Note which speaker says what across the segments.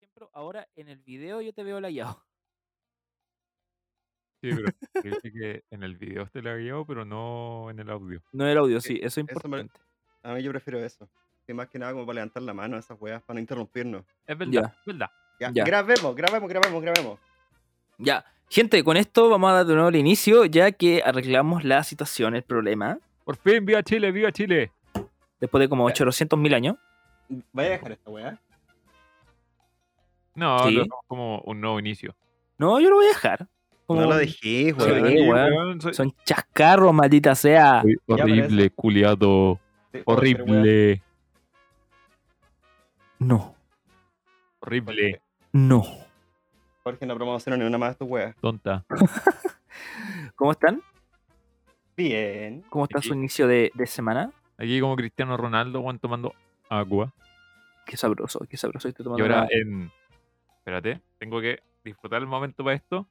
Speaker 1: ejemplo, ahora en el video yo te veo lagueado.
Speaker 2: Sí, pero dice que en el video este esté lagueado, pero no en el audio.
Speaker 1: No el audio, sí,
Speaker 3: Sí,
Speaker 1: eso es
Speaker 3: eso me-
Speaker 1: importante.
Speaker 3: A mí yo prefiero eso. Que más que nada como para levantar la mano a esas weas, para no interrumpirnos.
Speaker 2: Es verdad,
Speaker 1: Ya.
Speaker 2: es verdad.
Speaker 3: Ya,
Speaker 1: Ya.
Speaker 3: grabemos, grabemos, grabemos, grabemos.
Speaker 1: Ya, gente, con esto vamos a dar de nuevo el inicio, ya que arreglamos la situación, el problema,
Speaker 2: Por fin, viva Chile, viva Chile.
Speaker 1: después de como 800 mil años.
Speaker 3: Vaya a dejar esta wea.
Speaker 2: No,
Speaker 1: Sí.
Speaker 2: no, no, como un nuevo inicio.
Speaker 1: No, yo lo voy a dejar. Como-
Speaker 3: No lo dejé,
Speaker 1: Sí,
Speaker 3: weón.
Speaker 1: weón.
Speaker 2: weón, soy-
Speaker 1: Son chascarros, maldita sea.
Speaker 2: soy
Speaker 3: Ya, pero
Speaker 2: horrible, culiado.
Speaker 3: Sí, puedo hacer wea.
Speaker 2: Horrible,
Speaker 1: No,
Speaker 2: horrible,
Speaker 1: no.
Speaker 3: Jorge no promocionó ni una más de tus weas.
Speaker 2: tonta.
Speaker 1: ¿Cómo están?
Speaker 3: Bien.
Speaker 1: ¿Cómo está
Speaker 2: Sí.
Speaker 1: su inicio de, de semana?
Speaker 2: Aquí como Cristiano Ronaldo, weón, tomando agua.
Speaker 1: Qué sabroso, qué sabroso. Estoy
Speaker 2: Y
Speaker 1: tomando
Speaker 2: ahora
Speaker 1: una-
Speaker 2: en... Espérate, tengo que disfrutar el momento para esto.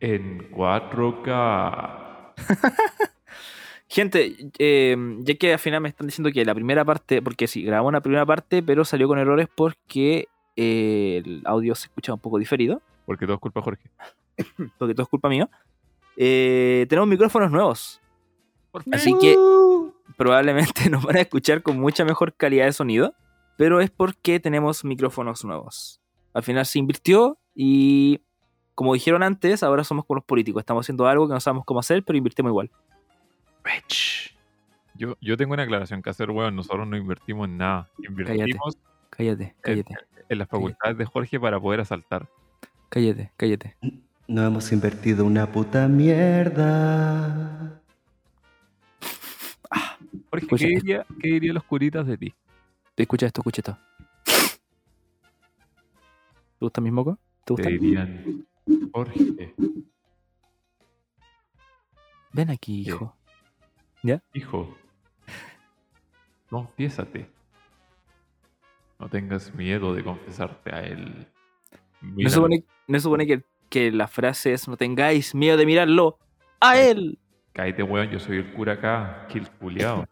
Speaker 2: En 4K.
Speaker 1: Gente, eh, ya que al final me están diciendo que la primera parte, porque sí, grabamos una primera parte, pero salió con errores porque eh, el audio se escucha un poco diferido,
Speaker 2: Porque todo es culpa de Jorge.
Speaker 1: porque todo es culpa mía. Eh, tenemos micrófonos nuevos,
Speaker 2: Por
Speaker 1: Así
Speaker 2: fin.
Speaker 1: que- probablemente nos van a escuchar con mucha mejor calidad de sonido, pero es porque tenemos micrófonos nuevos. Al final se invirtió y, como dijeron antes, ahora somos como los políticos, estamos haciendo algo que no sabemos cómo hacer, pero invirtimos igual.
Speaker 2: Yo, yo tengo una aclaración que hacer, weón. Nosotros no invertimos en nada. Invertimos
Speaker 1: Cállate, cállate,
Speaker 2: en las facultades de Jorge para poder asaltar.
Speaker 1: cállate, cállate.
Speaker 3: No hemos invertido una puta mierda.
Speaker 2: Jorge,
Speaker 1: Pues,
Speaker 2: ¿qué,
Speaker 1: eh,
Speaker 2: diría, ¿qué dirían los curitas de ti?
Speaker 1: Escucha esto, escucha esto. ¿Te gustan mis mocos? ¿Te
Speaker 2: Te
Speaker 1: gustan?
Speaker 2: dirían, Jorge,
Speaker 1: Ven aquí,
Speaker 2: Sí.
Speaker 1: hijo.
Speaker 2: hijo, confiésate. No tengas miedo de confesarte a él.
Speaker 1: ¿No
Speaker 2: Míralo.
Speaker 1: supone, no supone que, que la frase es no tengáis miedo de mirarlo a él?
Speaker 2: Cállate, weón, yo soy el cura acá, kill culiao.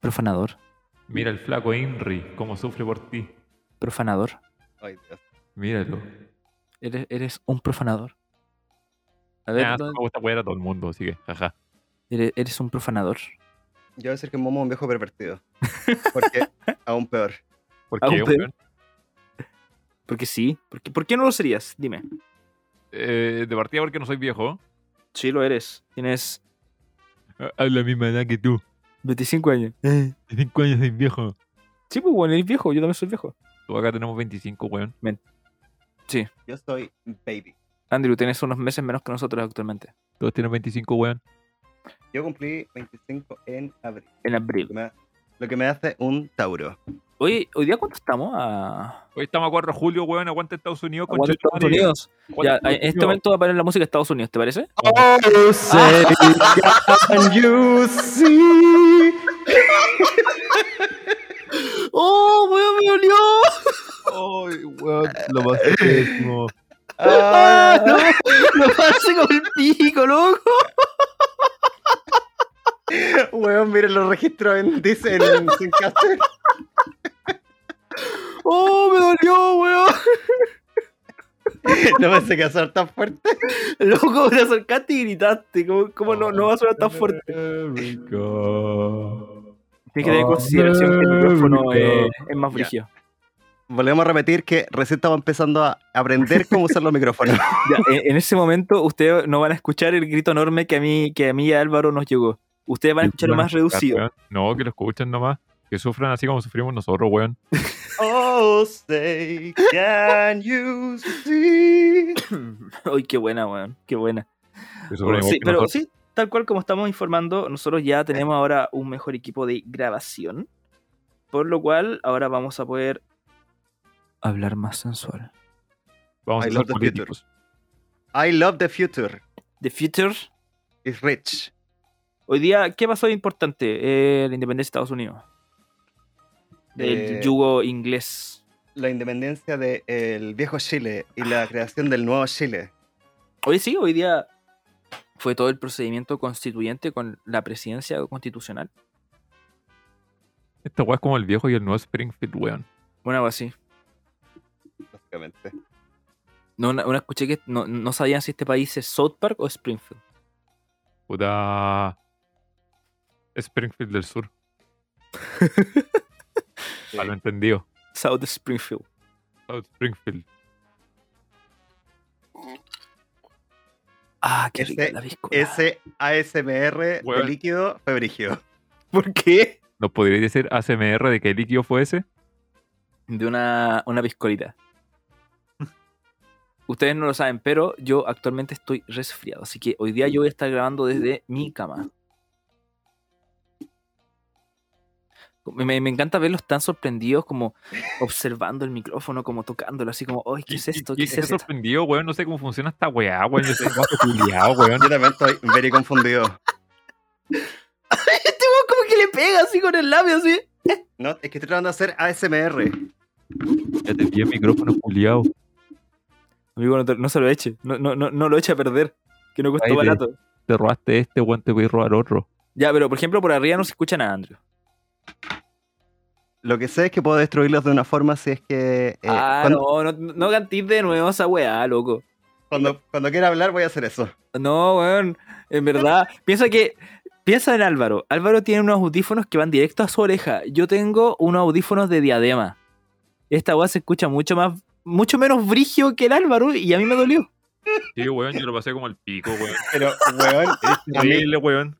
Speaker 1: Profanador,
Speaker 2: Mira el flaco Inri, cómo sufre por ti.
Speaker 1: profanador.
Speaker 3: Ay, Dios.
Speaker 2: Míralo.
Speaker 1: Eres, eres un profanador. A ver,
Speaker 2: Nah,
Speaker 1: ¿dónde-
Speaker 2: me gusta wear a todo el mundo, así que, jaja.
Speaker 1: eres, eres un profanador.
Speaker 3: Yo voy a decir que Momo es un viejo pervertido. Porque aún peor.
Speaker 2: ¿Por
Speaker 1: Ah,
Speaker 2: qué,
Speaker 1: usted-
Speaker 2: weón?
Speaker 1: Porque sí. Porque, ¿Por qué no lo serías? Dime.
Speaker 2: Eh, de partida porque no soy viejo.
Speaker 1: Sí, lo eres. Tienes
Speaker 2: Habla la misma edad que tú.
Speaker 1: 25 años.
Speaker 2: De 5 años soy viejo.
Speaker 1: Sí, pues bueno, eres viejo. Yo también soy viejo.
Speaker 2: Tú acá tenemos 25, weón.
Speaker 3: Yo soy baby.
Speaker 1: Andrew, tienes unos meses menos que nosotros actualmente.
Speaker 2: Todos tienen 25, weón.
Speaker 3: Yo cumplí 25 en abril.
Speaker 1: En
Speaker 3: Lo que
Speaker 1: abril.
Speaker 3: me, lo que me hace un Tauro.
Speaker 1: Oye, ¿hoy día cuánto estamos? Ah, A...
Speaker 2: Hoy estamos a 4 de julio, weón. Aguanta Estados Unidos.
Speaker 1: Aguanta
Speaker 2: conchetumare.
Speaker 1: Estados Unidos. Ya,
Speaker 2: Aguanta
Speaker 1: en este
Speaker 2: Estados Unidos.
Speaker 1: momento va a parar la música de Estados Unidos, ¿te parece? Ah,
Speaker 3: Oh, say, can you see?
Speaker 1: ¡Oh, weón, me olió!
Speaker 2: Ay, weón, lo más pésimo.
Speaker 3: Ah,
Speaker 1: ¡No pase con el pico, loco!
Speaker 3: weón, miren los registros en Dice en Zencaster.
Speaker 1: ¡Oh, me dolió, weón!
Speaker 3: No pensé que hacer tan fuerte.
Speaker 1: Loco, te acercaste y gritaste. ¿Cómo, cómo no, no va a sonar
Speaker 2: Oh,
Speaker 1: tan fuerte?
Speaker 2: America.
Speaker 1: Tienes que tener en consideración que el micrófono
Speaker 2: America.
Speaker 1: eh, es más brígido.
Speaker 3: Volvemos a repetir que recién estamos empezando a aprender cómo usar los micrófonos.
Speaker 1: Ya, en, en ese momento ustedes no van a escuchar el grito enorme que a mí, que a mí y a Álvaro nos llegó. Ustedes van a escucharlo más reducido.
Speaker 2: Weón, No, que lo escuchen nomás. Que sufran así como sufrimos nosotros, weón.
Speaker 3: Oh, say, can you see?
Speaker 1: Ay, qué buena, weón. Qué buena.
Speaker 2: Que sufran igual
Speaker 1: Sí,
Speaker 2: que
Speaker 1: pero
Speaker 2: nosotros.
Speaker 1: sí, tal cual como estamos informando, nosotros ya tenemos ahora un mejor equipo de grabación. Por lo cual, ahora vamos a poder hablar más sensual.
Speaker 2: Vamos a
Speaker 3: I love
Speaker 2: ser
Speaker 3: the
Speaker 2: políticos.
Speaker 3: I love the future.
Speaker 1: The Future.
Speaker 3: It's rich.
Speaker 1: Hoy día, ¿qué pasó de importante? Eh, la independencia de Estados Unidos. Del
Speaker 3: Eh,
Speaker 1: yugo inglés.
Speaker 3: La independencia del viejo Chile y la creación del nuevo Chile.
Speaker 1: Hoy sí, hoy día fue todo el procedimiento constituyente con la presidencia constitucional.
Speaker 2: Esta weá es como el viejo y el nuevo Springfield, weón.
Speaker 1: Una algo así.
Speaker 3: básicamente.
Speaker 1: No, una, una escuché que no, no sabían si este país es South Park o Springfield.
Speaker 2: Puta. Springfield del Sur. A lo entendido.
Speaker 1: South Springfield.
Speaker 2: South Springfield.
Speaker 1: Ah, qué
Speaker 3: Ese-
Speaker 1: rica la piscola.
Speaker 3: Ese ASMR
Speaker 2: Weón.
Speaker 3: de líquido fue brígido.
Speaker 1: ¿Por qué?
Speaker 2: ¿Nos podríais decir ACMR de qué líquido fue ese?
Speaker 1: De una, una piscolita. Ustedes no lo saben, pero yo actualmente estoy resfriado. Así que hoy día yo voy a estar grabando desde mi cama. Me, me encanta verlos tan sorprendidos, como observando el micrófono, como tocándolo, así como, ¡ay, qué es esto! ¿Qué es
Speaker 2: se
Speaker 1: esto?
Speaker 2: sorprendido, weón. No sé cómo funciona esta weá, weón. Yo soy un gato culiao, weón.
Speaker 3: Yo también estoy very confundido.
Speaker 1: Este weón como que le pega así con el labio, así.
Speaker 3: No, es que estoy tratando de hacer ASMR.
Speaker 2: Ya te vi el micrófono culiao.
Speaker 1: Amigo, no, te- no se lo eche. No, no, no, no lo eche a perder. Que no cuesta
Speaker 2: Ahí te-
Speaker 1: barato.
Speaker 2: Te robaste este, weón. Te voy a robar otro.
Speaker 1: Ya, pero por ejemplo, por arriba no se escucha nada, Andrew.
Speaker 3: Lo que sé es que puedo destruirlos de una forma si es que. eh,
Speaker 1: ah,
Speaker 3: cuando,
Speaker 1: no, no, no cantís de nuevo esa weá, loco.
Speaker 3: cuando, cuando quiera hablar, voy a hacer eso.
Speaker 1: No, weón. En verdad, piensa que. Piensa en Álvaro. Álvaro tiene unos audífonos que van directo a su oreja. Yo tengo unos audífonos de diadema. Esta weá se escucha mucho más. Mucho menos brigio que el Álvaro y a mí me dolió.
Speaker 2: Sí, weón. Yo lo pasé como el pico, weón.
Speaker 3: Pero, weón, a mí-
Speaker 2: Terrible, weón.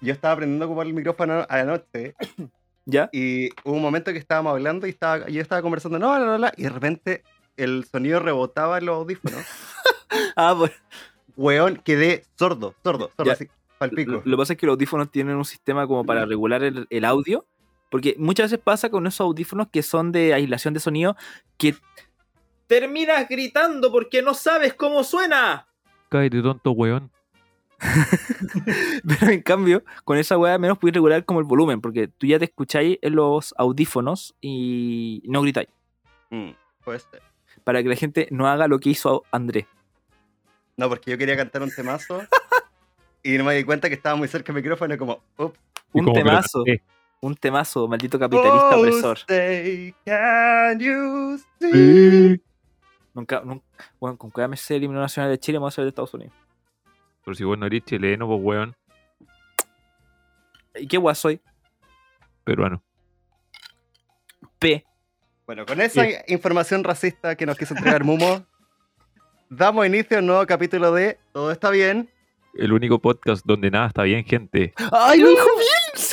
Speaker 3: yo estaba aprendiendo a ocupar el micrófono anoche
Speaker 1: ¿Ya?
Speaker 3: y hubo un momento que estábamos hablando y estaba, yo estaba conversando, no, no, no, no, y de repente el sonido rebotaba en los audífonos.
Speaker 1: Ah, pues.
Speaker 3: Weón, quedé sordo, sordo, sordo,
Speaker 1: Ya.
Speaker 3: así, pal
Speaker 1: Lo,
Speaker 3: pico. Mm.
Speaker 1: lo que pasa es que los audífonos tienen un sistema como para regular el, el audio, porque muchas veces pasa con esos audífonos que son de aislación de sonido que terminas gritando porque no sabes cómo suena.
Speaker 2: Cállate, tonto, weón.
Speaker 1: Pero en cambio, con esa weá al menos puedes regular como el volumen, porque tú ya te escucháis en los audífonos y no gritáis,
Speaker 3: Mm, puede ser.
Speaker 1: para que la gente no haga lo que hizo Andrés.
Speaker 3: No, porque yo quería cantar un temazo y no me di cuenta que estaba muy cerca el micrófono y como, ups.
Speaker 2: Y
Speaker 1: Un
Speaker 2: como que lo
Speaker 1: temazo,
Speaker 2: canté.
Speaker 1: un temazo, maldito capitalista
Speaker 3: Oh,
Speaker 1: opresor.
Speaker 3: say, can you see?
Speaker 2: Sí.
Speaker 1: Nunca, nunca, bueno, con cuidado me sé el himno nacional de Chile, me voy a saber de Estados Unidos.
Speaker 2: Pero si vos no eres chileno, pues, weón.
Speaker 1: ¿Y qué weá soy?
Speaker 2: Peruano.
Speaker 1: P.
Speaker 3: Bueno, con esa información racista que nos quiso entregar Mumo, damos inicio a un nuevo capítulo de Todo está bien.
Speaker 2: El único podcast donde nada está bien, gente.
Speaker 1: ¡Ay, lo dijo bien!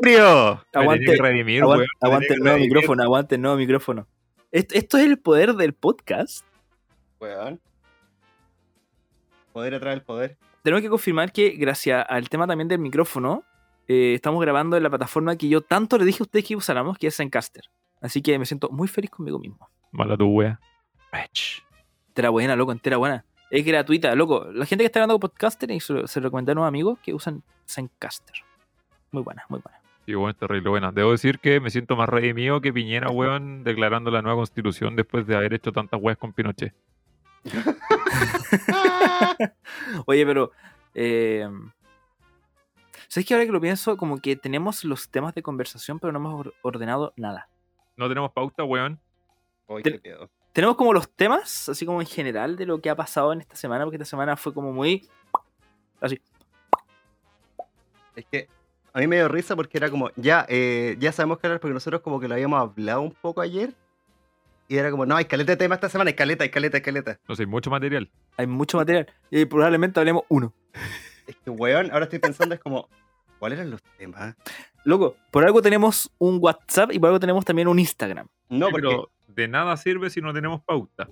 Speaker 3: ¡Frío!
Speaker 2: Me tenía
Speaker 1: Aguante,
Speaker 2: que redimir,
Speaker 1: Aguan-
Speaker 2: weón.
Speaker 1: aguante el
Speaker 3: que
Speaker 1: nuevo
Speaker 3: reír.
Speaker 1: micrófono, aguante el nuevo micrófono. Esto, esto es el poder del podcast.
Speaker 3: Weón. Poder atrae el poder.
Speaker 1: Tenemos que confirmar que, gracias al tema también del micrófono, eh, estamos grabando en la plataforma que yo tanto le dije a ustedes que usáramos, que es Zencaster. Así que me siento muy feliz conmigo mismo.
Speaker 2: Mala tu wea.
Speaker 1: Entera buena, loco, entera buena. Es gratuita, loco. La gente que está grabando podcaster y se lo, se lo recomendé a unos amigos que usan Zencaster. Muy buena, muy buena.
Speaker 2: Sí, bueno, está terrible buena. Debo decir que me siento más redimido que Piñera, weón, declarando la nueva constitución después de haber hecho tantas weas con Pinochet.
Speaker 1: Oye, pero. Eh, ¿Sabes que ahora que lo pienso, como que tenemos los temas de conversación, pero no hemos or- ordenado nada?
Speaker 2: No tenemos pauta, weón.
Speaker 3: Uy,
Speaker 1: Ten-
Speaker 3: qué miedo.
Speaker 1: Tenemos como los temas, así como en general, de lo que ha pasado en esta semana, porque esta semana fue como muy.
Speaker 3: Es que a mí me dio risa porque era como, ya, eh, ya sabemos que hablar porque nosotros como que lo habíamos hablado un poco ayer. Y era como, no, hay caleta de tema esta semana, hay caleta, hay caleta, hay caleta.
Speaker 2: No sé, mucho material.
Speaker 1: Hay mucho material. Y probablemente hablemos uno.
Speaker 3: Es que, weón, ahora estoy pensando, es como, ¿cuáles eran los temas?
Speaker 1: Loco, por algo tenemos un WhatsApp y por algo tenemos también un Instagram.
Speaker 3: No,
Speaker 2: Sí,
Speaker 3: porque
Speaker 2: pero de nada sirve si no tenemos pauta.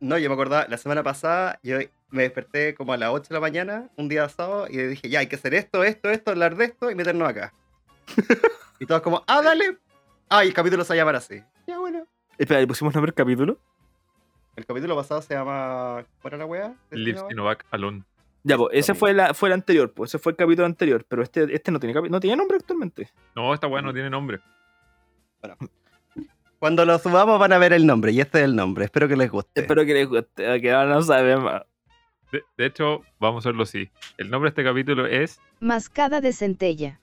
Speaker 3: No, yo me acordaba, la semana pasada yo me desperté como a las 8 de la mañana, un día sábado, y dije, ya, hay que hacer esto, esto, esto, hablar de esto y meternos acá. y todos como, ah, dale. Ah, y el capítulo se va a llamar así. Ya, bueno.
Speaker 1: Espera, ¿le pusimos nombre al capítulo?
Speaker 3: El capítulo pasado se llama... ¿Cuál era la weá?
Speaker 2: Live Sinovac alone.
Speaker 1: Ya, pues, ese fue, la, fue el anterior, pues ese fue el capítulo anterior, pero este, este no tiene capi- no tiene nombre actualmente.
Speaker 2: No, esta wea no tiene nombre.
Speaker 3: Cuando lo subamos van a ver el nombre, y este es el nombre. Espero que les guste.
Speaker 1: Espero que les guste, que ahora no sabemos.
Speaker 2: De, de hecho, vamos a hacerlo así. El nombre de este capítulo es
Speaker 4: Mascada de centella.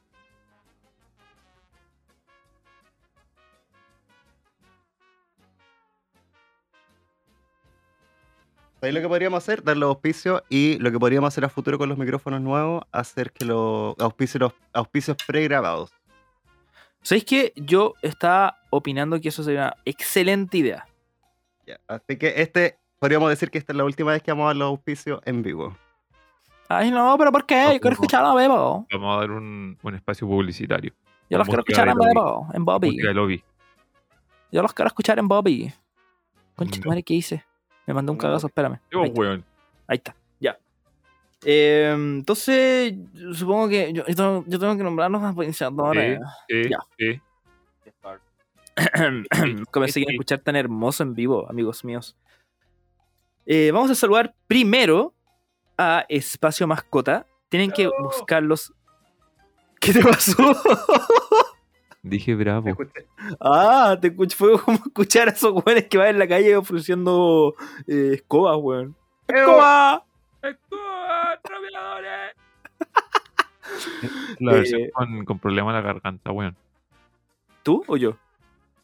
Speaker 3: ¿Sabéis lo que podríamos hacer? Dar los auspicios y lo que podríamos hacer a futuro con los micrófonos nuevos, hacer que los auspicios, los auspicios pregrabados.
Speaker 1: ¿Sabéis que yo estaba opinando que eso sería una excelente idea?
Speaker 3: Ya, Así que este, podríamos decir que esta es la última vez que vamos a dar los auspicios en vivo.
Speaker 1: Ay, no, pero ¿por qué? Yo quiero escuchar a Bebo.
Speaker 2: Vamos a dar un, un espacio publicitario.
Speaker 1: Yo los quiero escuchar en Bebo, en Bobby.
Speaker 2: Música de lobby.
Speaker 1: Yo los quiero escuchar en Bobby. Concha tu madre, ¿qué hice? Me mandó un
Speaker 3: No.
Speaker 1: cagazo, espérame.
Speaker 2: Yo,
Speaker 1: Ahí está.
Speaker 2: weón.
Speaker 1: Ahí está, ya. Eh, entonces, supongo que yo, yo tengo, yo tengo que nombrarnos más
Speaker 2: Sí,
Speaker 1: potenciadores.
Speaker 2: sí,
Speaker 1: Ya.
Speaker 2: sí.
Speaker 1: Comencé a escuchar tan hermoso en vivo, amigos míos. Eh, vamos a saludar primero a Espacio Mascota. Tienen que
Speaker 2: No.
Speaker 1: buscarlos. ¿Qué te pasó?
Speaker 2: Dije bravo.
Speaker 3: Escuché-
Speaker 1: ah, te escucho, fue como escuchar a esos güeyes que van en la calle ofreciendo eh, escobas, weón. ¡Escoba!
Speaker 2: La versión
Speaker 1: Eh,
Speaker 2: con, con problema en la garganta, weón.
Speaker 1: ¿Tú o yo?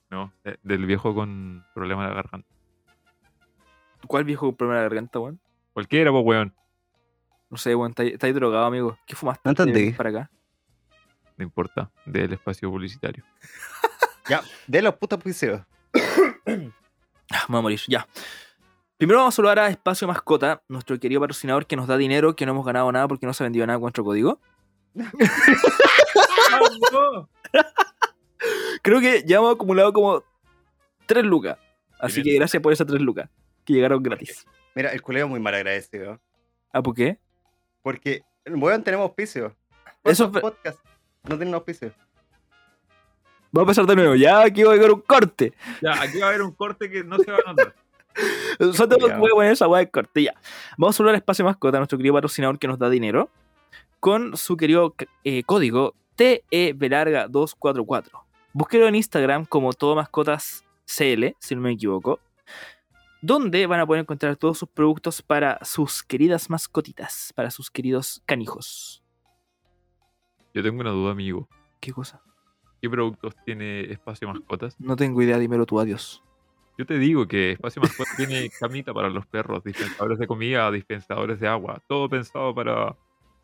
Speaker 2: No, de- del viejo con problema en la garganta.
Speaker 1: ¿Cuál viejo problema de la garganta, weón?
Speaker 2: Cualquiera, pues, weón.
Speaker 1: No sé, weón, estáis estáis drogado, amigo. ¿Qué fumaste?
Speaker 3: No entendí.
Speaker 1: Para acá.
Speaker 2: No importa, del espacio publicitario.
Speaker 3: Ya, de los putos auspicios.
Speaker 1: Ah, Me voy a morir, ya. Primero vamos a saludar a Espacio Mascota, nuestro querido patrocinador que nos da dinero, que no hemos ganado nada porque no se ha vendido nada con nuestro código. Creo que ya hemos acumulado como 3 lucas. Así que
Speaker 2: Bien.
Speaker 1: gracias por esas 3 lucas, que llegaron gratis.
Speaker 3: Mira, el culeo es muy mal agradecido.
Speaker 1: ¿Ah, por qué?
Speaker 3: Porque, weón, tenemos auspicio.
Speaker 1: Eso fue-
Speaker 3: Podcast. No tienen auspicio.
Speaker 1: va a pasar de nuevo, ya aquí voy a llegar un corte.
Speaker 2: Ya, aquí va a haber un corte que no se va a notar.
Speaker 1: Nosotros voy a
Speaker 3: Ya.
Speaker 1: poner esa weá de corte, ya. Vamos a saludar a Espacio Mascota, nuestro querido patrocinador que nos da dinero, con su querido eh, código E TEBLARGA244. Búsquelo en Instagram como todo mascotas CL, si no me equivoco, donde van a poder encontrar todos sus productos para sus queridas mascotitas, para sus queridos canijos.
Speaker 2: Yo tengo una duda, amigo.
Speaker 1: ¿Qué cosa?
Speaker 2: ¿Qué productos tiene Espacio Mascotas?
Speaker 1: No tengo idea, dímelo tú, adiós.
Speaker 2: Yo te digo que Espacio Mascotas tiene camita para los perros, dispensadores de comida, dispensadores de agua, todo pensado para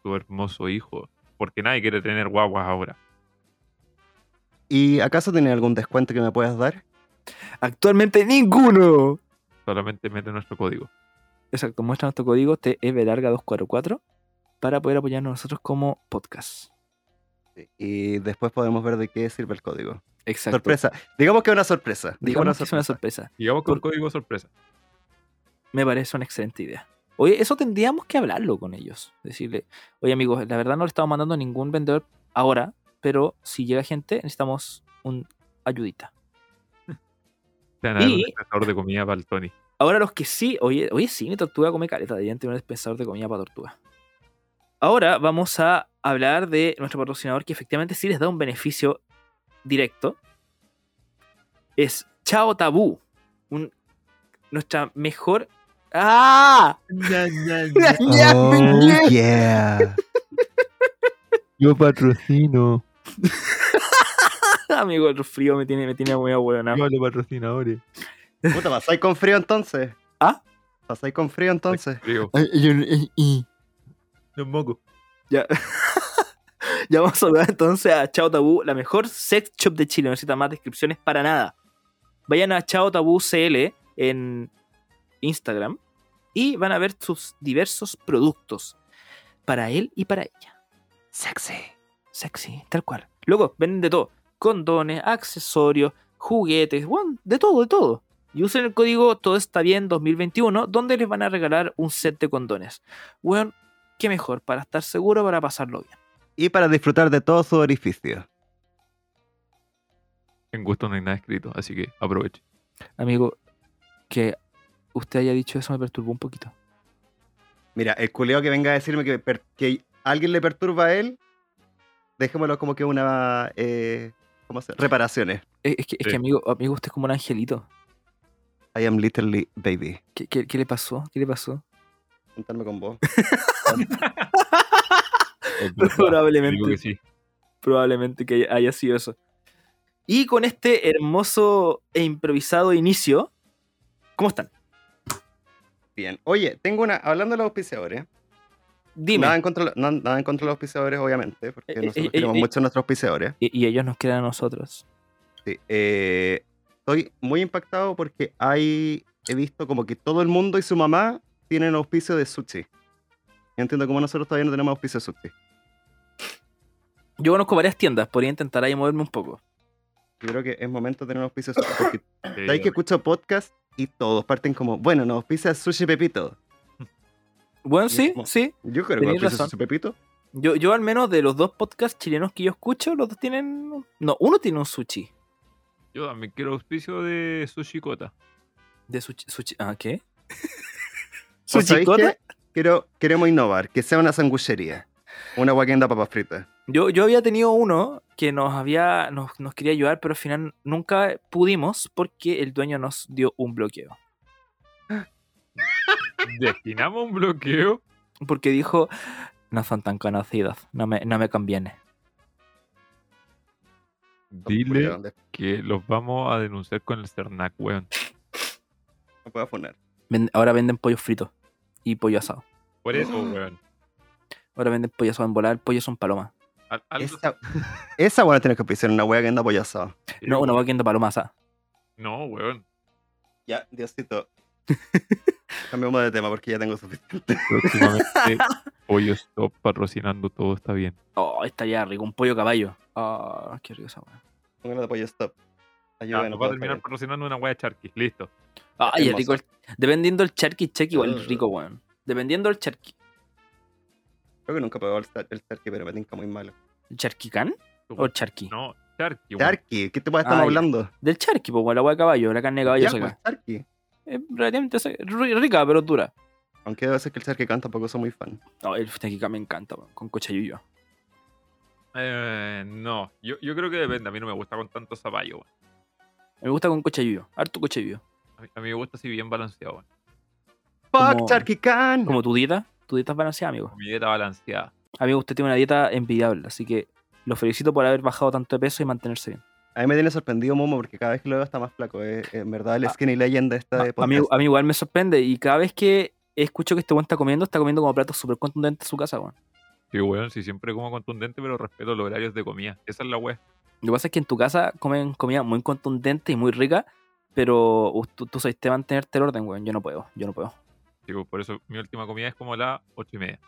Speaker 2: tu hermoso hijo, porque nadie quiere tener guaguas ahora.
Speaker 3: ¿Y acaso tienen algún descuento que me puedas dar?
Speaker 1: Actualmente ninguno.
Speaker 2: Solamente mete nuestro código.
Speaker 1: Exacto, muestra nuestro código E TEBLARGA244 para poder apoyarnos nosotros como podcast.
Speaker 3: Y después podemos ver de qué sirve el código.
Speaker 1: Exacto.
Speaker 3: Sorpresa. Digamos que es una sorpresa.
Speaker 1: Digamos que es una sorpresa.
Speaker 2: Llegamos con
Speaker 1: Por-
Speaker 2: código sorpresa.
Speaker 1: Me parece una excelente idea. Oye, eso tendríamos que hablarlo con ellos. Decirle, oye amigos, la verdad no le estamos mandando a ningún vendedor ahora, pero si llega gente, necesitamos un ayudita.
Speaker 2: Te van a dar un
Speaker 1: Y-
Speaker 2: dispensador de comida para el Tony.
Speaker 1: Ahora los que sí, oye, oye sí, mi tortuga come caleta, deberían tener un dispensador de comida para tortuga. Ahora vamos a hablar de nuestro patrocinador que efectivamente sí les da un beneficio directo. Es Chao Tabú. Un, nuestra mejor. ¡Ah!
Speaker 3: Oh, yeah.
Speaker 2: Yo patrocino.
Speaker 1: Amigo, el frío me tiene, me tiene muy abuelonado.
Speaker 2: a los patrocinadores.
Speaker 3: Puta, ¿pasáis con frío entonces?
Speaker 1: ¿Ah?
Speaker 3: ¿Pasáis con frío entonces?
Speaker 2: Los mocos.
Speaker 1: Ya vamos a saludar entonces a Chao Tabú, la mejor sex shop de Chile. No necesita más descripciones para nada. Vayan a Chao Tabú CL en Instagram y van a ver sus diversos productos para él y para ella. Sexy. Sexy, tal cual. Luego, venden de todo. Condones, accesorios, juguetes, bueno, de todo, de todo. Y usen el código Todo está bien 2021, donde les van a regalar un set de condones. Bueno, qué mejor, para estar seguro, para pasarlo bien.
Speaker 3: Y para disfrutar de todo su orificio.
Speaker 2: En gusto no hay nada escrito, así que aproveche.
Speaker 1: Amigo, que usted haya dicho eso me perturbó un poquito.
Speaker 3: Mira, el culeo que venga a decirme que, per- que alguien le perturba a él, dejémoslo como que una... eh, ¿Cómo se Reparaciones.
Speaker 1: Eh, Es, es que, es
Speaker 2: Sí.
Speaker 1: que amigo, amigo, usted es como un angelito.
Speaker 3: I am literally baby.
Speaker 1: ¿Qué, qué- qué le pasó? ¿Qué le pasó?
Speaker 3: Juntarme con vos.
Speaker 2: Digo que
Speaker 1: probablemente,
Speaker 2: sí.
Speaker 1: probablemente que haya sido eso. Y con este hermoso e improvisado inicio, ¿cómo están?
Speaker 3: Bien. Oye, tengo una. Hablando de los auspiciadores.
Speaker 1: Dime.
Speaker 3: Nada en, contra, no- nada en contra de los auspiciadores, obviamente, porque
Speaker 1: Eh,
Speaker 3: nosotros
Speaker 1: eh, eh,
Speaker 3: queremos
Speaker 1: eh.
Speaker 3: mucho a nuestros auspiciadores.
Speaker 1: Y, y ellos nos quedan a nosotros.
Speaker 3: Sí, eh, estoy muy impactado porque hay, he visto como que todo el mundo y su mamá tienen auspicio de sushi. No entiendo cómo nosotros todavía no tenemos auspicio de sushi.
Speaker 1: Yo conozco varias tiendas, podría intentar ahí moverme un poco.
Speaker 3: Yo creo que es momento de tener un auspicio de sushi. Porque
Speaker 2: Eh,
Speaker 3: hay que escucho podcast y todos parten como, bueno, nos auspicia Sushi Pepito.
Speaker 1: Bueno, sí,
Speaker 3: Mismo.
Speaker 1: sí.
Speaker 3: Yo creo que nos
Speaker 1: Tenéis
Speaker 3: auspicia
Speaker 1: razón.
Speaker 3: Sushi Pepito.
Speaker 1: Yo, yo al menos de los dos podcasts chilenos que yo escucho, los dos tienen... No, uno tiene un sushi.
Speaker 2: Yo también quiero auspicio de Sushi Cota.
Speaker 1: De sushi... sushi- ah, ¿qué?
Speaker 3: ¿O sabéis
Speaker 1: ¿Sushicota?
Speaker 3: qué? Quiero, queremos innovar, que sea una sanguchería. Una guaquenda papas fritas.
Speaker 1: Yo, yo había tenido uno que nos había nos, nos quería ayudar, pero al final nunca pudimos porque el dueño nos dio un bloqueo.
Speaker 2: Destinamos un bloqueo.
Speaker 1: Porque dijo, no son tan conocidos, no me, no me conviene.
Speaker 2: Dile
Speaker 3: ¿Dónde?
Speaker 2: que los vamos a denunciar con el Cernac, weón.
Speaker 3: No puedo afonar.
Speaker 1: Ven- ahora venden pollo frito y pollo asado.
Speaker 2: Por eso, weón.
Speaker 1: Ahora venden pollo asado en volar, el pollo son palomas.
Speaker 2: Al- algo
Speaker 3: Esa, esa buena tiene que auspiciar una hueá que anda apoyazada.
Speaker 2: así,
Speaker 1: No, una
Speaker 2: weón.
Speaker 1: vaquienda paloma asada.
Speaker 2: No, weón.
Speaker 3: Ya, Diosito. Cambiamos de tema porque ya tengo suficiente.
Speaker 2: Próximamente, Pollo Stop patrocinando todo está bien.
Speaker 1: Oh, estaría rico, un pollo caballo. Oh, qué rico esa weá.
Speaker 3: Pónganle de apoyo stop.
Speaker 2: Ya,
Speaker 3: Ayúdenme.
Speaker 2: nos Ah, va a terminar patrocinando una wea charqui. Listo.
Speaker 1: Ay, es
Speaker 3: Hermoso.
Speaker 1: rico. el- dependiendo del charqui, check igual es
Speaker 3: Mm.
Speaker 1: rico, weón. Dependiendo del charqui.
Speaker 3: Creo que nunca pagó el, sar- el Tarki, pero me tinca muy malo.
Speaker 1: ¿Charquicán o Oh, charqui?
Speaker 2: No, charqui. weón.
Speaker 3: Tarki, ¿qué te pasa? Estamos
Speaker 1: Ah, ya.
Speaker 3: hablando.
Speaker 1: Del charqui, pues, la agua de caballo, la carne de caballo
Speaker 3: Ya,
Speaker 1: seca.
Speaker 3: pues, Tarki.
Speaker 1: Es relativamente sec- ri- rica, pero dura.
Speaker 3: Aunque debe ser que el Tarki canta, tampoco soy muy fan.
Speaker 1: No, el ftequica me encanta, weón, con cochayuyo.
Speaker 2: Eh, no, yo, yo creo que depende. A mí no me gusta con tanto zapallo, weón.
Speaker 1: Me gusta con cochayuyo, harto cochayuyo.
Speaker 2: A mí, a mí me gusta así bien balanceado, weón.
Speaker 1: Como-
Speaker 3: ¡Fuck, Tarki Khan!
Speaker 1: Como tu dieta, tu dieta es balanceada, amigo.
Speaker 2: Mi dieta balanceada.
Speaker 1: Amigo, usted tiene una dieta envidiable, así que lo felicito por haber bajado tanto de peso y mantenerse bien.
Speaker 3: A mí me tiene sorprendido Momo porque cada vez que lo veo está más flaco. eh. En verdad, el
Speaker 1: Ah.
Speaker 3: skinny legend de esta
Speaker 1: A,
Speaker 3: de
Speaker 1: a mí,
Speaker 3: podcast.
Speaker 1: a mí igual me sorprende y cada vez que escucho que este weón está comiendo, está comiendo como platos súper contundentes en su casa, weón.
Speaker 2: Sí, weón, sí, siempre como contundente, pero respeto los horarios de comida. Esa es la wea.
Speaker 1: Lo que pasa es que en tu casa comen comida muy contundente y muy rica, pero us- tú, tú sabes te mantenerte el orden, weón. Yo no puedo, yo no puedo.
Speaker 2: Sí, weón, por eso mi última comida es como la ocho y media.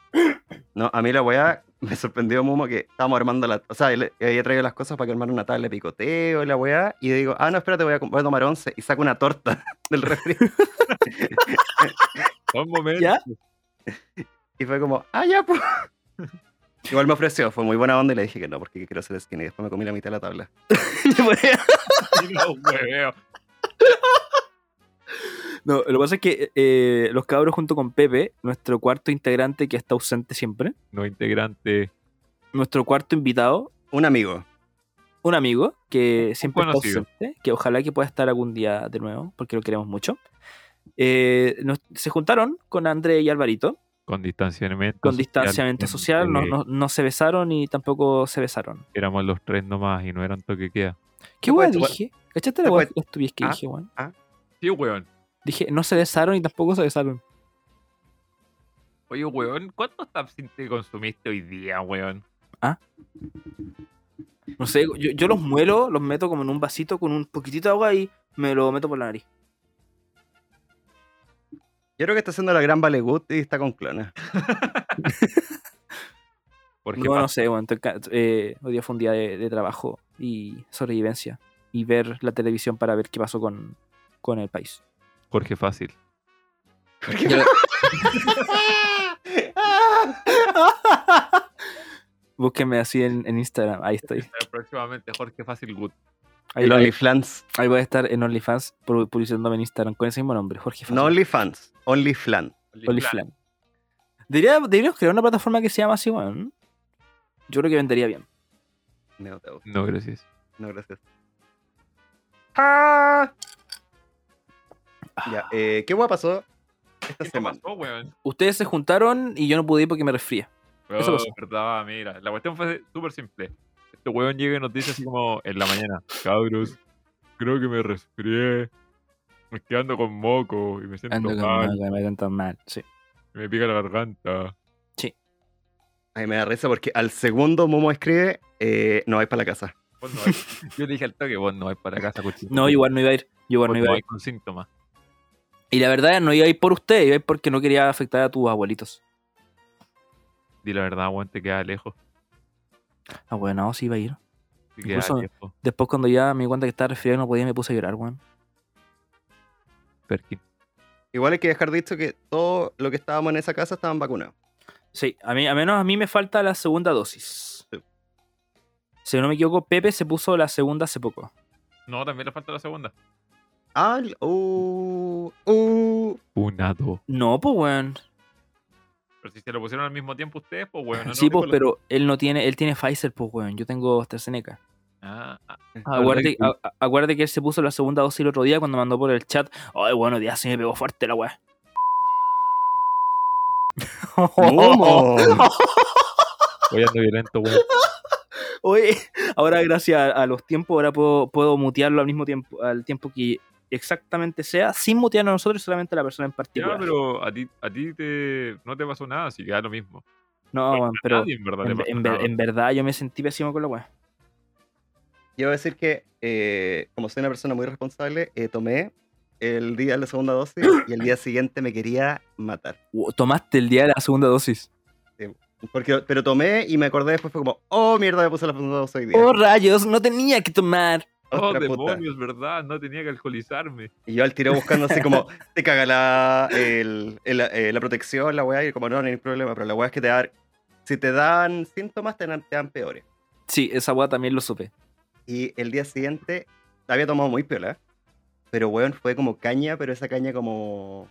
Speaker 3: No, a mí la weá me sorprendió Momo que estábamos armando la. O sea, él había traído las cosas para que armar una tabla de picoteo y la weá. Y digo, ah, no, espérate, voy a, com- voy a tomar once. Y saco una torta del refri.
Speaker 2: Un momento.
Speaker 1: ¿Ya?
Speaker 3: Y fue como, ah, ya, pues. Igual me ofreció, fue muy buena onda y le dije que no, porque quiero ser skinny. Después me comí la mitad de la tabla.
Speaker 2: No, hueveo.
Speaker 1: No, lo que pasa es que eh, los cabros junto con Pepe, nuestro cuarto integrante que está ausente siempre,
Speaker 2: No integrante.
Speaker 1: nuestro cuarto invitado,
Speaker 3: Un amigo.
Speaker 1: un amigo que siempre está
Speaker 2: conocido.
Speaker 1: ausente, que ojalá que pueda estar algún día de nuevo, porque lo queremos mucho. Eh, nos- se juntaron con André y Alvarito,
Speaker 2: Con distanciamiento.
Speaker 1: con
Speaker 2: social,
Speaker 1: distanciamiento
Speaker 2: gente.
Speaker 1: social, no, no- no se besaron y tampoco se besaron.
Speaker 2: Éramos los tres nomás y no eran toque queda.
Speaker 1: ¿Qué
Speaker 3: puede
Speaker 1: guay
Speaker 3: chupar-
Speaker 1: dije? ¿Cachaste la
Speaker 3: te
Speaker 1: guay
Speaker 3: puede-
Speaker 1: que estuvies que
Speaker 3: Ah.
Speaker 1: dije, weón?
Speaker 2: Sí, weón.
Speaker 1: Dije, no se besaron y tampoco se besaron.
Speaker 2: Oye, weón, ¿cuántos absinthe consumiste hoy día, weón?
Speaker 1: No sé, yo, yo los muelo, los meto como en un vasito con un poquitito de agua y me lo meto por la nariz.
Speaker 3: Yo creo que está haciendo la gran Valegut y está con clones.
Speaker 2: Porque
Speaker 1: No, no sé, bueno, estoy ca- eh, hoy día fue un día de, de trabajo y sobrevivencia. Y ver la televisión para ver qué pasó con, con el país.
Speaker 2: Jorge Fácil.
Speaker 1: Búsquenme así en, en Instagram, ahí estoy.
Speaker 2: Próximamente Jorge Fácil Good.
Speaker 1: Ahí, ahí-
Speaker 3: OnlyFans.
Speaker 1: ahí voy a estar en OnlyFans pu- publicitándome en Instagram con ese mismo nombre, Jorge Fácil.
Speaker 3: No OnlyFans, OnlyFlan.
Speaker 1: OnlyFans. Debería- deberíamos crear una plataforma que se llama así, bueno. ¿no? Yo creo que vendería bien.
Speaker 3: No, no,
Speaker 2: No, gracias.
Speaker 3: no, gracias. Ah. Ya, eh, ¿qué guapa pasó esta
Speaker 2: ¿Qué
Speaker 3: semana?
Speaker 2: pasó, weón?
Speaker 1: Ustedes se juntaron y yo no pude ir porque me resfría. Eso
Speaker 2: Oh,
Speaker 1: pasó.
Speaker 2: verdad, mira. La cuestión fue súper simple. Este weón llega y nos dice así como en la mañana. Cabros, creo que me resfrié. Me estoy ando con moco y me siento
Speaker 1: Ando con
Speaker 2: mal.
Speaker 1: mal, me siento mal. Sí.
Speaker 2: y Me pica la garganta.
Speaker 3: A mí me da risa porque al segundo Momo escribe, eh, no vais para la casa.
Speaker 2: Vos no vais. Yo le dije al toque, vos no vais para casa, cochino.
Speaker 1: No, igual no iba a ir. Yo
Speaker 2: Vos
Speaker 1: igual no iba a
Speaker 2: vais
Speaker 1: ir.
Speaker 2: con síntomas.
Speaker 1: Y la verdad, no iba a ir por usted, iba a ir porque no quería afectar a tus abuelitos.
Speaker 2: Di la verdad, weón, te queda lejos.
Speaker 1: Ah, bueno, no, sí iba a ir.
Speaker 2: Te queda
Speaker 1: Incluso-
Speaker 2: lejos.
Speaker 1: Después, cuando ya me di cuenta que estaba resfriado y no podía, me puse a llorar, weón.
Speaker 2: Perkin.
Speaker 3: Igual hay que dejar dicho que todo lo que estábamos en esa casa estaban vacunados.
Speaker 1: Sí, a mí, a menos a mí me falta la segunda dosis. Si no me equivoco, Pepe se puso la segunda hace poco.
Speaker 2: No, también le falta la segunda.
Speaker 3: Ah, el- uh, uh.
Speaker 2: Una, dos.
Speaker 1: No, pues, weón.
Speaker 2: Pero si se lo pusieron al mismo tiempo ustedes, pues bueno.
Speaker 1: sí, pues, pero él no tiene, él tiene Pfizer, pues, weón. Yo tengo AstraZeneca.
Speaker 2: Ah, ah,
Speaker 1: Acuérdate,
Speaker 2: verdad
Speaker 1: a- a- acuérdate que él se puso la segunda dosis el otro día cuando mandó por el chat. Ay, bueno, ya se me pegó fuerte la weá.
Speaker 3: Momo.
Speaker 2: voy ando violento, weón.
Speaker 1: Oye, ahora gracias a, a los tiempos, ahora puedo, puedo mutearlo al mismo tiempo, al tiempo que exactamente sea, sin mutearnos a nosotros, solamente a la persona en
Speaker 2: Ya,
Speaker 1: particular.
Speaker 2: pero a ti, a ti te, no te pasó nada, así que da lo mismo.
Speaker 1: no, weón,
Speaker 2: A
Speaker 1: pero
Speaker 2: nadie en verdad le
Speaker 1: en,
Speaker 2: pasó
Speaker 1: en ver-
Speaker 2: nada.
Speaker 1: en verdad yo me sentí pésimo con la weá.
Speaker 3: Yo voy a decir que, eh, como soy una persona muy responsable, eh, tomé el día de la segunda dosis y el día siguiente me quería matar.
Speaker 1: Wo- Tomaste el día de la segunda dosis.
Speaker 3: Porque, pero tomé y me acordé después, fue como, oh mierda, me puse la segunda dosis hoy día.
Speaker 1: Oh, rayos, no tenía que tomar.
Speaker 2: Oh,
Speaker 3: Otra puta.
Speaker 2: demonios, verdad, no tenía que alcoholizarme.
Speaker 3: Y yo al tiro buscando así como, te caga la, el- el- eh, la protección, la weá, y como no, no hay problema, pero la weá es que te dan, si te dan síntomas, te dan, te dan peores.
Speaker 1: Sí, esa weá también lo supe.
Speaker 3: Y el día siguiente la había tomado muy piola, pero weón, fue como caña, pero esa caña como,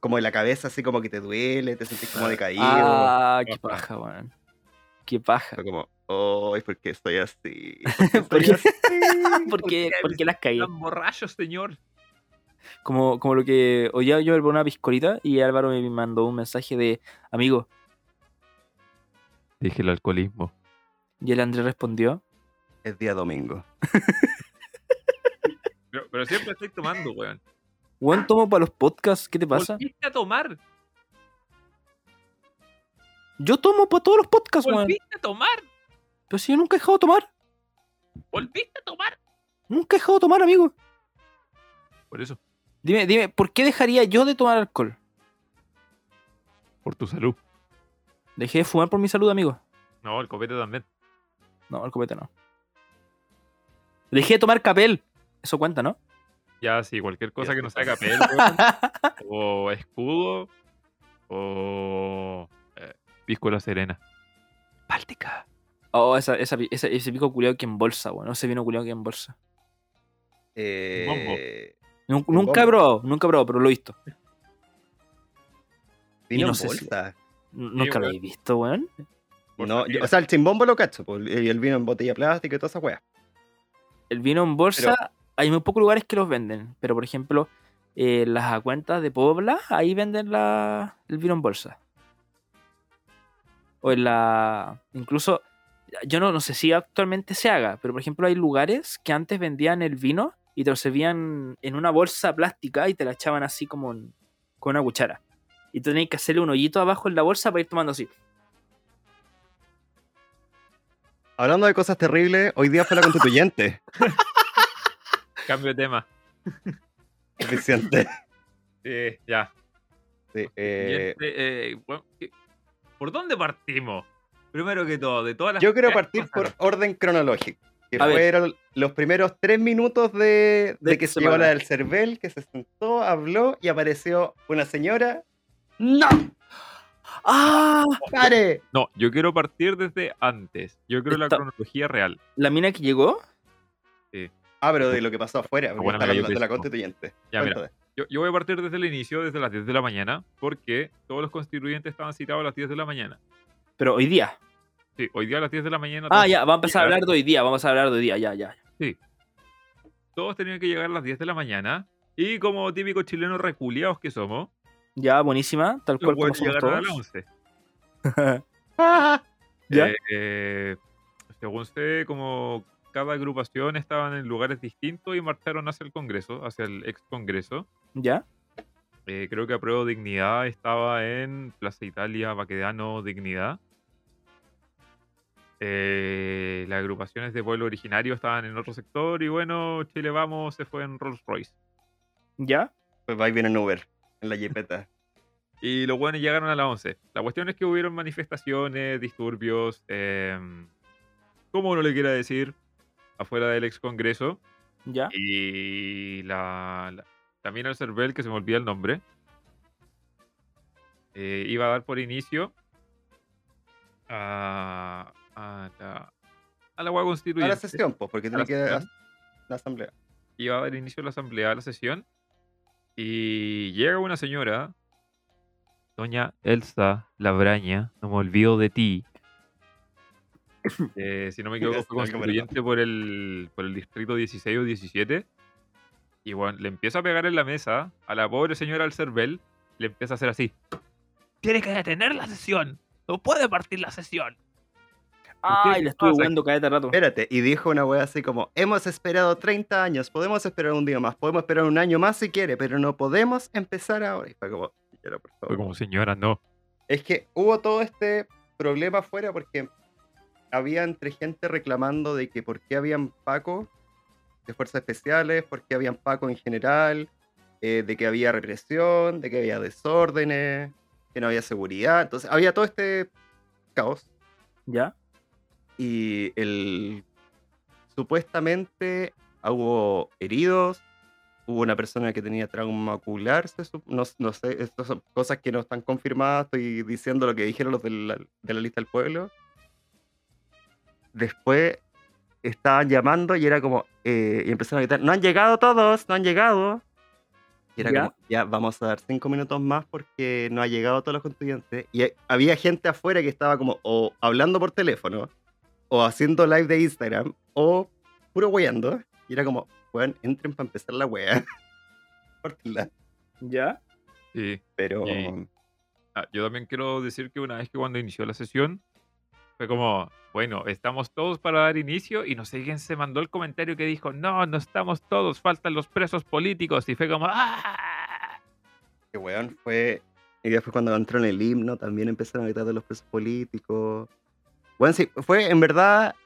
Speaker 3: como en la cabeza, así como que te duele, te sentís como decaído.
Speaker 1: Ah, qué paja, weón. Qué paja.
Speaker 3: Fue como, oh, ¿por qué estoy así? ¿Por qué
Speaker 1: ¿Por
Speaker 3: estoy
Speaker 1: qué?
Speaker 3: así?"
Speaker 1: ¿Por qué, por qué las caí?
Speaker 2: Están borrachos, señor.
Speaker 1: Como, como lo que oía yo por una piscolita y Álvaro me mandó un mensaje de amigo.
Speaker 2: Dije el alcoholismo.
Speaker 1: Y el Andrés respondió.
Speaker 3: Es día domingo.
Speaker 2: Pero, pero siempre estoy tomando, weón.
Speaker 1: Weón, tomo para los podcasts, ¿qué te pasa?
Speaker 2: Volviste a tomar.
Speaker 1: Yo tomo para todos los podcasts, weón.
Speaker 2: Volviste a tomar.
Speaker 1: Pero si yo nunca he dejado de tomar.
Speaker 2: Volviste a tomar.
Speaker 1: Nunca he dejado de tomar, amigo.
Speaker 2: Por eso,
Speaker 1: Dime, dime, ¿por qué dejaría yo de tomar alcohol?
Speaker 2: por tu salud.
Speaker 1: Dejé de fumar por mi salud, amigo.
Speaker 2: No, el copete también.
Speaker 1: No, el copete no. Dejé de tomar capel. Eso cuenta, ¿no?
Speaker 2: Ya, sí, cualquier cosa
Speaker 3: Ya
Speaker 2: que
Speaker 3: sé
Speaker 2: no sea capel, weón, o escudo, o eh, pisco de la serena. Báltica.
Speaker 1: Oh, esa, esa, esa- ese pico culiado que embolsa, weón. Ese vino culiado que embolsa.
Speaker 3: Eh,
Speaker 1: Nun- Nunca he
Speaker 3: bombo.
Speaker 1: probado, nunca he probado, pero lo he visto.
Speaker 3: vino
Speaker 1: Y no
Speaker 3: en
Speaker 1: sé si-
Speaker 3: bolsa.
Speaker 1: N- Nunca lo
Speaker 2: weón.
Speaker 1: he visto, weón.
Speaker 3: No, yo- o sea, el chimbombo lo cacho, po, y el vino en botella plástica y todas esas weas.
Speaker 1: El vino en bolsa, hay muy pocos lugares que los venden, pero por ejemplo, eh, las acuentas de Puebla, ahí venden la, el vino en bolsa. O en la. Incluso, yo no, no sé si actualmente se haga, pero por ejemplo, hay lugares que antes vendían el vino y te lo servían en una bolsa plástica y te la echaban así como en- con una cuchara. Y tú tenías que hacerle un hoyito abajo en la bolsa para ir tomando así.
Speaker 3: Hablando de cosas terribles, hoy día fue la constituyente.
Speaker 2: Cambio de tema.
Speaker 3: Suficiente.
Speaker 2: Sí, ya.
Speaker 3: Sí, eh,
Speaker 2: Siguiente, eh, bueno, ¿qué- ¿Por dónde partimos? Primero que todo, de todas las.
Speaker 3: Yo quiero
Speaker 2: cosas
Speaker 3: partir
Speaker 2: que
Speaker 3: por
Speaker 2: pasaron.
Speaker 3: orden cronológico. Que
Speaker 1: A ver.
Speaker 3: fueron los primeros tres minutos de,
Speaker 1: De
Speaker 3: de que
Speaker 1: esta
Speaker 3: se llegó la
Speaker 1: semana.
Speaker 3: del Cervel, que se sentó, habló y apareció una señora. ¡No!
Speaker 1: ¡Ah!
Speaker 3: ¡Pare!
Speaker 2: No, yo quiero partir desde antes. Yo creo la
Speaker 1: Está-
Speaker 2: cronología real.
Speaker 1: La mina que llegó.
Speaker 3: Ah, pero de lo que pasó afuera, porque
Speaker 2: Bueno,
Speaker 3: está
Speaker 2: me cayó
Speaker 3: hablando de la
Speaker 2: pésimo.
Speaker 3: constituyente.
Speaker 2: Ya, mira.
Speaker 3: Cuéntame.
Speaker 2: Yo, yo voy a partir desde el inicio, desde las 10 de la mañana, porque todos los constituyentes estaban citados a las 10 de la mañana.
Speaker 1: Pero hoy día.
Speaker 2: Sí, hoy día a las 10 de la mañana.
Speaker 1: Ah,
Speaker 2: todos-
Speaker 1: ya, vamos a empezar a
Speaker 2: llegar.
Speaker 1: hablar de hoy día, vamos a hablar de hoy día, ya, ya.
Speaker 2: Todos tenían que llegar a las 10 de la mañana. Y como típicos chilenos reculeados que somos,
Speaker 1: Ya, buenísima, tal
Speaker 2: los
Speaker 1: cual como
Speaker 2: huevos
Speaker 1: somos
Speaker 2: llegaron a las
Speaker 1: todos.
Speaker 2: 11.
Speaker 1: ya,
Speaker 2: Eh, eh, según sé, como cada agrupación estaban en lugares distintos y marcharon hacia el Congreso, hacia el ex Congreso.
Speaker 1: ¿Ya?
Speaker 2: Eh, creo que Apruebo Dignidad estaba en Plaza Italia, Baquedano, Dignidad. Eh, las agrupaciones de pueblo originario estaban en otro sector y bueno, Chile Vamos se fue en Rolls Royce.
Speaker 1: ¿Ya?
Speaker 3: Pues va y viene en Uber, en la jipeta.
Speaker 2: Y los buenos llegaron a las 11. La cuestión es que hubieron manifestaciones, disturbios, em, como uno le quiera decir, afuera del ex Congreso.
Speaker 1: ¿Ya?
Speaker 2: Eh, Y la, la- también el Cervel, que se me olvida el nombre, eh, iba a dar por inicio a, a la, a la hueá
Speaker 3: A la
Speaker 2: constituyente.
Speaker 3: sesión, pues, porque
Speaker 2: A la
Speaker 3: tiene que ir a
Speaker 2: sesión.
Speaker 3: la asamblea.
Speaker 2: Iba a dar inicio a la asamblea, a la sesión. Y llega una señora, doña Elsa Labraña, no me olvido de ti. Eh, si no me equivoco,
Speaker 3: Elsa,
Speaker 2: fue
Speaker 3: algo, ¿verdad?
Speaker 2: constituyente por el, por el distrito 16 o 17. Y bueno, le empieza a pegar en la mesa a la pobre señora al cervel. Le empieza a hacer así. Tienes que detener la sesión. No puede partir la sesión.
Speaker 1: Ay,
Speaker 2: qué
Speaker 1: Ah, la estuve
Speaker 2: pasa?
Speaker 1: jugando cada rato.
Speaker 3: Espérate, y dijo una wea así como, hemos esperado 30 años, podemos esperar un día más, podemos esperar un año más si quiere, pero no podemos empezar ahora. Y fue como, "Señora, por favor".
Speaker 2: Fue como, señora, no.
Speaker 3: Es que hubo todo este problema afuera porque había entre gente reclamando de que por qué habían Paco de fuerzas especiales, por qué habían Paco en general, eh, de que había represión, de que había desórdenes, que no había seguridad. Entonces había todo este caos
Speaker 1: ¿Ya?
Speaker 3: y el supuestamente Ah, hubo heridos, hubo una persona que tenía trauma ocular, se sup- no, no sé, estas son cosas que no están confirmadas, estoy diciendo lo que dijeron los de la, de la lista del pueblo. Después estaban llamando y era como, eh, y empezaron a gritar, no han llegado todos, no han llegado. Y era
Speaker 1: ¿Ya?
Speaker 3: como, ya vamos a dar cinco minutos más porque no ha llegado todos los constituyentes. Y hay- había gente afuera que estaba como o hablando por teléfono, o haciendo live de Instagram, o puro weando. Y era como, weón, entren para empezar la wea. Pórtenla.
Speaker 1: ¿Ya?
Speaker 2: Sí.
Speaker 3: Pero
Speaker 2: Y- Ah, yo también quiero decir que una vez que cuando inició la sesión, fue como, bueno, estamos todos para dar inicio y no sé quién se mandó el comentario que dijo, no, no estamos todos, faltan los presos políticos. Y fue como, ¡ah!
Speaker 3: que este weón fue. Y después cuando entró en el himno también empezaron a gritar de los presos políticos. Weón, sí, fue en verdad.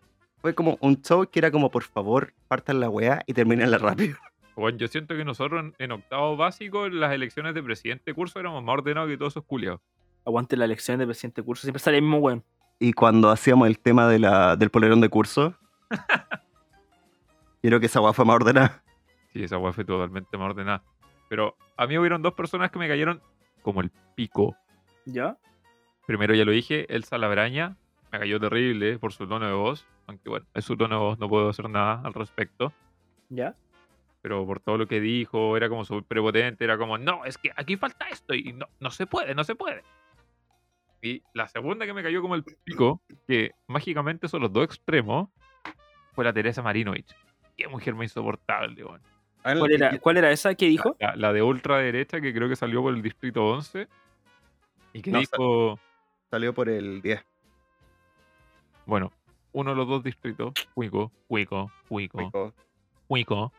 Speaker 3: Fue como un show que era como, por favor, partan la weá y terminenla rápido.
Speaker 2: Bueno, yo siento que nosotros en, en octavo básico, en las elecciones de presidente de curso, éramos más ordenados que todos esos culiados.
Speaker 1: Aguante la elección de presidente de curso. Siempre sale el mismo weón.
Speaker 3: Y cuando hacíamos el tema de la, del polerón de curso, yo creo que esa weá fue más ordenada.
Speaker 2: Sí, esa weá fue totalmente más ordenada. Pero a mí hubieron dos personas que me cayeron como el pico.
Speaker 1: ¿Ya?
Speaker 2: Primero ya lo dije, Elsa Labraña me cayó terrible por su tono de voz. Aunque bueno, es su tono de voz, no puedo hacer nada al respecto.
Speaker 1: ¿Ya?
Speaker 2: Pero por todo lo que dijo, era como súper prepotente, era como, no, es que aquí falta esto y no, no se puede, no se puede. Y la segunda que me cayó como el pico, que mágicamente son los dos extremos, fue la Teresa Marinovich. Qué mujer más insoportable, weón.
Speaker 1: ¿Cuál Ah, era, cuál era esa que dijo?
Speaker 2: La, la de ultraderecha que creo que salió por el distrito 11 y que
Speaker 3: No, sa-
Speaker 2: dijo...
Speaker 3: Salió por el 10.
Speaker 2: Bueno, uno de los dos distritos, Huico, Huico, Huico,
Speaker 3: Cuico.
Speaker 2: Huico.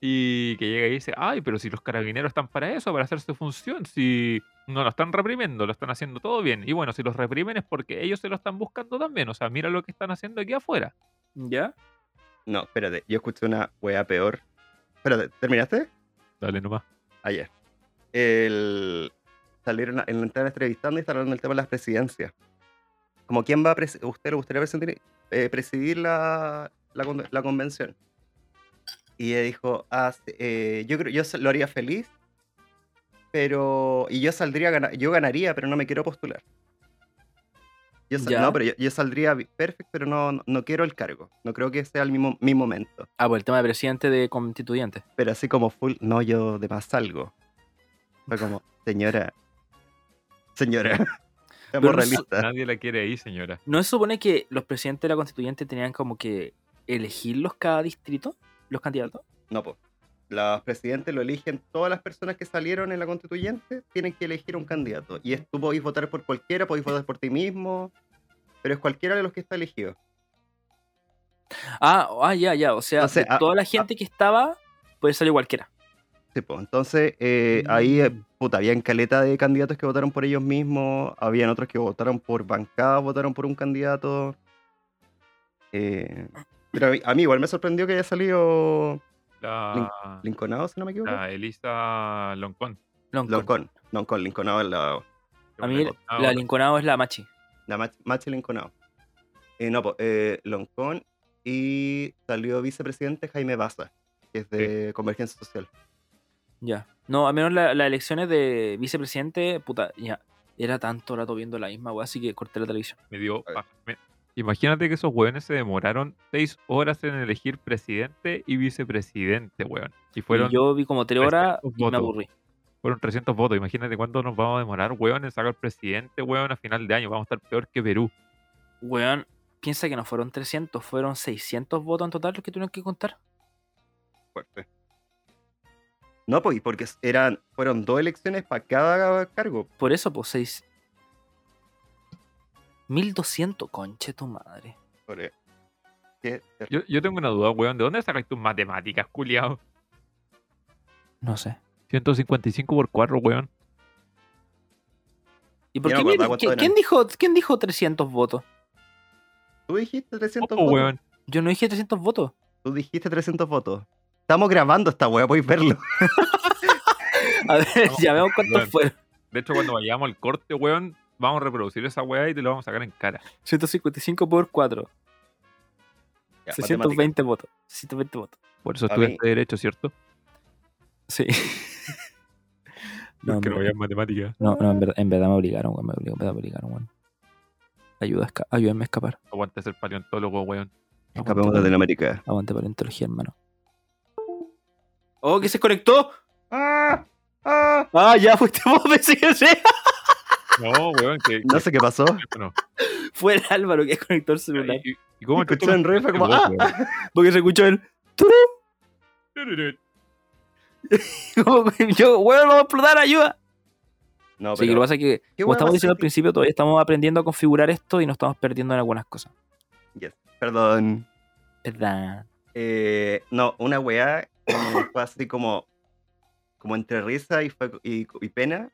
Speaker 2: Y que llega y dice, ay, pero si los carabineros están para eso, para hacer su función, si no lo están reprimiendo, lo están haciendo todo bien. Y bueno, si los reprimen es porque ellos se lo están buscando también. O sea, mira lo que están haciendo aquí afuera.
Speaker 1: ¿Ya?
Speaker 3: No, espérate, yo escuché una wea peor. Espérate, ¿terminaste?
Speaker 2: Dale nomás.
Speaker 3: Ayer. El... Salieron a- en la entrada entrevistando y estaban en el tema de las presidencias. Como quién va a presi- usted le gustaría presidir, eh, presidir la, la, con- la convención. Y ella dijo, "Ah, sí, eh, yo creo, yo se- lo haría feliz, pero y yo saldría, a gana- yo ganaría, pero no me quiero postular. Yo sal-
Speaker 1: Ya.
Speaker 3: no, pero yo, yo saldría vi- perfecto, pero no, no, no quiero el cargo. No creo que sea el mismo, mi momento.
Speaker 1: Ah, pues el tema de presidente de constituyente.
Speaker 3: pero así como full, no, yo de más salgo. Fue como, señora, señora,
Speaker 1: Pero
Speaker 3: estamos
Speaker 1: no
Speaker 3: realistas.
Speaker 2: Nadie la quiere ahí, señora.
Speaker 1: ¿No se supone que los presidentes de la constituyente tenían como que elegirlos cada distrito? ¿Los candidatos?
Speaker 3: No, pues, los presidentes lo eligen, todas las personas que salieron en la constituyente tienen que elegir un candidato. Y es- tú podéis votar por cualquiera, podéis votar por ti mismo, pero es cualquiera de los que está elegido.
Speaker 1: Ah, ah, ya, ya. O sea,
Speaker 3: No sé,
Speaker 1: de
Speaker 3: ah,
Speaker 1: toda la gente que estaba, pues salió cualquiera.
Speaker 3: Sí, po, Entonces, eh, ahí, eh, puta, habían caleta de candidatos que votaron por ellos mismos, habían otros que votaron por bancadas, votaron por un candidato. Eh, pero a mí- a mí igual me sorprendió que haya salido
Speaker 2: La,
Speaker 3: Linconado, si no me equivoco.
Speaker 2: la Elisa Loncón.
Speaker 1: Loncon.
Speaker 3: Loncón, Loncón, Linconado es la,
Speaker 1: A mí
Speaker 2: Ah,
Speaker 1: la
Speaker 2: bueno.
Speaker 1: Linconado es la Machi.
Speaker 3: la mach- machi Linconado. Eh, no, po, eh, Loncón y salió vicepresidente Jaime Baza, que es de Convergencia Social.
Speaker 1: Ya. No, al menos la- las elecciones de vicepresidente, puta, ya. Era tanto rato viendo la misma weá, así que corté la televisión.
Speaker 2: Me dio
Speaker 3: Ay.
Speaker 2: paja. Me- Imagínate que esos hueones se demoraron seis horas en elegir presidente y vicepresidente, weón. Y fueron,
Speaker 1: Y yo vi como tres horas y
Speaker 2: 300
Speaker 1: me
Speaker 2: votos.
Speaker 1: aburrí.
Speaker 2: fueron 300 votos. Imagínate cuánto nos vamos a demorar, weón, en sacar presidente, weón, a final de año. Vamos a estar peor que Perú.
Speaker 1: Weón, piensa que no fueron 300, fueron 600 votos en total los que tuvieron que contar.
Speaker 3: fuerte. No, pues, y porque eran, fueron dos elecciones para cada cargo.
Speaker 1: Por eso, pues, 6. 1200, conche tu madre.
Speaker 3: Sobre- Qué terrible.
Speaker 2: Yo, yo tengo una duda, weón. ¿De dónde sacas tus matemáticas, culiao?
Speaker 1: No sé.
Speaker 2: 155 por 4, weón.
Speaker 1: ¿Y por
Speaker 3: Yo
Speaker 1: qué
Speaker 3: no me acuerdo
Speaker 1: mil-
Speaker 3: cuánto
Speaker 1: qui-
Speaker 3: eran.
Speaker 1: ¿quién, dijo, ¿Quién dijo 300 votos?
Speaker 3: Tú dijiste 300
Speaker 2: Oh,
Speaker 3: votos.
Speaker 2: weón.
Speaker 1: Yo no dije 300 votos.
Speaker 3: Tú dijiste 300 votos. Estamos grabando esta weá, podéis verlo.
Speaker 1: A ver, ya vemos cuántos
Speaker 2: Bueno.
Speaker 1: fueron.
Speaker 2: De hecho, cuando vayamos al corte, weón, vamos a reproducir esa weá y te lo vamos a sacar en cara.
Speaker 1: 155 por 4.
Speaker 3: Ya,
Speaker 1: 620 votos. 620 votos.
Speaker 2: Por eso
Speaker 3: A mí-
Speaker 2: estudiaste derecho, ¿cierto?
Speaker 1: Sí.
Speaker 2: No,
Speaker 1: No,
Speaker 2: que no
Speaker 1: hombre.
Speaker 2: veías matemáticas.
Speaker 1: No, no, en verdad, en verdad me obligaron, weón. Me obligaron, en verdad me obligaron, weón. Ayuda a esca- ayúdenme a escapar.
Speaker 2: Aguanta ser paleontólogo, weón.
Speaker 3: Escapemos de Latinoamérica.
Speaker 1: Aguante paleontología, hermano. ¡Oh, que se conectó!
Speaker 3: ¡Ah! ¡Ah!
Speaker 1: ¡Ah, ya fuiste vos! Pensé que sí.
Speaker 2: No, weón, que.
Speaker 3: No sé qué pasó.
Speaker 2: que- no.
Speaker 1: Fue el Álvaro que conectó el celular.
Speaker 2: ¿Y, y- y cómo
Speaker 3: Escuché
Speaker 2: chucha
Speaker 3: en
Speaker 2: no
Speaker 3: ruido y fue como,
Speaker 2: vos,
Speaker 3: ¡ah!
Speaker 2: weón?
Speaker 1: Porque se escuchó él. Como que yo, weón, vamos a explotar, ayuda.
Speaker 3: No,
Speaker 1: Sí, que lo que pasa es que,
Speaker 3: ¿Qué
Speaker 1: como
Speaker 3: weá
Speaker 1: estamos
Speaker 3: más
Speaker 1: diciendo al
Speaker 3: senti-
Speaker 1: principio, todavía estamos aprendiendo a configurar esto y nos estamos perdiendo en algunas cosas.
Speaker 3: Yes, Perdón.
Speaker 1: ¿Verdad?
Speaker 3: Eh, no, una weá que fue así como, como entre risa y, fue- y- y pena.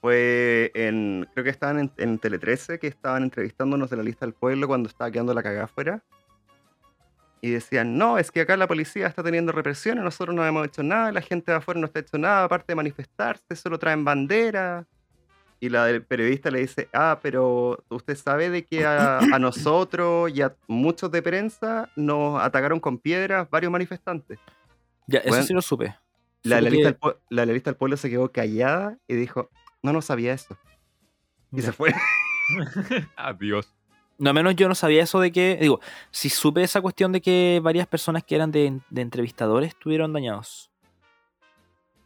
Speaker 3: Fue en, creo que estaban en, en Tele 13, que estaban entrevistándonos de la lista del pueblo cuando estaba quedando la cagada afuera. Y decían, no, es que acá la policía está teniendo represión, y nosotros no hemos hecho nada, la gente de afuera no está hecho nada, aparte de manifestarse, solo traen bandera. Y la del periodista le dice, ah, pero usted sabe de que a, a nosotros y a muchos de prensa nos atacaron con piedras varios manifestantes.
Speaker 1: Ya, eso
Speaker 3: Weón.
Speaker 1: sí lo supe.
Speaker 3: La, de la
Speaker 1: Supe que-
Speaker 3: lista, del pue- la de la lista del pueblo se quedó callada y dijo, no, no sabía eso. Y se fue.
Speaker 2: Adiós.
Speaker 1: No, al menos yo no sabía eso de que. Digo, si supe esa cuestión de que varias personas que eran de, de entrevistadores estuvieron dañados.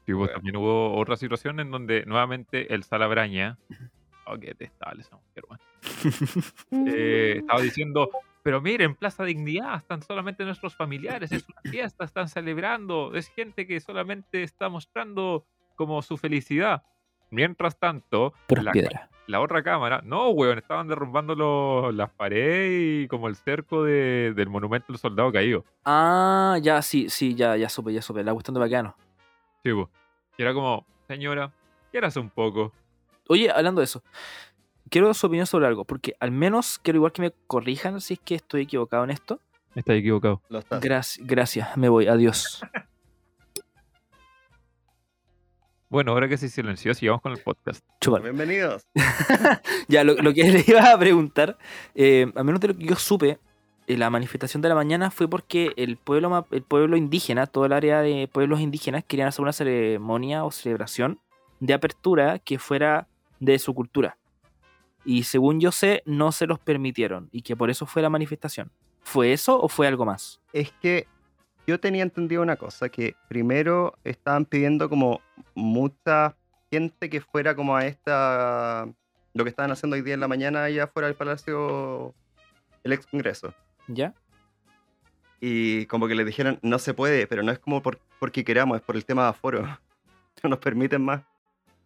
Speaker 2: Sí, pues,
Speaker 3: Bueno.
Speaker 2: también hubo otra situación en donde nuevamente el Salabraña. Oh, qué detestable esa mujer, weón. eh, estaba diciendo, pero miren, Plaza Dignidad, están solamente nuestros familiares, es una fiesta, están celebrando, es gente que solamente está mostrando como su felicidad. Mientras tanto,
Speaker 1: Puras
Speaker 2: la,
Speaker 1: piedras.
Speaker 2: la otra cámara, no, weón, estaban derrumbando los- las paredes y como el cerco de- del monumento del soldado caído.
Speaker 1: Ah, ya, sí, sí, ya, ya supe, ya supe. La cuestión de bacano.
Speaker 2: Sí, po. y era como, señora, quieras un poco.
Speaker 1: Oye, hablando de eso, quiero su opinión sobre algo, porque al menos quiero igual que me corrijan si es que estoy equivocado en esto.
Speaker 2: Estás equivocado.
Speaker 3: Lo está.
Speaker 1: Graci- gracias, me voy, adiós.
Speaker 2: Bueno, ahora que se silenció, sigamos con el podcast.
Speaker 1: Chúpalo.
Speaker 3: Bienvenidos.
Speaker 1: Ya, lo, lo que le iba a preguntar, eh, al menos de lo que yo supe, eh, la manifestación de la mañana fue porque el pueblo, ma- el pueblo indígena, todo el área de pueblos indígenas, querían hacer una ceremonia o celebración de apertura que fuera de su cultura. Y según yo sé, no se los permitieron y que por eso fue la manifestación. ¿Fue eso o fue algo más?
Speaker 3: es que yo tenía entendido una cosa, que primero estaban pidiendo como mucha gente que fuera como a esta, lo que estaban haciendo hoy día en la mañana allá fuera del Palacio, el ex Congreso.
Speaker 1: ¿Ya?
Speaker 3: Y como que les dijeron, no se puede, pero no es como por, porque queramos, es por el tema de aforo. No nos permiten más.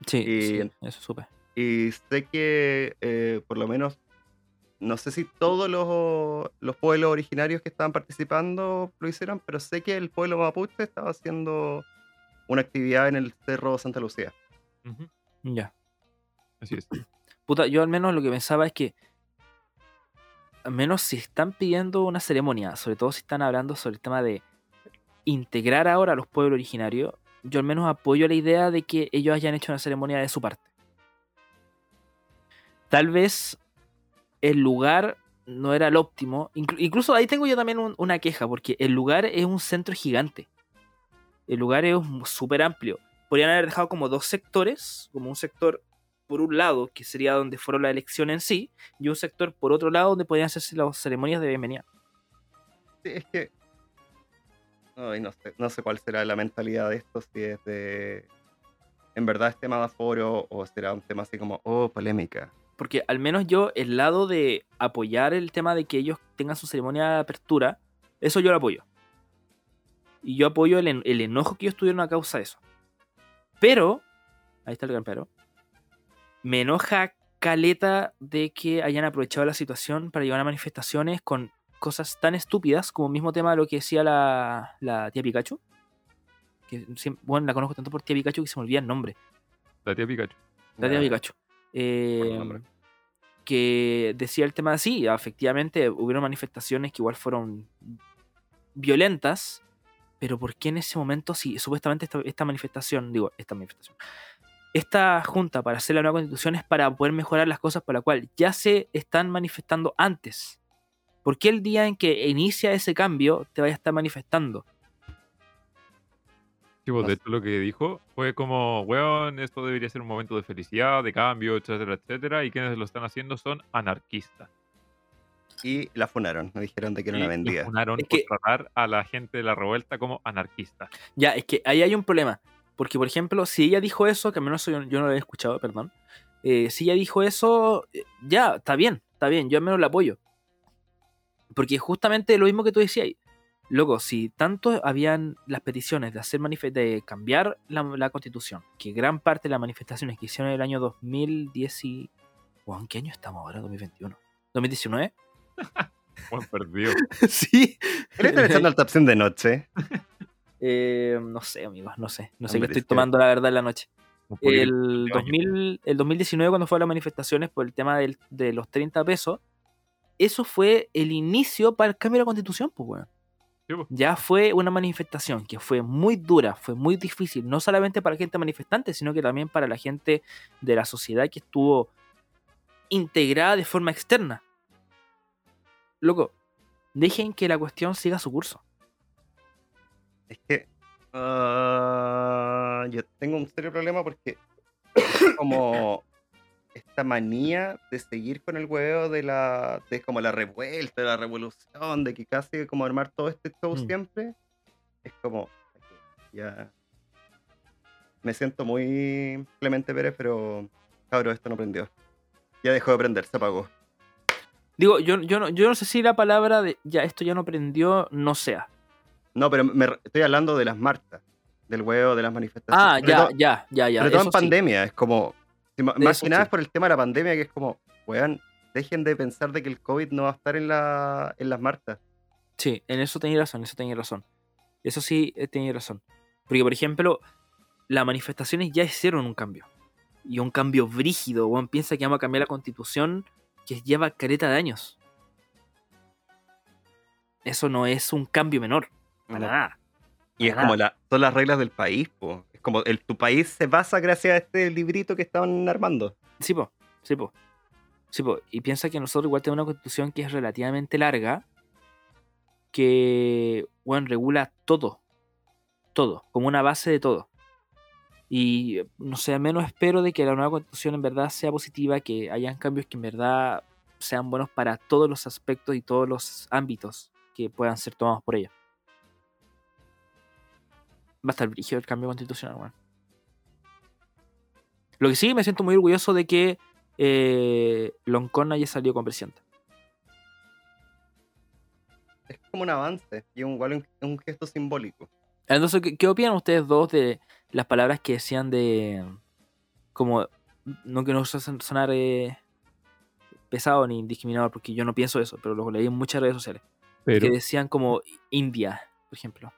Speaker 1: Sí,
Speaker 3: Y-
Speaker 1: sí, eso supe.
Speaker 3: Y sé que eh, por lo menos no sé si todos los, los pueblos originarios que estaban participando lo hicieron, pero sé que el pueblo mapuche estaba haciendo una actividad en el Cerro Santa Lucía.
Speaker 2: Ujú,
Speaker 1: Ya.
Speaker 2: Así es.
Speaker 1: Puta, yo al menos lo que pensaba es que. Al menos si están pidiendo una ceremonia, sobre todo si están hablando sobre el tema de integrar ahora a los pueblos originarios, yo al menos apoyo la idea de que ellos hayan hecho una ceremonia de su parte. Tal vez el lugar no era el óptimo. Inclu- incluso ahí tengo yo también un- una queja, porque el lugar es un centro gigante. El lugar es mu- súper amplio. Podrían haber dejado como dos sectores, como un sector por un lado, que sería donde fueron las elecciones en sí, y un sector por otro lado donde podían hacerse las ceremonias de bienvenida.
Speaker 3: Sí, es que. Ay, no, sé, no sé cuál será la mentalidad de esto, si es de. En verdad es tema de aforo o será un tema así como, oh, polémica.
Speaker 1: Porque al menos yo, el lado de apoyar el tema de que ellos tengan su ceremonia de apertura, eso yo lo apoyo. Y yo apoyo el, en- el enojo que ellos tuvieron a causa de eso. Pero, ahí está el gran pero, me enoja caleta de que hayan aprovechado la situación para llevar a manifestaciones con cosas tan estúpidas como el mismo tema de lo que decía la, la tía Pikachu. Que, siem- bueno, la conozco tanto por tía Pikachu que se me olvida el nombre.
Speaker 2: La tía Pikachu.
Speaker 1: La tía
Speaker 3: Ya,
Speaker 1: Pikachu.
Speaker 3: Buen
Speaker 1: Eh,
Speaker 3: nombre.
Speaker 1: que decía el tema así, efectivamente hubieron manifestaciones que igual fueron violentas, pero ¿por qué en ese momento, si supuestamente esta, esta manifestación, digo, esta manifestación, esta junta para hacer la nueva constitución es para poder mejorar las cosas para la cual ya se están manifestando antes? ¿Por qué el día en que inicia ese cambio te vaya a estar manifestando?
Speaker 2: Sí, pues,
Speaker 3: No
Speaker 2: de
Speaker 3: sé.
Speaker 2: hecho, lo que dijo fue como, weón, esto debería ser un momento de felicidad, de cambio, etcétera, etcétera. Y quienes lo están haciendo son anarquistas.
Speaker 3: Y la funaron, me dijeron de que era
Speaker 2: Y
Speaker 3: una
Speaker 2: los
Speaker 3: vendida.
Speaker 2: funaron
Speaker 1: Es
Speaker 2: por
Speaker 1: que-
Speaker 2: tratar a la gente de la revuelta como anarquista.
Speaker 1: Ya, es que ahí hay un problema. Porque, por ejemplo, si ella dijo eso, que al menos yo, yo no lo he escuchado, perdón. eh, si ella dijo eso, eh, ya, está bien, está bien, yo al menos la apoyo. Porque justamente lo mismo que tú decías, loco, si tanto habían las peticiones de hacer manife- de cambiar la, la constitución, que gran parte de las manifestaciones que hicieron en el año 2010 y... Weón, ¿qué año estamos ahora? 2021. ¿2019?
Speaker 2: Weón, perdido.
Speaker 1: sí.
Speaker 3: ¿Qué le están echando al tapsin de noche?
Speaker 1: Eh, no sé, amigos, no sé. No sé qué
Speaker 3: Hombre,
Speaker 1: estoy
Speaker 3: es que-
Speaker 1: tomando la verdad en la noche.
Speaker 2: Un poquito.
Speaker 1: el,
Speaker 2: de baño.
Speaker 1: 2000, el 2019, cuando fueron las manifestaciones por el tema del- de los 30 pesos, eso fue el inicio para el cambio de la constitución, pues, weón.
Speaker 2: Sí, pues.
Speaker 1: Ya fue una manifestación que fue muy dura, fue muy difícil, no solamente para la gente manifestante, sino que también para la gente de la sociedad que estuvo integrada de forma externa. Loco, dejen que la cuestión siga su curso.
Speaker 3: Es que. ah, yo tengo un serio problema porque. como. Esta manía de seguir con el huevo de la. de como la revuelta, la revolución, de que casi como armar todo este show
Speaker 1: Mm.
Speaker 3: siempre. Es como. Ya. Me siento muy Clemente Pérez, pero. Cabro, esto no prendió. Ya dejó de prender, se apagó.
Speaker 1: Digo, yo, yo, no, yo no sé si la palabra de ya esto ya no prendió no sea.
Speaker 3: No, pero me re- estoy hablando de las marchas, del huevo, de las manifestaciones.
Speaker 1: Ah,
Speaker 3: Sobre
Speaker 1: ya,
Speaker 3: todo-
Speaker 1: ya, ya, ya.
Speaker 3: Sobre todo en
Speaker 1: eso sí.
Speaker 3: pandemia, es como. si ma- más
Speaker 1: Eso
Speaker 3: que nada
Speaker 1: sí.
Speaker 3: es por el tema de la pandemia, que es como, weón, dejen de pensar de que el COVID no va a estar en, la, en las marchas.
Speaker 1: Sí, en eso tenía razón, eso tenía razón. Eso sí eh, tenía razón. Porque, por ejemplo, las manifestaciones ya hicieron un cambio. Y un cambio brígido. Juan piensa que vamos a cambiar la constitución que lleva careta de años. Eso no es un cambio menor, para
Speaker 3: No.
Speaker 1: nada.
Speaker 3: Y es
Speaker 1: para
Speaker 3: como
Speaker 1: nada.
Speaker 3: la, son las reglas del país, po. Es como el, tu país se basa gracias a este librito que estaban armando.
Speaker 1: Sí, po, sí, po. Sí, po. Y piensa que nosotros igual tenemos una constitución que es relativamente larga, que, bueno, regula todo. Todo, como una base de todo. Y, eh, no sé, al menos espero de que la nueva constitución en verdad sea positiva, que hayan cambios que en verdad sean buenos para todos los aspectos y todos los ámbitos que puedan ser tomados por ella. Va a estar brígido el cambio constitucional, weón. Lo que sí, me siento muy orgulloso de que eh, Loncón haya salido con presidente.
Speaker 3: Es como un avance y un, igual un, un gesto simbólico.
Speaker 1: Entonces, ¿qué, qué opinan ustedes dos de las palabras que decían de. como. no que no usan sonar. eh, pesado ni discriminador, porque yo no pienso eso, pero lo leí en muchas redes sociales.
Speaker 2: Pero,
Speaker 1: Que decían como India, por ejemplo.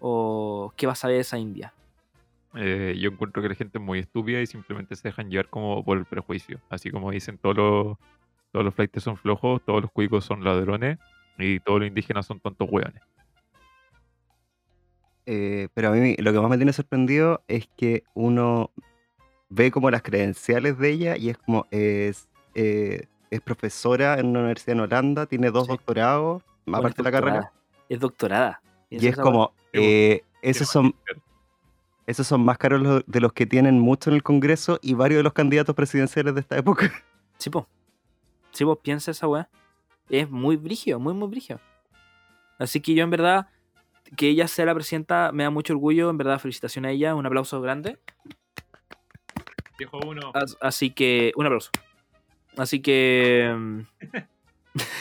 Speaker 1: O ¿qué vas a ver esa India?
Speaker 2: eh, yo encuentro que la gente es muy estúpida y simplemente se dejan llevar como por el prejuicio. Así como dicen todos los, todos los flightes son flojos, todos los cuicos son ladrones y todos los indígenas son tontos hueones.
Speaker 3: Eh, pero a mí lo que más me tiene sorprendido es que uno ve como las credenciales de ella y es como es, eh, es profesora en una universidad en Holanda, tiene dos
Speaker 1: Sí.
Speaker 3: doctorados,
Speaker 1: Bueno,
Speaker 3: aparte de
Speaker 1: es
Speaker 3: la carrera.
Speaker 1: doctorada, Es doctorada.
Speaker 3: Y
Speaker 1: Piensa
Speaker 3: es
Speaker 1: esa
Speaker 3: como,
Speaker 2: Qué
Speaker 3: eh, esos, son, esos son más caros los- de los que tienen mucho en el Congreso y varios de los candidatos presidenciales de esta época.
Speaker 1: Sí, po. Sí, po, piensa esa weá. Es muy brígido, muy, muy brígido. Así que yo, en verdad, que ella sea la presidenta me da mucho orgullo. En verdad, felicitaciones a ella. Un aplauso grande.
Speaker 2: Dijo uno.
Speaker 1: As- Así que, un aplauso. Así que. mm,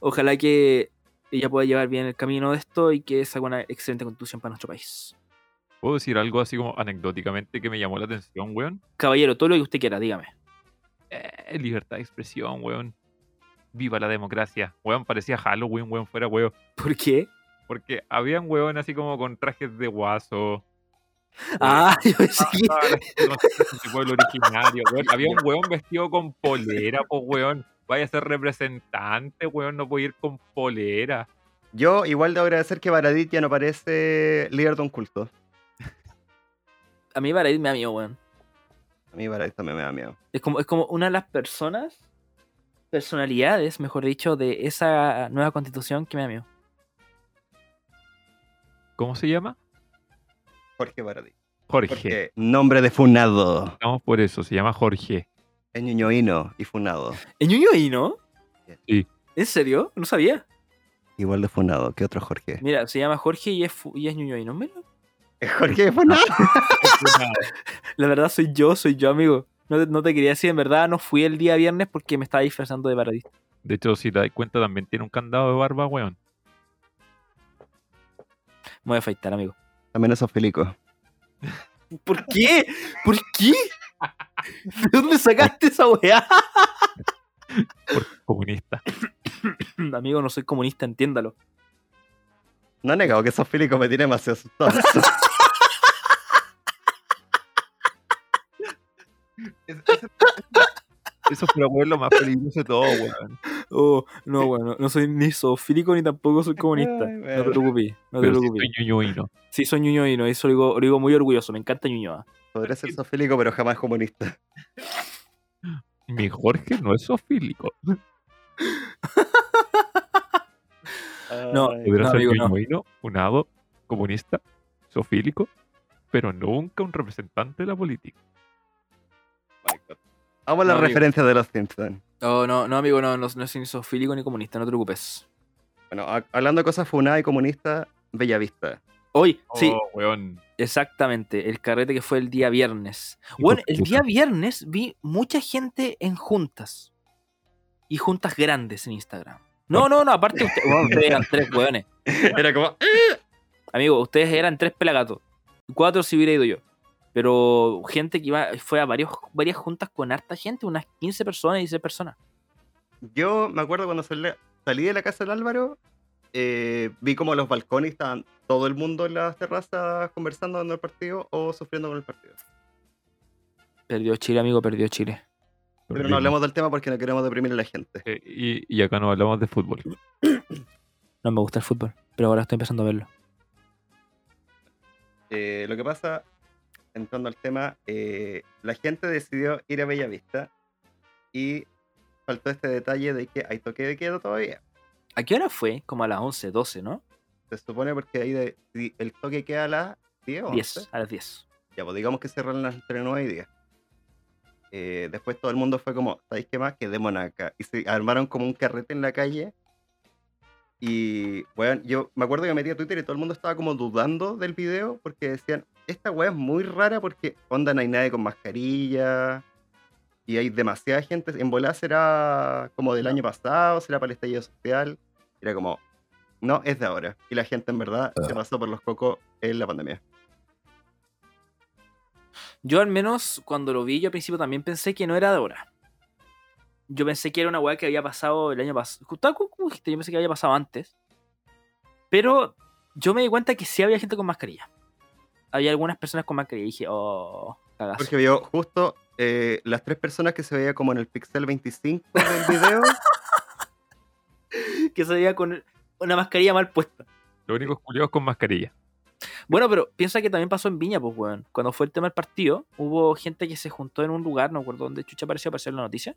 Speaker 1: ojalá que ella pueda llevar bien el camino de esto y que salga una excelente constitución para nuestro país.
Speaker 2: ¿Puedo decir algo así como anecdóticamente que me llamó la atención, weón?
Speaker 1: Caballero, todo lo que usted quiera, dígame.
Speaker 2: Eh, libertad de expresión, weón. Viva la democracia. Weón, parecía Halloween, weón, fuera, weón.
Speaker 1: ¿Por qué?
Speaker 2: Porque habían weón así como con trajes de guaso.
Speaker 1: Ah, yo pensé que-
Speaker 2: Estaba la gente con trajes de pueblo originario, weón. Había un weón vestido con polera, pues, weón. Vaya a ser representante, weón. No puedo ir con polera.
Speaker 3: Yo igual debo agradecer que Baradit ya no parece líder de un culto.
Speaker 1: A mí, para irme a mí, weón.
Speaker 3: A mí Baradit también me da miedo.
Speaker 1: Es como, es como una de las personas, personalidades, mejor dicho, de esa nueva constitución que me da miedo.
Speaker 2: ¿Cómo se llama?
Speaker 3: Jorge Baradit.
Speaker 2: Jorge.
Speaker 3: Porque nombre de funado.
Speaker 2: Estamos por eso, se llama Jorge.
Speaker 3: Es ñoñoíno y funado.
Speaker 1: ¿En Ñuñoí, no?
Speaker 2: Sí.
Speaker 1: ¿En serio? No sabía.
Speaker 3: Igual de funado que otro Jorge.
Speaker 1: Mira, se llama Jorge y es, fu- y es Ñuñoí, ¿no? Mira.
Speaker 3: Jorge funado.
Speaker 1: La verdad soy yo, soy yo, amigo. No te, no te quería decir, en verdad no fui el día viernes porque me estaba disfrazando de paradista.
Speaker 2: De hecho, si te das cuenta, también tiene un candado de barba, weón.
Speaker 1: Me voy a afeitar, amigo.
Speaker 3: También esos felicos.
Speaker 1: ¿Por qué? ¿Por qué? ¿De dónde sacaste esa weá?
Speaker 2: Comunista.
Speaker 1: Amigo, no soy comunista, entiéndalo.
Speaker 3: No he negado que esos felicos me tienen demasiado asustado.
Speaker 2: Eso fue, weón, lo más peligroso de todo, weón.
Speaker 1: Oh, no, bueno, no soy ni zoofílico ni tampoco soy comunista.
Speaker 3: Ay,
Speaker 1: No te
Speaker 3: bueno.
Speaker 1: preocupes, no te
Speaker 2: Pero sí
Speaker 1: preocupes.
Speaker 2: soy ñoñoíno.
Speaker 1: Sí, Eh, soy ñuñoíno, eso lo digo, lo digo muy orgulloso, me encanta Ñuñoa.
Speaker 3: Podría ser sofílico, pero jamás comunista.
Speaker 2: Mi Jorge no es sofílico.
Speaker 1: No,
Speaker 3: Ay,
Speaker 2: Podrá
Speaker 1: no,
Speaker 2: ser
Speaker 1: amigo, no.
Speaker 2: ñoñoíno, unado, comunista, sofílico, pero nunca un representante de la política.
Speaker 3: my God. Amo las
Speaker 1: No, amigo.
Speaker 3: referencias de los Simpsons.
Speaker 1: Oh, no, no, amigo, no, no, no soy ni zoofílico ni comunista, no te preocupes.
Speaker 3: Bueno, ha- hablando de cosas funadas y comunistas, Bellavista.
Speaker 1: Hoy, sí,
Speaker 2: Oh, weón.
Speaker 1: exactamente, el carrete que fue el día viernes.
Speaker 2: de
Speaker 1: Bueno, el
Speaker 2: puta.
Speaker 1: día viernes vi mucha gente en juntas. Y juntas grandes en Instagram. No, no, no, aparte usted- bueno, ustedes eran tres hueones.
Speaker 3: Era como. "Eh".
Speaker 1: Amigo, ustedes eran tres pelagatos. Cuatro si hubiera ido yo. Pero gente que iba, fue a varios, varias juntas con harta gente, unas 15 personas, 16 personas.
Speaker 3: Yo me acuerdo cuando salí, salí de la casa del Álvaro, eh, vi como los balcones estaban todo el mundo en las terrazas conversando dando el partido o sufriendo con el partido.
Speaker 1: Perdió Chile, amigo, perdió Chile.
Speaker 3: Pero no hablamos del tema porque no queremos deprimir a la gente.
Speaker 2: Eh, Y, y acá no hablamos de fútbol.
Speaker 1: No me gusta el fútbol, pero ahora estoy empezando a verlo.
Speaker 3: Eh, lo que pasa, entrando al tema, eh, la gente decidió ir a Bellavista y faltó este detalle de que hay toque de queda todavía.
Speaker 1: ¿A qué hora fue? Como a las 11, 12, ¿no?
Speaker 3: Se supone porque ahí de- si el toque queda a las 10 o 11.
Speaker 1: 10, a las 10.
Speaker 3: Ya, pues digamos que cerraron las entre 9 y 10. Eh, después todo el mundo fue como, ¿sabéis qué más? Quedémonos acá. Y se armaron como un carrete en la calle. Y, bueno, yo me acuerdo que me metí a Twitter y todo el mundo estaba como dudando del video porque decían, esta weá es muy rara porque onda no hay nadie con mascarilla y hay demasiada gente. En volá será como del año pasado, será para el estallido social. Era como, no, es de ahora. Y la gente en verdad se pasó por los cocos en la pandemia.
Speaker 1: Yo al menos cuando lo vi, yo al principio también pensé que no era de ahora. Yo pensé que era una weá que había pasado el año pasado. Yo pensé que había pasado antes. Pero yo me di cuenta que sí había gente con mascarilla. Había algunas personas con mascarilla. Y dije, oh, cagazo.
Speaker 3: Porque vio justo eh, las tres personas que se veía como en el pixel 25 del video.
Speaker 1: Que se veía con una mascarilla mal puesta.
Speaker 2: Los únicos culiados con mascarilla.
Speaker 1: Bueno, pero piensa que también pasó en Viña, pues, weón. Cuando fue el tema del partido, hubo gente que se juntó en un lugar, no recuerdo dónde chucha apareció, apareció en la noticia,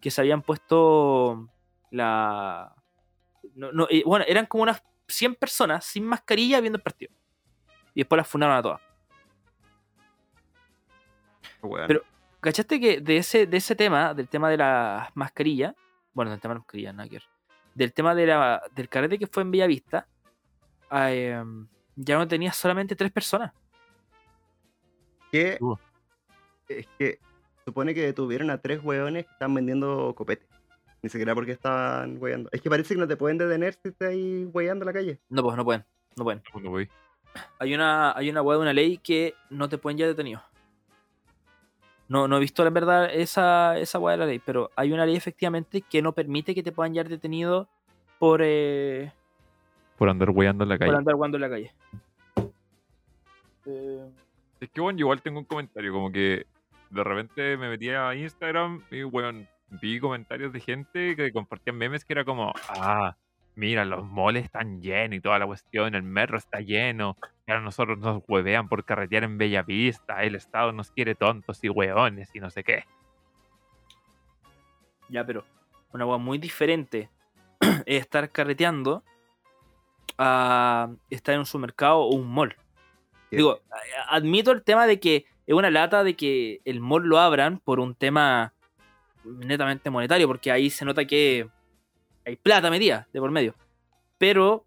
Speaker 1: que se habían puesto la... no- no, eh, bueno, eran como unas 100 personas sin mascarilla viendo el partido. Y después las fundaron a todas.
Speaker 3: Weón.
Speaker 1: Pero- ¿Cachaste que de ese, de ese tema, del tema de la mascarilla, bueno, del tema de la mascarilla, nada que ver, del tema de la, del carrete que fue en Bellavista, ah, em, ya no tenía solamente tres personas.
Speaker 3: que
Speaker 2: Uh.
Speaker 3: es que supone que detuvieron a tres hueones que están vendiendo copete. Ni siquiera porque estaban hueando. Es que parece que no te pueden detener si estás ahí hueando en la calle.
Speaker 1: No, pues no pueden, no pueden.
Speaker 2: Todo el mundo, güey.
Speaker 1: Hay una, hay una weá de una ley que no te pueden ya detenido. No, no he visto la verdad esa, esa weá de la ley, pero hay una ley efectivamente que no permite que te puedan ya detenido por, eh,
Speaker 2: Por andar weyando en la calle.
Speaker 1: por andar jugando en la calle. Eh,
Speaker 2: Es que, bueno, yo igual tengo un comentario, como que de repente me metía a Instagram y, weón, vi comentarios de gente que compartían memes que era como, ah, mira, los moles están llenos y toda la cuestión, el metro está lleno, y ahora nosotros nos huevean por carretear en Bellavista, el Estado nos quiere tontos y weones y no sé qué.
Speaker 1: Ya, pero una hueá muy diferente es estar carreteando a estar en un supermercado o un mall.
Speaker 3: Sí.
Speaker 1: Digo, a- admito el tema de que es una lata de que el mall lo abran por un tema netamente monetario, porque ahí se nota que hay plata metida de por medio. Pero,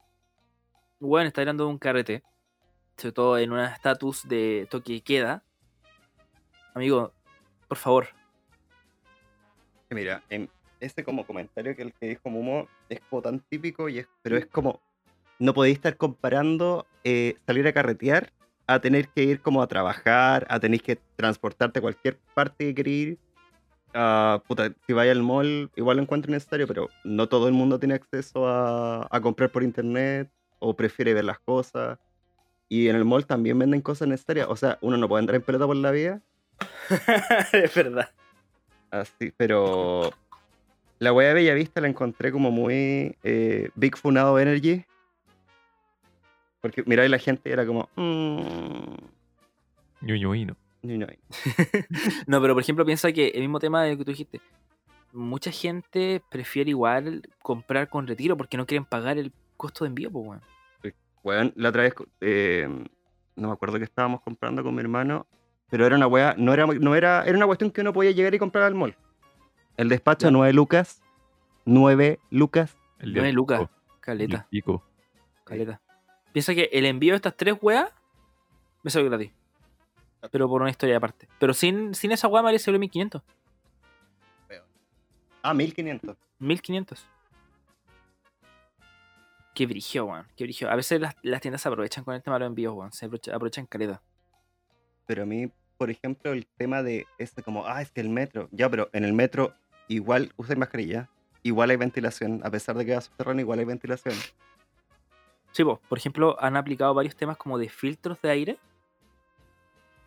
Speaker 1: bueno, está hablando de un carrete, sobre todo en un estatus de toque y queda. Amigo, por favor,
Speaker 3: Que Mira, en ese como comentario que el que dijo Momo es como tan típico, y es, pero es como, no podéis estar comparando eh, salir a carretear a tener que ir como a trabajar, a tener que transportarte a cualquier parte que queréis ir. Ah, puta, si vais al mall, igual lo encuentro necesario, pero no todo el mundo tiene acceso a, a comprar por internet o prefiere ver las cosas. Y en el mall también venden cosas necesarias. O sea, uno no puede andar en pelota por la vía,
Speaker 1: es verdad.
Speaker 3: Así, pero la wea de Bellavista la encontré como muy eh, Big Funado Energy. Porque miraba y la gente y era como. "Mm,
Speaker 2: Ñuñuino.
Speaker 3: ñu, ñu".
Speaker 1: No, pero por ejemplo, piensa que el mismo tema de lo que tú dijiste. Mucha gente prefiere igual comprar con retiro porque no quieren pagar el costo de envío, pues, weón.
Speaker 3: Weón, la otra vez. eh, no me acuerdo que estábamos comprando con mi hermano. Pero era una wea. No era, no era, era una cuestión que uno podía llegar y comprar al mall. El despacho,
Speaker 1: Ya.
Speaker 3: 9 lucas. 9 lucas.
Speaker 2: El día
Speaker 1: No es
Speaker 2: del
Speaker 1: Lucas.
Speaker 2: pico, el
Speaker 1: Caleta,
Speaker 2: pico.
Speaker 1: caleta. Piensa que el envío de estas tres weas me salió gratis. Pero por una historia aparte. Pero sin, sin esa wea me habría salido 1500.
Speaker 3: Ah, 1500.
Speaker 1: 1500. Qué brigio, weón. Qué brigio. A veces las, las tiendas se aprovechan con el tema de los envíos, weón. Se aprocha- aprovechan caleta.
Speaker 3: Pero a mí, por ejemplo, el tema de este como, ah, es que el metro, ya, pero en el metro igual usa mascarilla, igual hay ventilación, a pesar de que va subterráneo, igual hay ventilación.
Speaker 1: Sí, po. por ejemplo, han aplicado varios temas como de filtros de aire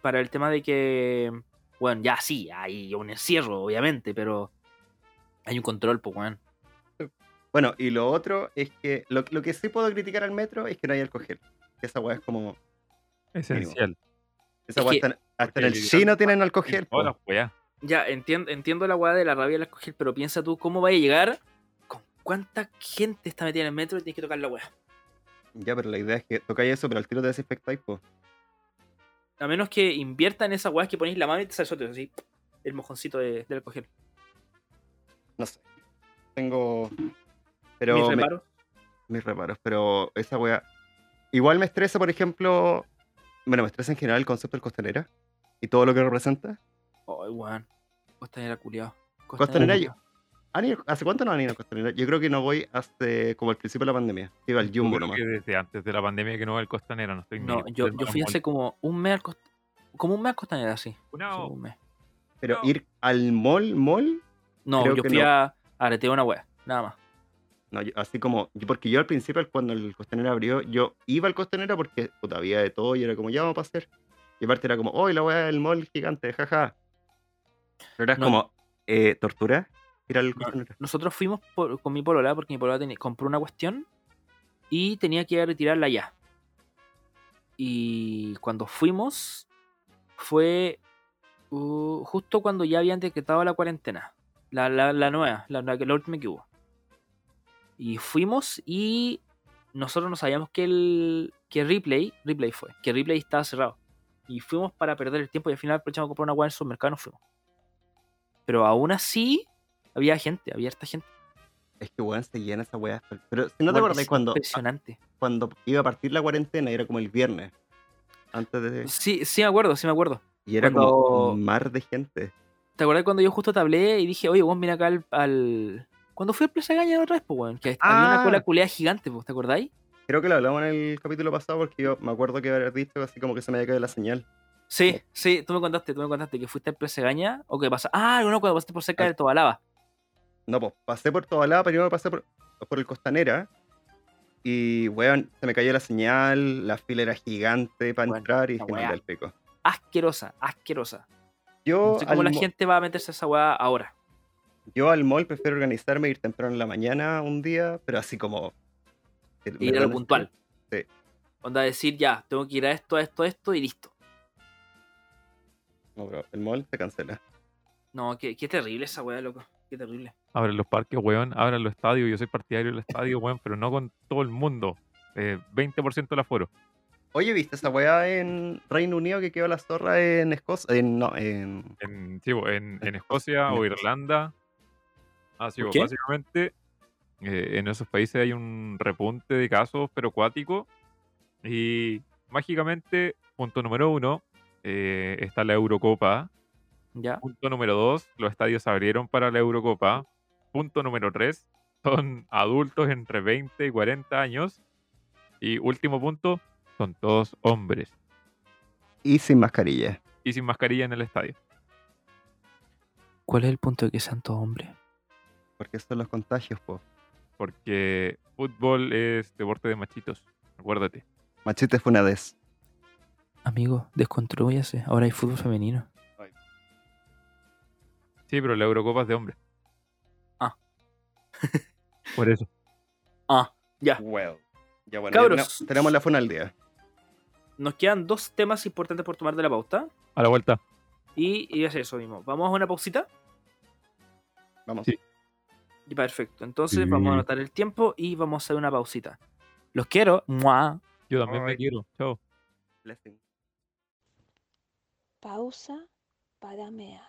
Speaker 1: para el tema de que, bueno, ya sí, hay un encierro, obviamente, pero hay un control, pues, weón.
Speaker 3: Bueno, y lo otro es que lo, lo que sí puedo criticar al metro es que no hay alcohol gel. Que esa weá es como,
Speaker 2: Esencial.
Speaker 3: esa
Speaker 1: Es
Speaker 3: weá
Speaker 1: que-
Speaker 3: hasta, hasta
Speaker 2: porque
Speaker 3: en el
Speaker 2: literal-
Speaker 3: chino tienen alcohol gel. po.
Speaker 2: Hola, weá.
Speaker 1: Ya, entiendo, entiendo la weá de la rabia de la escoger, pero piensa tú cómo va a llegar, con cuánta gente está metida en el metro y tienes que tocar la weá.
Speaker 3: Ya, pero la idea es que tocáis eso, pero al tiro te desinfectáis, pues.
Speaker 1: A menos que invierta en esa weá que ponéis la mano y te sale otro, así, el mojoncito de, del escoger.
Speaker 3: No sé. Tengo. Pero.
Speaker 1: Mis
Speaker 3: me-
Speaker 1: reparos.
Speaker 3: mis reparos, pero esa wea. Igual me estresa, por ejemplo. Bueno, me estresa en general el concepto del costanera y todo lo que representa.
Speaker 1: Ay, weón. Costanera culiao.
Speaker 3: Costanera, yo. ¿Han ido- ¿Hace cuánto no han ido a Costanera? Yo creo que no voy hace como el principio de la pandemia. Iba al
Speaker 2: Yo
Speaker 3: Jumbo
Speaker 2: creo
Speaker 3: nomás.
Speaker 2: que desde antes de la pandemia que no va el costanera, no estoy ni
Speaker 1: No, yo, yo fui hace como un mes al cost- como un mes a costanera, sí.
Speaker 2: Una-
Speaker 1: Sí, un mes.
Speaker 3: Pero
Speaker 2: no.
Speaker 3: ir al mall, mall,
Speaker 1: No,
Speaker 3: Creo
Speaker 1: yo
Speaker 3: que
Speaker 1: fui
Speaker 3: no.
Speaker 1: a aretear una wea, nada más.
Speaker 3: No, yo- así como, yo- porque yo al principio, al- cuando el costanera abrió, yo iba al costanera porque puta, había de todo y era como, ya vamos a pasear. Y aparte era como, hoy la weá del mall gigante, jaja. Pero era
Speaker 1: No.
Speaker 3: como, eh, ¿tortura? Ir al costanera.
Speaker 1: Nosotros fuimos por- con mi polola porque mi polola teni- compró una cuestión y tenía que ir a retirarla ya. Y cuando fuimos fue uh, justo cuando ya habían decretado la cuarentena, la, la- la nueva, la, la, que- la última que hubo. Y fuimos y nosotros no sabíamos que el que Ripley, Ripley fue, que Ripley estaba cerrado. Y fuimos para perder el tiempo y al final aprovechamos a comprar una hueá en el supermercado y nos fuimos. Pero aún así, había gente, había harta gente.
Speaker 3: Es que weón se llena esa weá. hasta el- Pero si no te
Speaker 1: Bueno,
Speaker 3: acordás
Speaker 1: es
Speaker 3: cuando, Ah,
Speaker 1: Impresionante.
Speaker 3: cuando iba a partir la cuarentena, era como el viernes. Antes de.
Speaker 1: Sí, sí me acuerdo, sí me acuerdo.
Speaker 3: Y era como
Speaker 1: cuando-
Speaker 3: un mar de gente.
Speaker 1: ¿Te acuerdas cuando yo justo te hablé y dije, oye, vos mira acá al... al- Cuando fui al Plaza Gaña otra vez, pues, weón, que había
Speaker 3: Ah.
Speaker 1: una cola culea gigante, pues, ¿te acordáis?
Speaker 3: Creo que lo hablamos en el capítulo pasado porque yo me acuerdo que habías dicho así como que se me había caído la señal.
Speaker 1: Sí, sí, tú me contaste, tú me contaste que fuiste al Plaza Gaña o que pasa... Ah, no, cuando pasaste por cerca
Speaker 3: Al-
Speaker 1: del Tobalaba.
Speaker 3: No, pues pasé por Tobalaba, primero pasé por, por el Costanera. Y, weón, se me cayó la señal, la fila era gigante para
Speaker 1: Bueno,
Speaker 3: entrar y
Speaker 1: la
Speaker 3: dije, no,
Speaker 1: weá.
Speaker 3: ya el pico.
Speaker 1: Asquerosa, asquerosa.
Speaker 3: Yo,
Speaker 1: No sé cómo
Speaker 3: al
Speaker 1: la
Speaker 3: mo-
Speaker 1: gente va a meterse a esa weá ahora.
Speaker 3: yo al mall prefiero organizarme, e ir temprano en la mañana un día, pero así como... el- este
Speaker 1: Y ir a
Speaker 3: ¿verdad?
Speaker 1: lo puntual.
Speaker 3: Sí.
Speaker 1: Onda decir, ya, tengo que ir a esto, a esto, a esto y listo.
Speaker 3: No, bro, el mall se cancela.
Speaker 1: No, qué, qué terrible esa weá, loco. Qué terrible.
Speaker 2: Abren los parques, weón, abran los estadios. Yo soy partidario del estadio, weón, pero no con todo el mundo. Eh, 20% del aforo.
Speaker 3: Oye, ¿viste esa weá en Reino Unido que quedó la zorra en Escocia? En, no, en...
Speaker 2: En, sí, bo, en, en
Speaker 3: En
Speaker 2: Escocia
Speaker 3: en
Speaker 2: o
Speaker 3: Escocia.
Speaker 2: Irlanda. Ah, sí,
Speaker 1: ¿Por
Speaker 2: bo,
Speaker 1: qué?
Speaker 2: básicamente eh, en esos países hay un repunte de casos, pero acuático. Y mágicamente, punto número uno, eh, está la Eurocopa.
Speaker 1: ¿Ya?
Speaker 2: Punto número dos, los estadios se abrieron para la Eurocopa. Punto número tres, son adultos entre 20 y 40 años. Y último punto, son todos hombres
Speaker 3: Y sin mascarilla.
Speaker 2: y sin mascarilla en el estadio.
Speaker 1: ¿Cuál es el punto de que santo hombre?
Speaker 3: Porque son los contagios, po.
Speaker 2: Porque fútbol es deporte de machitos. Acuérdate.
Speaker 3: Machete fue una vez.
Speaker 1: Amigo, desconstruyase. Ahora hay fútbol femenino.
Speaker 2: Sí, pero la Eurocopa es de hombres.
Speaker 1: Ah.
Speaker 2: Por eso.
Speaker 1: Ah, ya.
Speaker 3: Well. Ya bueno,
Speaker 1: Cabros.
Speaker 3: ya- tenemos la funa al día.
Speaker 1: Nos quedan dos temas importantes por tomar de la pauta.
Speaker 2: A la vuelta.
Speaker 1: Y, y es eso mismo. Vamos a una pausita.
Speaker 3: Vamos.
Speaker 2: Sí.
Speaker 1: Y Perfecto. Entonces
Speaker 2: Sí.
Speaker 1: vamos a anotar el tiempo y vamos a hacer una pausita. Los quiero. ¡Mua!
Speaker 2: Yo también me
Speaker 3: Alright.
Speaker 2: quiero. Chao.
Speaker 3: Blessing.
Speaker 4: Pausa para mear.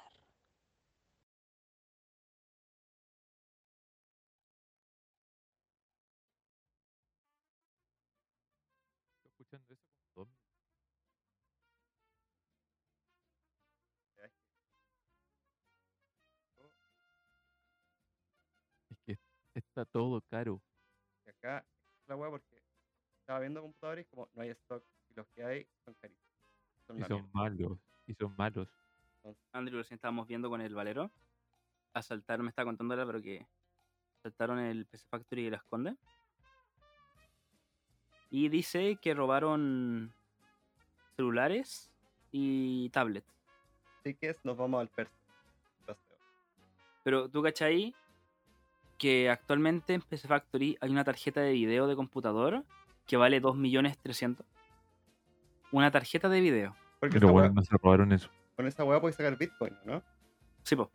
Speaker 2: Es que está todo caro.
Speaker 3: Y acá la hueá porque estaba viendo computadores y como no hay stock y los que hay son carísimos. Son
Speaker 2: Y
Speaker 3: la
Speaker 2: son
Speaker 3: mierda.
Speaker 2: malos. Y son malos.
Speaker 1: Andrew, recién estábamos viendo con el Valero. Asaltaron, me está contando ahora, pero que asaltaron el PC Factory y la esconde. Y dice que robaron celulares y tablets.
Speaker 3: Así que nos vamos al perso. Paseo.
Speaker 1: Pero tú cachai que actualmente en PC Factory hay una tarjeta de video de computador que vale 2.300.000. Una tarjeta de video.
Speaker 3: Porque
Speaker 2: Pero
Speaker 3: esa
Speaker 2: bueno,
Speaker 3: hueá-
Speaker 2: no se robaron eso.
Speaker 3: con esa hueá puedes sacar Bitcoin, ¿no?
Speaker 1: Sí, po.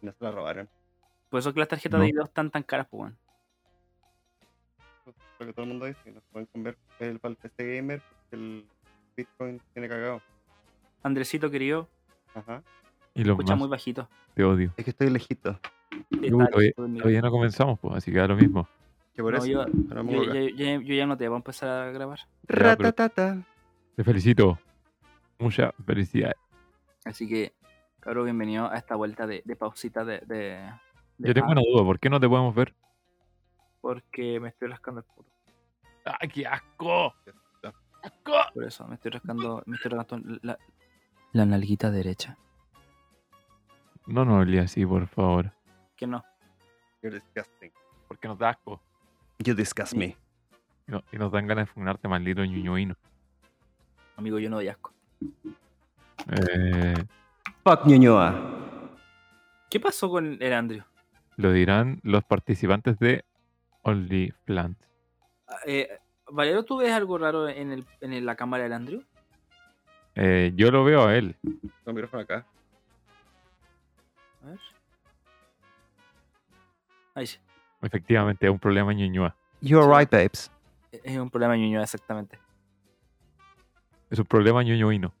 Speaker 3: Y no se la robaron.
Speaker 1: Por eso es que las tarjetas de
Speaker 2: No.
Speaker 1: video están tan caras, pues, weón.
Speaker 3: Lo que todo el mundo dice, nos pueden cambiar el, para el PC Gamer porque el Bitcoin tiene cagado.
Speaker 1: Andresito, querido,
Speaker 3: Ajá.
Speaker 2: Y los
Speaker 1: escucha
Speaker 2: más
Speaker 1: muy bajito.
Speaker 2: te odio.
Speaker 3: Es que estoy lejito.
Speaker 1: Está
Speaker 2: Uy, todavía-
Speaker 1: lejos del micrófono.
Speaker 2: Todavía no comenzamos, pues, así que da lo mismo.
Speaker 3: Que por
Speaker 1: No,
Speaker 3: eso.
Speaker 1: yo-
Speaker 3: ahora me
Speaker 1: Yo,
Speaker 3: pongo acá.
Speaker 1: yo- yo- yo ya no te voy a empezar a grabar.
Speaker 2: Ya, pero-
Speaker 3: Ratatata.
Speaker 2: Te felicito. Mucha felicidad.
Speaker 1: Así que, cabrón, bienvenido a esta vuelta de, de pausita de. de, de
Speaker 2: Yo tengo
Speaker 1: nada,
Speaker 2: una duda, ¿por qué no te podemos ver?
Speaker 1: Porque me estoy rascando el puro.
Speaker 2: ¡Ah, qué asco! ¡Asco!
Speaker 1: Por eso, me estoy rascando, me estoy rascando la, la nalguita derecha.
Speaker 2: No nos olía así, por favor.
Speaker 1: Que no.
Speaker 3: You're disgusting.
Speaker 2: Porque nos da asco.
Speaker 3: You disgust me.
Speaker 2: Y, no- y nos dan ganas de funarte, maldito ñuñuino.
Speaker 1: Amigo, yo no doy asco.
Speaker 2: Eh,
Speaker 3: Fuck Ñuñoa.
Speaker 1: ¿Qué pasó con el Andrew?
Speaker 2: lo dirán los participantes de Only Plant.
Speaker 1: Eh, Valero, ¿tú ves algo raro en, el, en el- la cámara del Andrew?
Speaker 2: Eh, yo lo veo a él.
Speaker 3: No, micrófono acá.
Speaker 1: A ver. Ahí sí.
Speaker 2: Efectivamente, es un problema ñuñua.
Speaker 3: You're right, babes.
Speaker 1: E-, Es un problema ñoño, exactamente.
Speaker 2: Es un problema ñuñuino.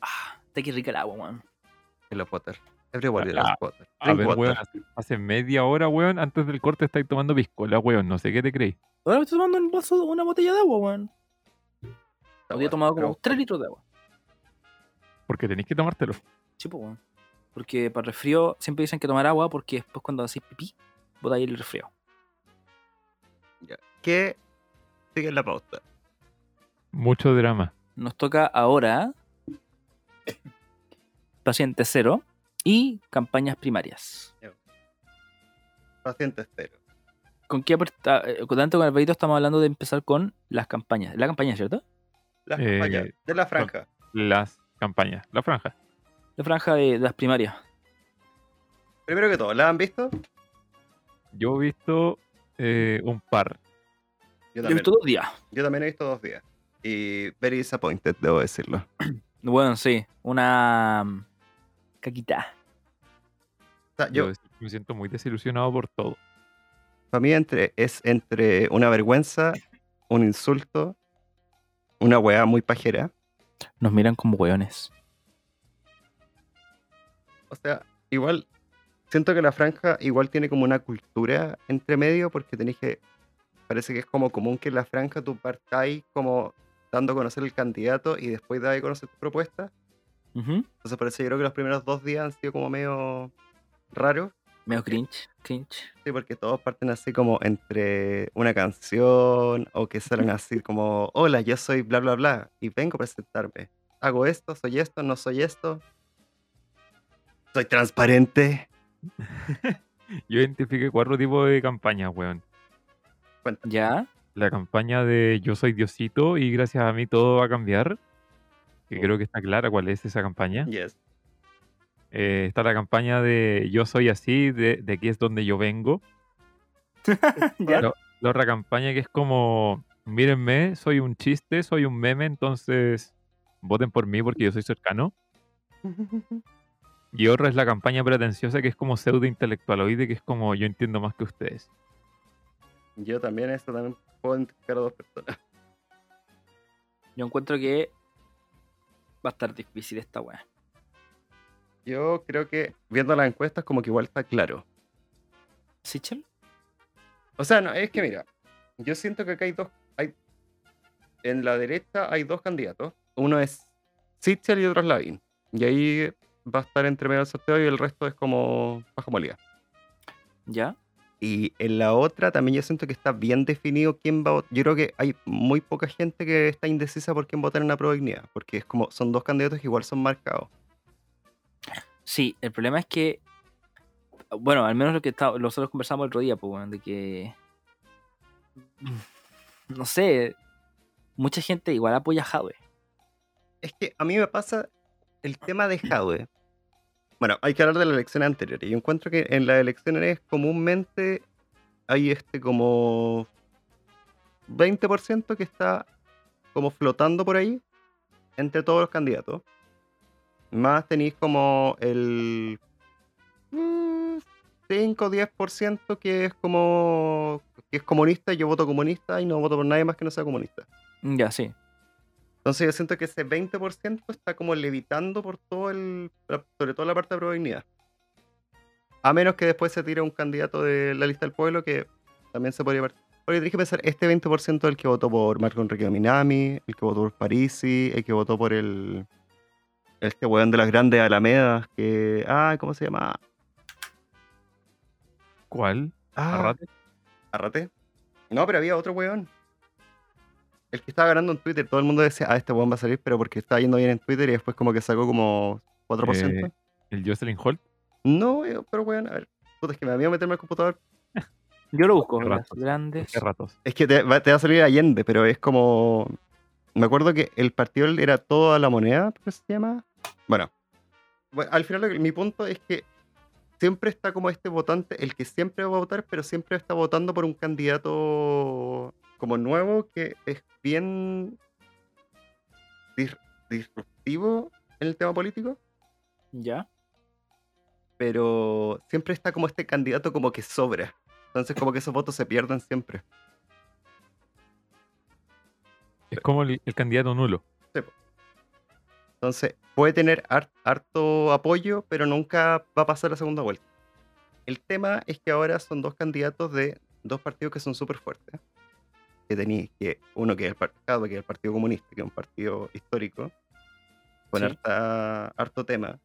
Speaker 1: Ah, está que rica el agua, weón.
Speaker 3: Hello, Potter. Everybody loves
Speaker 2: Ah,
Speaker 3: Potter.
Speaker 2: A
Speaker 3: Drink
Speaker 2: ver,
Speaker 3: water.
Speaker 2: weón, hace- hace media hora, weón, antes del corte estáis tomando piscola, weón. No sé qué te creí.
Speaker 1: Ahora me estoy tomando un vaso, una botella de agua, weón. Había
Speaker 3: Está bueno,
Speaker 1: tomado como
Speaker 3: pero-
Speaker 1: 3 litros de agua.
Speaker 2: Porque tenéis que tomártelo.
Speaker 1: Sí, pues, weón. Porque para el resfrío siempre dicen que tomar agua porque después cuando haces pipí, botáis el resfrío.
Speaker 3: ¿Qué? Sigue la pauta.
Speaker 2: Mucho drama.
Speaker 1: Nos toca ahora paciente cero y campañas primarias.
Speaker 3: Paciente cero.
Speaker 1: ¿Con qué apar- ah, eh, con- tanto con Alvarito estamos hablando de empezar con las campañas? La campaña, ¿cierto?
Speaker 3: Las
Speaker 2: Eh,
Speaker 3: campañas de la franja.
Speaker 2: Las campañas, la franja.
Speaker 1: La franja de, de las primarias.
Speaker 3: Primero que todo, ¿la han visto?
Speaker 2: Yo he visto eh, un par.
Speaker 3: Yo
Speaker 1: Yo he
Speaker 3: también.
Speaker 1: visto dos días.
Speaker 3: Yo también he visto dos días. Y very disappointed, debo decirlo.
Speaker 1: Bueno, sí. Una mm, caquita.
Speaker 3: O sea,
Speaker 2: Yo
Speaker 3: yo,
Speaker 2: me siento muy desilusionado por todo.
Speaker 3: para mí entre, es entre una vergüenza, un insulto, una weá muy pajera.
Speaker 1: Nos miran como hueones.
Speaker 3: O sea, igual siento que la franja igual tiene como una cultura entre medio porque tenés que parece que es como común que en la franja tú partáis como dando a conocer el candidato y después dais a conocer tu propuesta.
Speaker 1: Ujú.
Speaker 3: Entonces parece yo creo que los primeros dos días han sido como medio raros.
Speaker 1: Medio cringe, cringe.
Speaker 3: Sí, porque todos parten así como entre una canción o que salen así como, hola, yo soy bla, bla, bla, y vengo a presentarme. Hago esto, soy esto, no soy esto. Soy transparente.
Speaker 2: Yo identifiqué cuatro tipos de campañas, weón.
Speaker 1: ¿Ya?
Speaker 2: La campaña de Yo soy Diosito y gracias a mí todo va a cambiar. Que
Speaker 3: Mm.
Speaker 2: creo que está clara cuál es esa campaña.
Speaker 3: Yes.
Speaker 2: Eh, está la campaña de Yo soy así, de, de aquí es donde yo vengo.
Speaker 1: ¿Ya?
Speaker 2: Lo- La otra campaña que es como, mírenme, soy un chiste, soy un meme, entonces voten por mí porque yo soy cercano. Y otra es la campaña pretenciosa que es como pseudo intelectualoide, que es como yo entiendo más que ustedes.
Speaker 3: Yo también, esto también puedo identificar a dos personas.
Speaker 1: Yo encuentro que va a estar difícil esta wea.
Speaker 3: Yo creo que viendo las encuestas como que igual está claro.
Speaker 1: ¿Sí, Chel?
Speaker 3: O sea, no, es que mira, yo siento que acá hay dos, hay, en la derecha hay dos candidatos. Uno es Sitchell y otro es Lavín. Y ahí va a estar entre medio el sorteo y el resto es como bajo molida.
Speaker 1: ¿Ya?
Speaker 3: Y en la otra también yo siento que está bien definido quién va a votar. Yo creo que hay muy poca gente que está indecisa por quién votar en la probabilidad, porque es como son dos candidatos que igual son marcados.
Speaker 1: Sí, el problema es que. Bueno, al menos lo que está, nosotros conversamos el otro día, pues, weón, de que. No sé. Mucha gente igual apoya a Jadwe.
Speaker 3: Es que a mí me pasa el tema de Jadwe. Bueno, hay que hablar de las elecciones anteriores. Yo encuentro que en las elecciones comúnmente hay este como 20% que está como flotando por ahí entre todos los candidatos. Más tenéis como el mm, 5 o 10% que es como que es comunista, yo voto comunista y no voto por nadie más que no sea comunista.
Speaker 1: Ya, sí.
Speaker 3: Entonces yo siento que ese 20% está como levitando por todo el, la- sobre todo la parte de probabilidad. A menos que después se tire un candidato de la lista del pueblo que también se podría ver. Porque tenés que pensar, este 20% es el que votó por Marco Enrique Minami, el que votó por Parisi, el que votó por el este weón de las grandes alamedas, que. Ah, ¿cómo se llama?
Speaker 2: ¿Cuál?
Speaker 3: Ah,
Speaker 2: ¿Arrate?
Speaker 3: Arrate. No, pero había otro weón. El que estaba ganando en Twitter, todo el mundo decía, ah, este weón va a salir, pero porque estaba yendo bien en Twitter y después como que sacó como 4%.
Speaker 2: ¿El Jocelyn Holt?
Speaker 3: No, yo- pero weón, a ver. Puta, es que me da miedo meterme al computador.
Speaker 1: Yo lo busco.
Speaker 2: Qué
Speaker 1: las
Speaker 2: ratos.
Speaker 1: grandes.
Speaker 2: Qué ratos.
Speaker 3: Es que te va, te va a salir Allende, pero es como. Me acuerdo que el partido era toda la moneda, ¿cómo se llama? Bueno, bueno, al final lo que- mi punto es que siempre está como este votante, el que siempre va a votar, pero siempre está votando por un candidato como nuevo que es bien dis- disruptivo en el tema político,
Speaker 1: Ya.
Speaker 3: pero siempre está como este candidato como que sobra. Entonces como que esos votos se pierden siempre.
Speaker 2: Es como el, el candidato nulo.
Speaker 3: Entonces, puede tener har- harto apoyo, pero nunca va a pasar la segunda vuelta. El tema es que ahora son dos candidatos de dos partidos que son súper fuertes. Que tenéis que uno que es el, par- Jadwe, que es el Partido Comunista, que es un partido histórico, con
Speaker 1: Sí.
Speaker 3: harta- harto tema.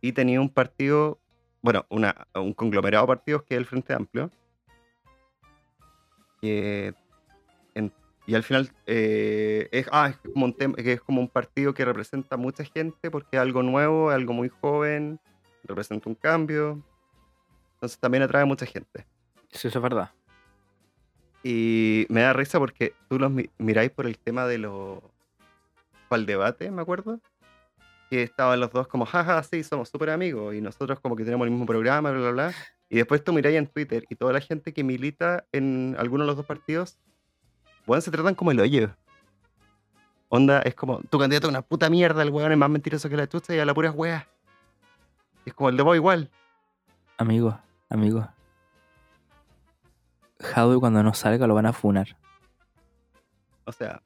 Speaker 3: Y tenía un partido, bueno, una, un conglomerado de partidos que es el Frente Amplio. Que y al final eh, es, ah, es, como un tem- que es como un partido que representa a mucha gente porque es algo nuevo, es algo muy joven, representa un cambio. Entonces también atrae a mucha gente.
Speaker 1: Sí, eso es verdad.
Speaker 3: Y me da risa porque tú los mi- miráis por el tema de los... ¿Cuál debate, me acuerdo? Que estaban los dos como, jaja, sí, somos súper amigos y nosotros como que tenemos el mismo programa, bla, bla, bla. Y después tú miráis en Twitter y toda la gente que milita en alguno de los dos partidos, bueno, se tratan como el hoyo. Onda, es como, tu candidato es una puta mierda, el weón es más mentiroso que la chucha y a la pura weas. Es como el de vos igual.
Speaker 1: Amigo, amigo. Jadwe cuando no salga lo van a funar.
Speaker 3: O sea,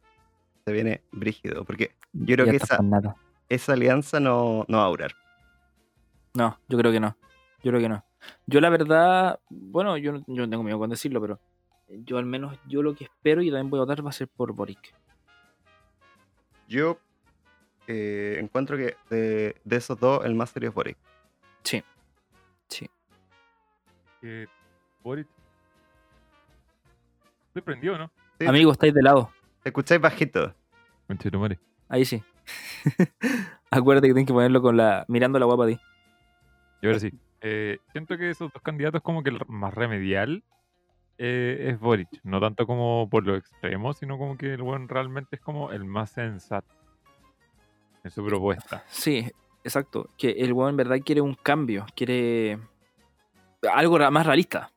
Speaker 3: se viene brígido porque yo creo
Speaker 1: Ya
Speaker 3: que
Speaker 1: está
Speaker 3: esa,
Speaker 1: funado.
Speaker 3: esa alianza no, no va a durar.
Speaker 1: No, yo creo que no. Yo creo que no. Yo la verdad, bueno, yo no, yo no tengo miedo con decirlo, pero yo al menos, yo lo que espero y también voy a votar va a ser por Boric.
Speaker 3: Yo eh, encuentro que de, de esos dos, el más serio es Boric.
Speaker 2: Eh, Boris. Estoy prendido, ¿no?
Speaker 3: Sí,
Speaker 1: Amigo, estáis de lado.
Speaker 3: Te escucháis bajito.
Speaker 2: Conchetumare.
Speaker 1: Ahí sí. Acuérdate que tienes que ponerlo con la mirando la guapa a ti.
Speaker 2: Y ahora sí. eh, siento que esos dos candidatos, como que el más remedial eh, es Boric. No tanto como por los extremos, sino como que el buen realmente es como el más sensato en su propuesta.
Speaker 1: Sí, exacto. Que el weón en verdad quiere un cambio, quiere algo ra- más realista.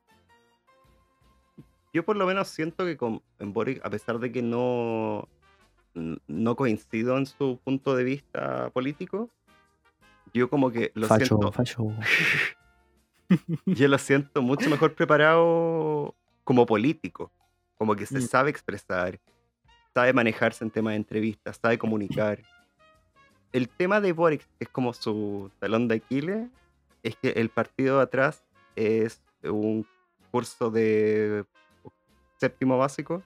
Speaker 3: Yo por lo menos siento que con en Boric, a pesar de que no, n- no coincido en su punto de vista político, yo como que lo siento.
Speaker 1: facho.
Speaker 3: Yo lo siento mucho mejor preparado como político. Como que se
Speaker 1: Mm.
Speaker 3: sabe expresar, sabe manejarse en temas de entrevistas, sabe comunicar. El tema de Boric, que es como su talón de Aquiles, es que el partido de atrás es un curso de séptimo básico.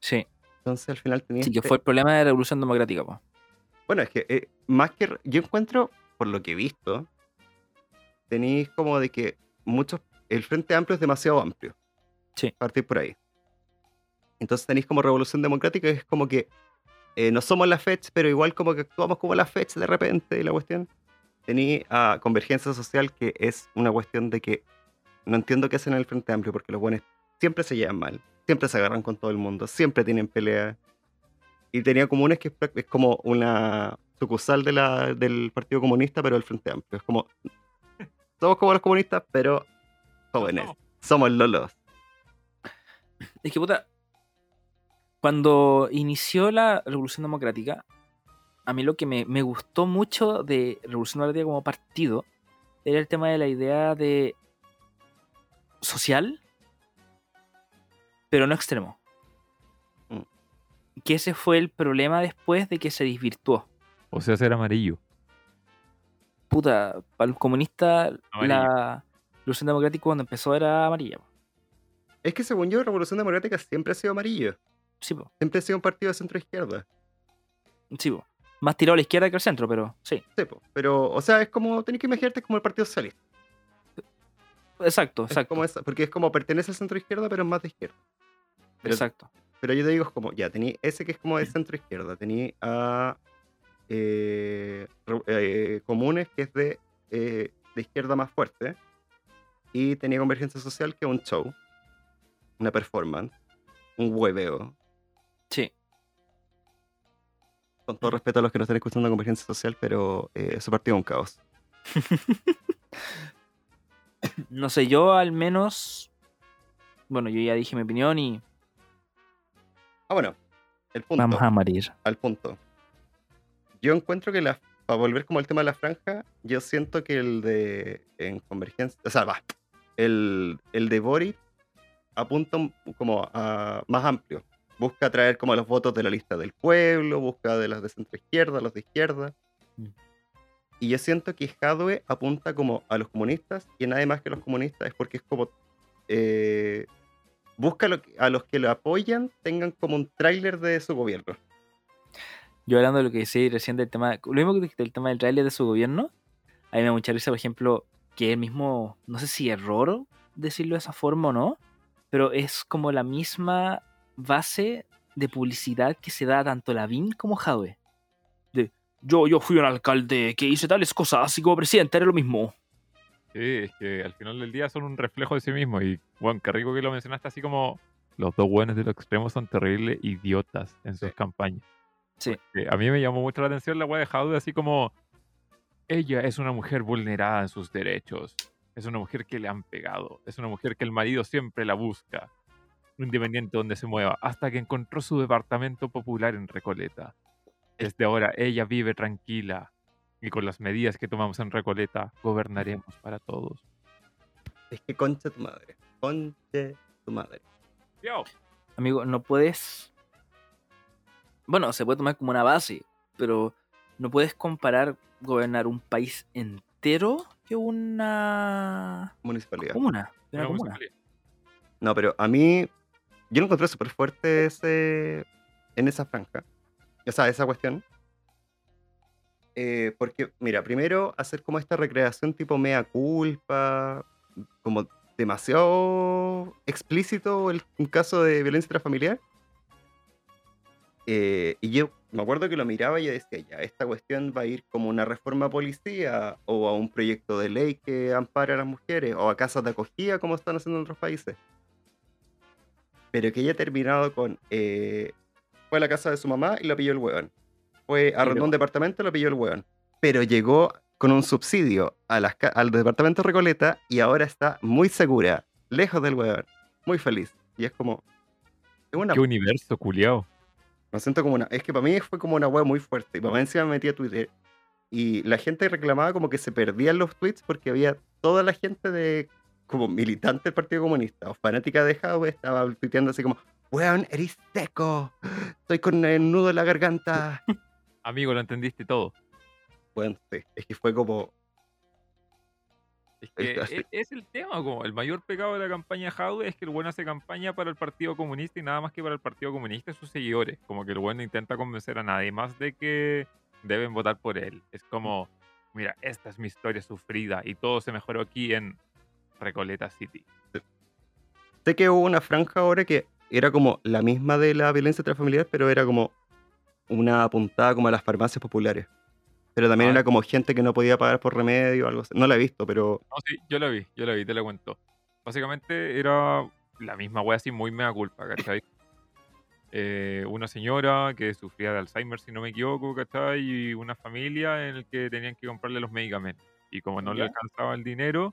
Speaker 1: Sí,
Speaker 3: Entonces al final tenía.
Speaker 1: sí, que
Speaker 3: este-
Speaker 1: fue el problema de la revolución democrática, po.
Speaker 3: Bueno, es que eh, más que. re- Yo encuentro, por lo que he visto, tenéis como de que muchos. El Frente Amplio es demasiado amplio.
Speaker 1: Sí.
Speaker 3: Partir por ahí. Entonces tenéis como Revolución Democrática, que es como que eh, no somos la FEDS, pero igual como que actuamos como la FEDS de repente y la cuestión. Tenéis a Convergencia Social, que es una cuestión de que no entiendo qué hacen en el Frente Amplio, porque los buenos siempre se llevan mal, siempre se agarran con todo el mundo, siempre tienen peleas. Y tenía comunes que es prac- es como una sucursal de la, del Partido Comunista, pero del Frente Amplio. Es como, somos como los comunistas, pero jóvenes.
Speaker 2: No,
Speaker 3: Somos lolos.
Speaker 1: Es que puta. Cuando inició la Revolución Democrática, a mí lo que me, me gustó mucho de Revolución Democrática como partido era el tema de la idea de social, pero no extremo.
Speaker 3: Mm.
Speaker 1: Que ese fue el problema después de que se desvirtuó.
Speaker 2: O sea, ser amarillo.
Speaker 1: Puta, para los comunistas,
Speaker 2: Amarillo.
Speaker 1: la Revolución Democrática cuando empezó era amarilla. po.
Speaker 3: Es que según yo, Revolución Democrática siempre ha sido amarillo.
Speaker 1: Sí, po,
Speaker 3: Siempre ha sido un partido de centro izquierda.
Speaker 1: sí, po. Más tirado a la izquierda que al centro, pero sí.
Speaker 3: Pero, o sea, es como, tenés que imaginarte es como el Partido Socialista.
Speaker 1: Exacto,
Speaker 3: Es
Speaker 1: exacto.
Speaker 3: como esa- porque es como pertenece al centro izquierda, pero es más de izquierda. Pero-
Speaker 1: Exacto.
Speaker 3: Pero yo te digo, es como, ya, tení ese que es como de centro izquierda, tení a eh, Re- eh, Comunes, que es de eh, de izquierda más fuerte. Y tenía Convergencia Social, que es un show, una performance, un hueveo.
Speaker 1: Sí.
Speaker 3: Con todo respeto a los que nos están escuchando en Convergencia Social, pero eh, ese partido es un caos.
Speaker 1: No sé, yo al menos. Bueno, yo ya dije mi opinión y.
Speaker 3: Ah, bueno, el punto.
Speaker 1: Vamos a morir.
Speaker 3: al punto. Yo encuentro que la, para volver como al tema de la franja, yo siento que el de en convergencia, o sea, va, el, el de Boric apunta un- como a más amplio. Busca traer como los votos de la lista del pueblo, busca de las de centro izquierda, los de izquierda.
Speaker 1: Mm.
Speaker 3: Y yo siento que Jadwe apunta como a los comunistas y nadie más que los comunistas es porque es como eh, busca lo que- a los que lo apoyan tengan como un tráiler de su gobierno.
Speaker 1: Yo hablando de lo que decía recién del tema. Lo mismo que dije del tema del trailer de su gobierno. A mí me da mucha risa, por ejemplo, que el mismo. No sé si error decirlo de esa forma o no. Pero es como la misma base de publicidad que se da tanto Lavín como Jadwe. De yo, yo fui un alcalde que hice tales cosas, así como presidente, era lo mismo.
Speaker 2: Sí, es que al final del día son un reflejo de sí mismo. Y, bueno, qué rico que lo mencionaste así como los dos buenos de los extremos son terribles idiotas en sus
Speaker 3: Sí.
Speaker 2: campañas.
Speaker 1: Sí.
Speaker 2: Porque a mí me llamó mucho la atención la wea de Jadwe, así como ella es una mujer vulnerada en sus derechos. Es una mujer que le han pegado. Es una mujer que el marido siempre la busca, independiente de donde se mueva, hasta que encontró su departamento popular en Recoleta. Desde ahora ella vive tranquila y con las medidas que tomamos en Recoleta gobernaremos para todos.
Speaker 3: Es que concha tu madre. Conche tu madre.
Speaker 2: Yo.
Speaker 1: Amigo, no puedes. Bueno, se puede tomar como una base, pero no puedes comparar gobernar un país entero que una
Speaker 3: Municipalidad.
Speaker 1: comuna. que
Speaker 2: Una
Speaker 1: Una comuna.
Speaker 2: municipalidad.
Speaker 3: No, pero a mí. Yo lo encontré súper fuerte ese, en esa franja. O sea, esa cuestión. Eh, porque, mira, primero hacer como esta recreación tipo mea culpa, como demasiado explícito el, un caso de violencia intrafamiliar. Eh, y yo me acuerdo que lo miraba y yo decía, ya, esta cuestión va a ir como una reforma a policía o a un proyecto de ley que ampare a las mujeres o a casas de acogida como están haciendo en otros países. Pero que haya terminado con... eh, fue a la casa de su mamá y la pilló el hueón. Fue arrendó un departamento y lo pilló el hueón. Pero llegó con un subsidio a las ca- al departamento Recoleta y ahora está muy segura, lejos del hueón, muy feliz. Y es como... Es una
Speaker 2: Qué universo, culiao.
Speaker 3: me siento como una. Es que para mí fue como una web muy fuerte. Y para mí encima me metí a Twitter. Y la gente reclamaba como que se perdían los tweets porque había toda la gente de. como militante del Partido Comunista o fanática de Jadwe estaba tuiteando así como: Weón, eres seco. Estoy con el nudo en la garganta.
Speaker 2: Amigo, lo entendiste todo.
Speaker 3: Weón, sí. Es que fue como.
Speaker 2: Es, que
Speaker 3: Está-
Speaker 2: e- es el tema, como el mayor pecado de la campaña Jadwe es que el bueno hace campaña para el Partido Comunista y nada más que para el Partido Comunista y sus seguidores. Como que el bueno intenta convencer a nadie más de que deben votar por él. Es como, mira, esta es mi historia sufrida y todo se mejoró aquí en Recoleta City.
Speaker 3: Sé que hubo una franja ahora que era como la misma de la violencia intrafamiliar, pero era como una apuntada como a las farmacias populares. Pero también
Speaker 2: Ah.
Speaker 3: era como gente que no podía pagar por remedio o algo así. No la he visto, pero
Speaker 2: No, sí, yo la vi, yo la vi, te la cuento. Básicamente era la misma wea así, muy mea culpa, ¿cachai? Eh, una señora que sufría de Alzheimer, si no me equivoco, ¿cachai? Y una familia en la que tenían que comprarle los medicamentos. Y como no le
Speaker 1: Ya.
Speaker 2: alcanzaba el dinero,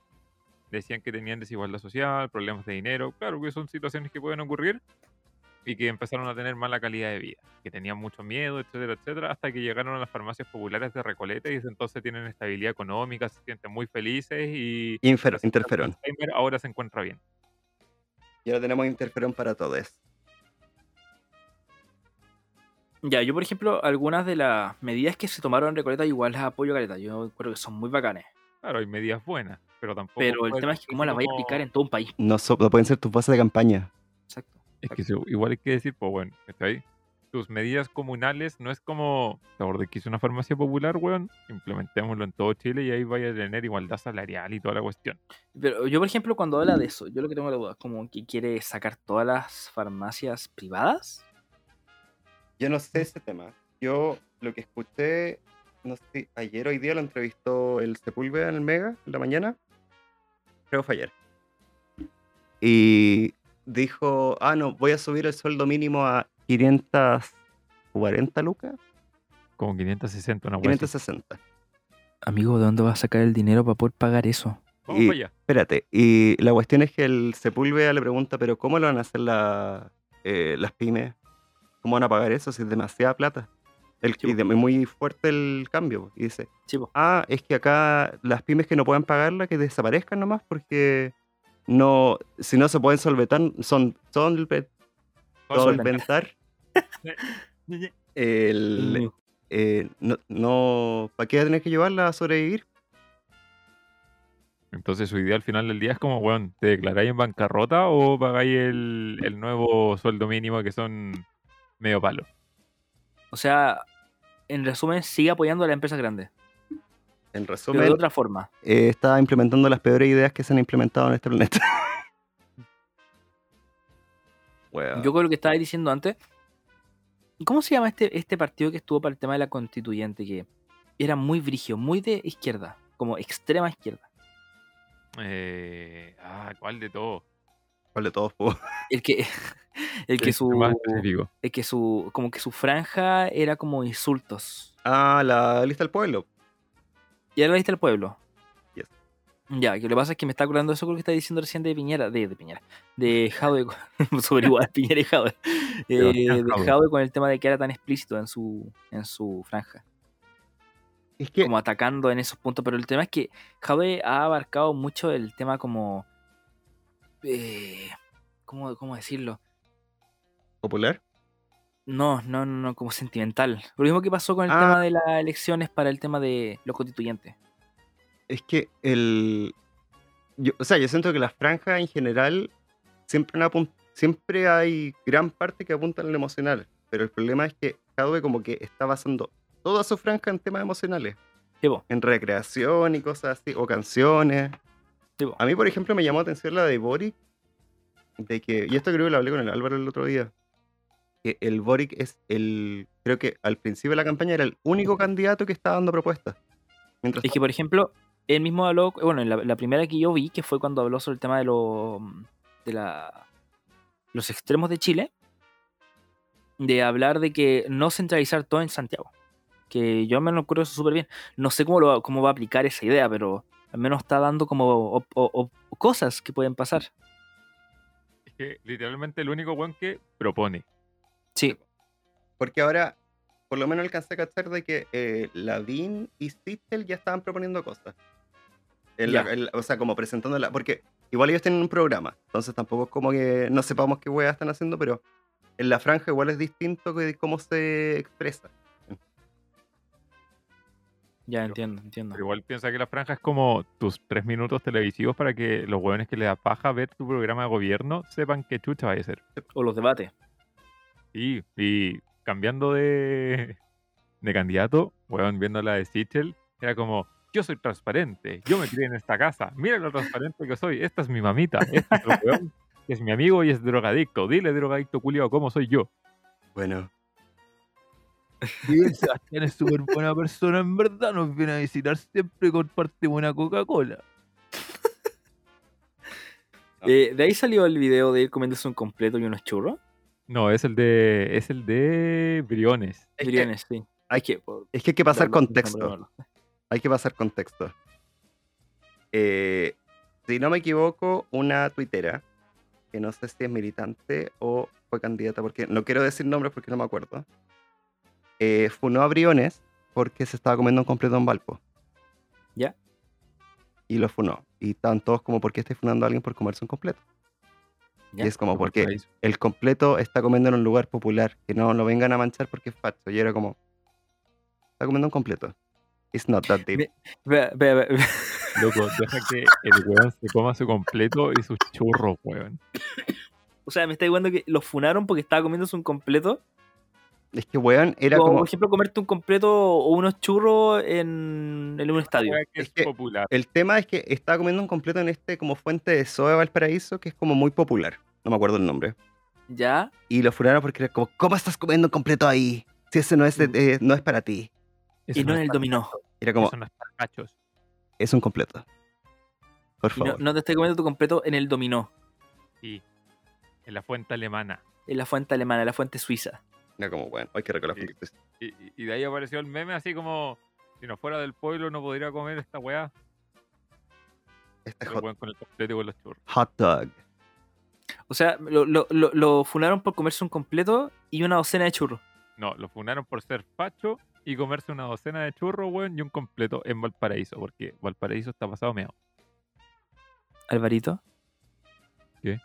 Speaker 2: decían que tenían desigualdad social, problemas de dinero. Claro que son situaciones que pueden ocurrir y que empezaron a tener mala calidad de vida, que tenían mucho miedo, etcétera, etcétera, hasta que llegaron a las farmacias populares de Recoleta y desde entonces tienen estabilidad económica, se sienten muy felices y
Speaker 3: Infer-
Speaker 2: Resulta que
Speaker 3: interferón.
Speaker 2: Alzheimer ahora se encuentra bien.
Speaker 3: Y ahora tenemos interferón para todos.
Speaker 1: Ya, yo por ejemplo, algunas de las medidas que se tomaron en Recoleta igual las apoyo Caleta. Yo encuentro que son muy bacanes.
Speaker 2: Claro, hay medidas buenas, pero tampoco.
Speaker 1: Pero el
Speaker 2: puede
Speaker 1: tema es que
Speaker 2: decir
Speaker 1: cómo las vaya a
Speaker 2: como-
Speaker 1: aplicar en todo un país.
Speaker 3: No, so- no pueden ser tus voces de campaña.
Speaker 1: Exacto.
Speaker 2: Es que se- igual hay que decir, pues bueno, está ahí. Tus medidas comunales no es como. ¿Te acordás que hizo una farmacia popular, weón? Implementémoslo en todo Chile y ahí vaya a tener igualdad salarial y toda la cuestión.
Speaker 1: Pero yo, por ejemplo, cuando habla de eso, yo lo que tengo la duda, como que quiere sacar todas las farmacias privadas.
Speaker 3: Yo no sé ese tema. Yo lo que escuché no sé si ayer o hoy día lo entrevistó el Sepúlveda en el Mega, en la mañana. Creo que fue ayer. Y dijo, ah, no, voy a subir el sueldo mínimo a 540 lucas,
Speaker 2: Como 560, una wea así.
Speaker 3: 560.
Speaker 1: Amigo, ¿de dónde vas a sacar el dinero para poder pagar eso?
Speaker 2: Vamos
Speaker 3: y-
Speaker 2: para allá.
Speaker 3: Espérate, y la cuestión es que el Sepúlveda le pregunta, pero ¿cómo lo van a hacer la- eh, las pymes? ¿Cómo van a pagar eso si es demasiada plata? El,
Speaker 1: Sí,
Speaker 3: y de- muy fuerte el cambio. Y dice,
Speaker 1: Chivo.
Speaker 3: ah, es que acá las pymes que no puedan pagarla, que desaparezcan nomás, porque no, si no se pueden solventar, son, son, solventar
Speaker 1: Mm.
Speaker 3: el, eh, no, no ¿para qué voy a tener que llevarla a sobrevivir?
Speaker 2: Entonces su idea al final del día es como, weón, ¿te declaráis en bancarrota o pagáis el, el nuevo sueldo mínimo que son medio palo?
Speaker 1: O sea, en resumen, sigue apoyando a las empresas grandes.
Speaker 3: En
Speaker 1: Pero de
Speaker 3: resumen,
Speaker 1: otra forma.
Speaker 3: eh, está implementando las peores ideas que se han implementado en este planeta. Weón.
Speaker 1: Yo con lo que estabais diciendo antes. ¿Cómo se llama este, este partido que estuvo para el tema de la constituyente? Que era muy brigio, muy de izquierda, como extrema izquierda.
Speaker 2: Eh, ah, ¿cuál de todo?
Speaker 3: ¿Cuál de todos, po?
Speaker 1: El que, el que
Speaker 2: Es Más
Speaker 1: su.
Speaker 2: específico.
Speaker 1: El que su. Como que su franja era como insultos.
Speaker 3: Ah, la lista del pueblo.
Speaker 1: Y ahora la lista del pueblo.
Speaker 3: Yes.
Speaker 1: Ya, que lo que pasa es que me está acordando de eso que está diciendo recién de Piñera, de, de Piñera, de Jadwe, con- sobre igual Piñera y Jadwe, Eh,
Speaker 2: Sebastián
Speaker 1: de
Speaker 2: Jadwe.
Speaker 1: Jadwe con el tema de que era tan explícito en su, en su franja,
Speaker 3: Es que
Speaker 1: como atacando en esos puntos, pero el tema es que Jadwe ha abarcado mucho el tema como, eh, ¿cómo, ¿cómo decirlo?
Speaker 3: popular.
Speaker 1: No, no, no, no, como sentimental. Lo mismo que pasó con el
Speaker 3: Ah.
Speaker 1: tema de las elecciones para el tema de los constituyentes.
Speaker 3: Es que el. yo- o sea, yo siento que las franjas en general siempre, han apun- siempre hay gran parte que apuntan a lo emocional. Pero el problema es que Jadwe como que está basando toda su franja en temas emocionales.
Speaker 1: Tipo,
Speaker 3: En recreación y cosas así. O canciones.
Speaker 1: tipo.
Speaker 3: A mí, por ejemplo, me llamó la atención la de Boric. De que, y esto creo que lo hablé con el Álvaro el otro día. Que el Boric es el. Creo que al principio de la campaña era el único candidato que estaba dando propuestas. Mientras
Speaker 1: Es que, por ejemplo, él mismo habló, bueno, en la, la primera que yo vi, que fue cuando habló sobre el tema de, lo- mm, de la- los extremos de Chile, de hablar de que no centralizar todo en Santiago. Que yo me lo ocurre eso súper bien. No sé cómo, lo, cómo va a aplicar esa idea, pero al menos está dando como op- o- o- cosas que pueden pasar.
Speaker 2: Es que literalmente el único weón que propone.
Speaker 1: Sí,
Speaker 3: Porque ahora, por lo menos alcancé a cachar de que eh, Lavín y Sittel ya estaban proponiendo cosas. En la-
Speaker 1: Ya.
Speaker 3: en la- o sea, como presentándola. Porque igual ellos tienen un programa. Entonces tampoco es como que no sepamos qué weas están haciendo, pero en la franja igual es distinto que cómo se expresa.
Speaker 1: ya entiendo, entiendo.
Speaker 2: Pero igual piensa que la franja es como tus tres minutos televisivos para que los weones que les da paja ver tu programa de gobierno sepan qué chucha vaya a ser.
Speaker 1: O los debates.
Speaker 2: Y, y cambiando de, de candidato, weón, viendo la de Sichel, era como, yo soy transparente, yo me crié en esta casa, mira lo transparente que soy, esta es mi mamita, este es el weón que es mi amigo y es drogadicto, dile drogadicto culiao cómo soy yo.
Speaker 3: Bueno.
Speaker 2: Y el Sebastián es súper buena persona, en verdad, nos viene a visitar siempre, comparte una Coca-Cola.
Speaker 3: Ah.
Speaker 1: Eh, de ahí salió el video de ir comiéndose un completo y unos churros.
Speaker 2: No, es el de, es el de Briones.
Speaker 3: Es que-
Speaker 1: Briones, sí.
Speaker 3: Hay
Speaker 1: que por-
Speaker 3: Es que hay que pasar
Speaker 1: verlo, no,
Speaker 3: contexto.
Speaker 1: verlo.
Speaker 3: Hay que pasar contexto. Eh, si no me equivoco, una tuitera, que no sé si es militante o fue candidata, porque no quiero decir nombres porque no me acuerdo, eh, funó a Briones porque se estaba comiendo un completo en Valpo.
Speaker 1: ¿Ya?
Speaker 3: Y lo funó. Y estaban todos como, ¿por qué estáis funando a alguien por comerse un completo?
Speaker 1: ¿Ya?
Speaker 3: Y es como, porque
Speaker 2: Ahí-
Speaker 3: el completo está comiendo en un lugar popular, que no lo vengan a manchar porque es falso. Y era como, está comiendo un completo. It's not that deep.
Speaker 1: Me- Ve- ve- ve- ve-
Speaker 2: Loco, deja que el weón se coma su completo y sus churros, weón.
Speaker 1: O sea, me está igualando que los funaron porque estaba comiéndose un completo.
Speaker 3: Es que, weón, era
Speaker 1: como,
Speaker 3: como.
Speaker 1: por ejemplo, comerte un completo o unos churros en, en un estadio.
Speaker 2: Weá que
Speaker 3: Es
Speaker 2: es
Speaker 3: que-
Speaker 2: popular.
Speaker 3: El tema es que estaba comiendo un completo en este como fuente de soda Valparaíso, que es como muy popular. No me acuerdo el nombre.
Speaker 1: ¿Ya?
Speaker 3: Y lo funaron porque era como, ¿cómo estás comiendo un completo ahí? Si ese no es, de-
Speaker 1: Mm.
Speaker 3: eh, no es para ti.
Speaker 2: Eso
Speaker 1: Y no en
Speaker 2: es
Speaker 1: el
Speaker 2: para-
Speaker 1: dominó.
Speaker 3: Era como,
Speaker 2: Eso no es para cachos.
Speaker 3: es un completo. Por
Speaker 1: Y no,
Speaker 3: favor.
Speaker 1: no te estoy comiendo tu completo en el dominó.
Speaker 2: Sí. En la fuente alemana.
Speaker 1: En la fuente alemana, en la fuente suiza.
Speaker 3: Era como, bueno, hay que recordar
Speaker 2: Sí. Y, y- y de ahí apareció el meme así como... Si no fuera del pueblo no podría comer esta weá.
Speaker 3: este
Speaker 2: Pero
Speaker 3: hot,
Speaker 2: weón, con el completo y con los churros.
Speaker 3: hot dog.
Speaker 1: O sea, lo, lo, lo, lo funaron por comerse un completo y una docena de churros.
Speaker 2: No, lo fundaron por ser facho y comerse una docena de churros, weón, y un completo en Valparaíso. Porque Valparaíso está pasado meado.
Speaker 1: Alvarito.
Speaker 2: ¿Qué?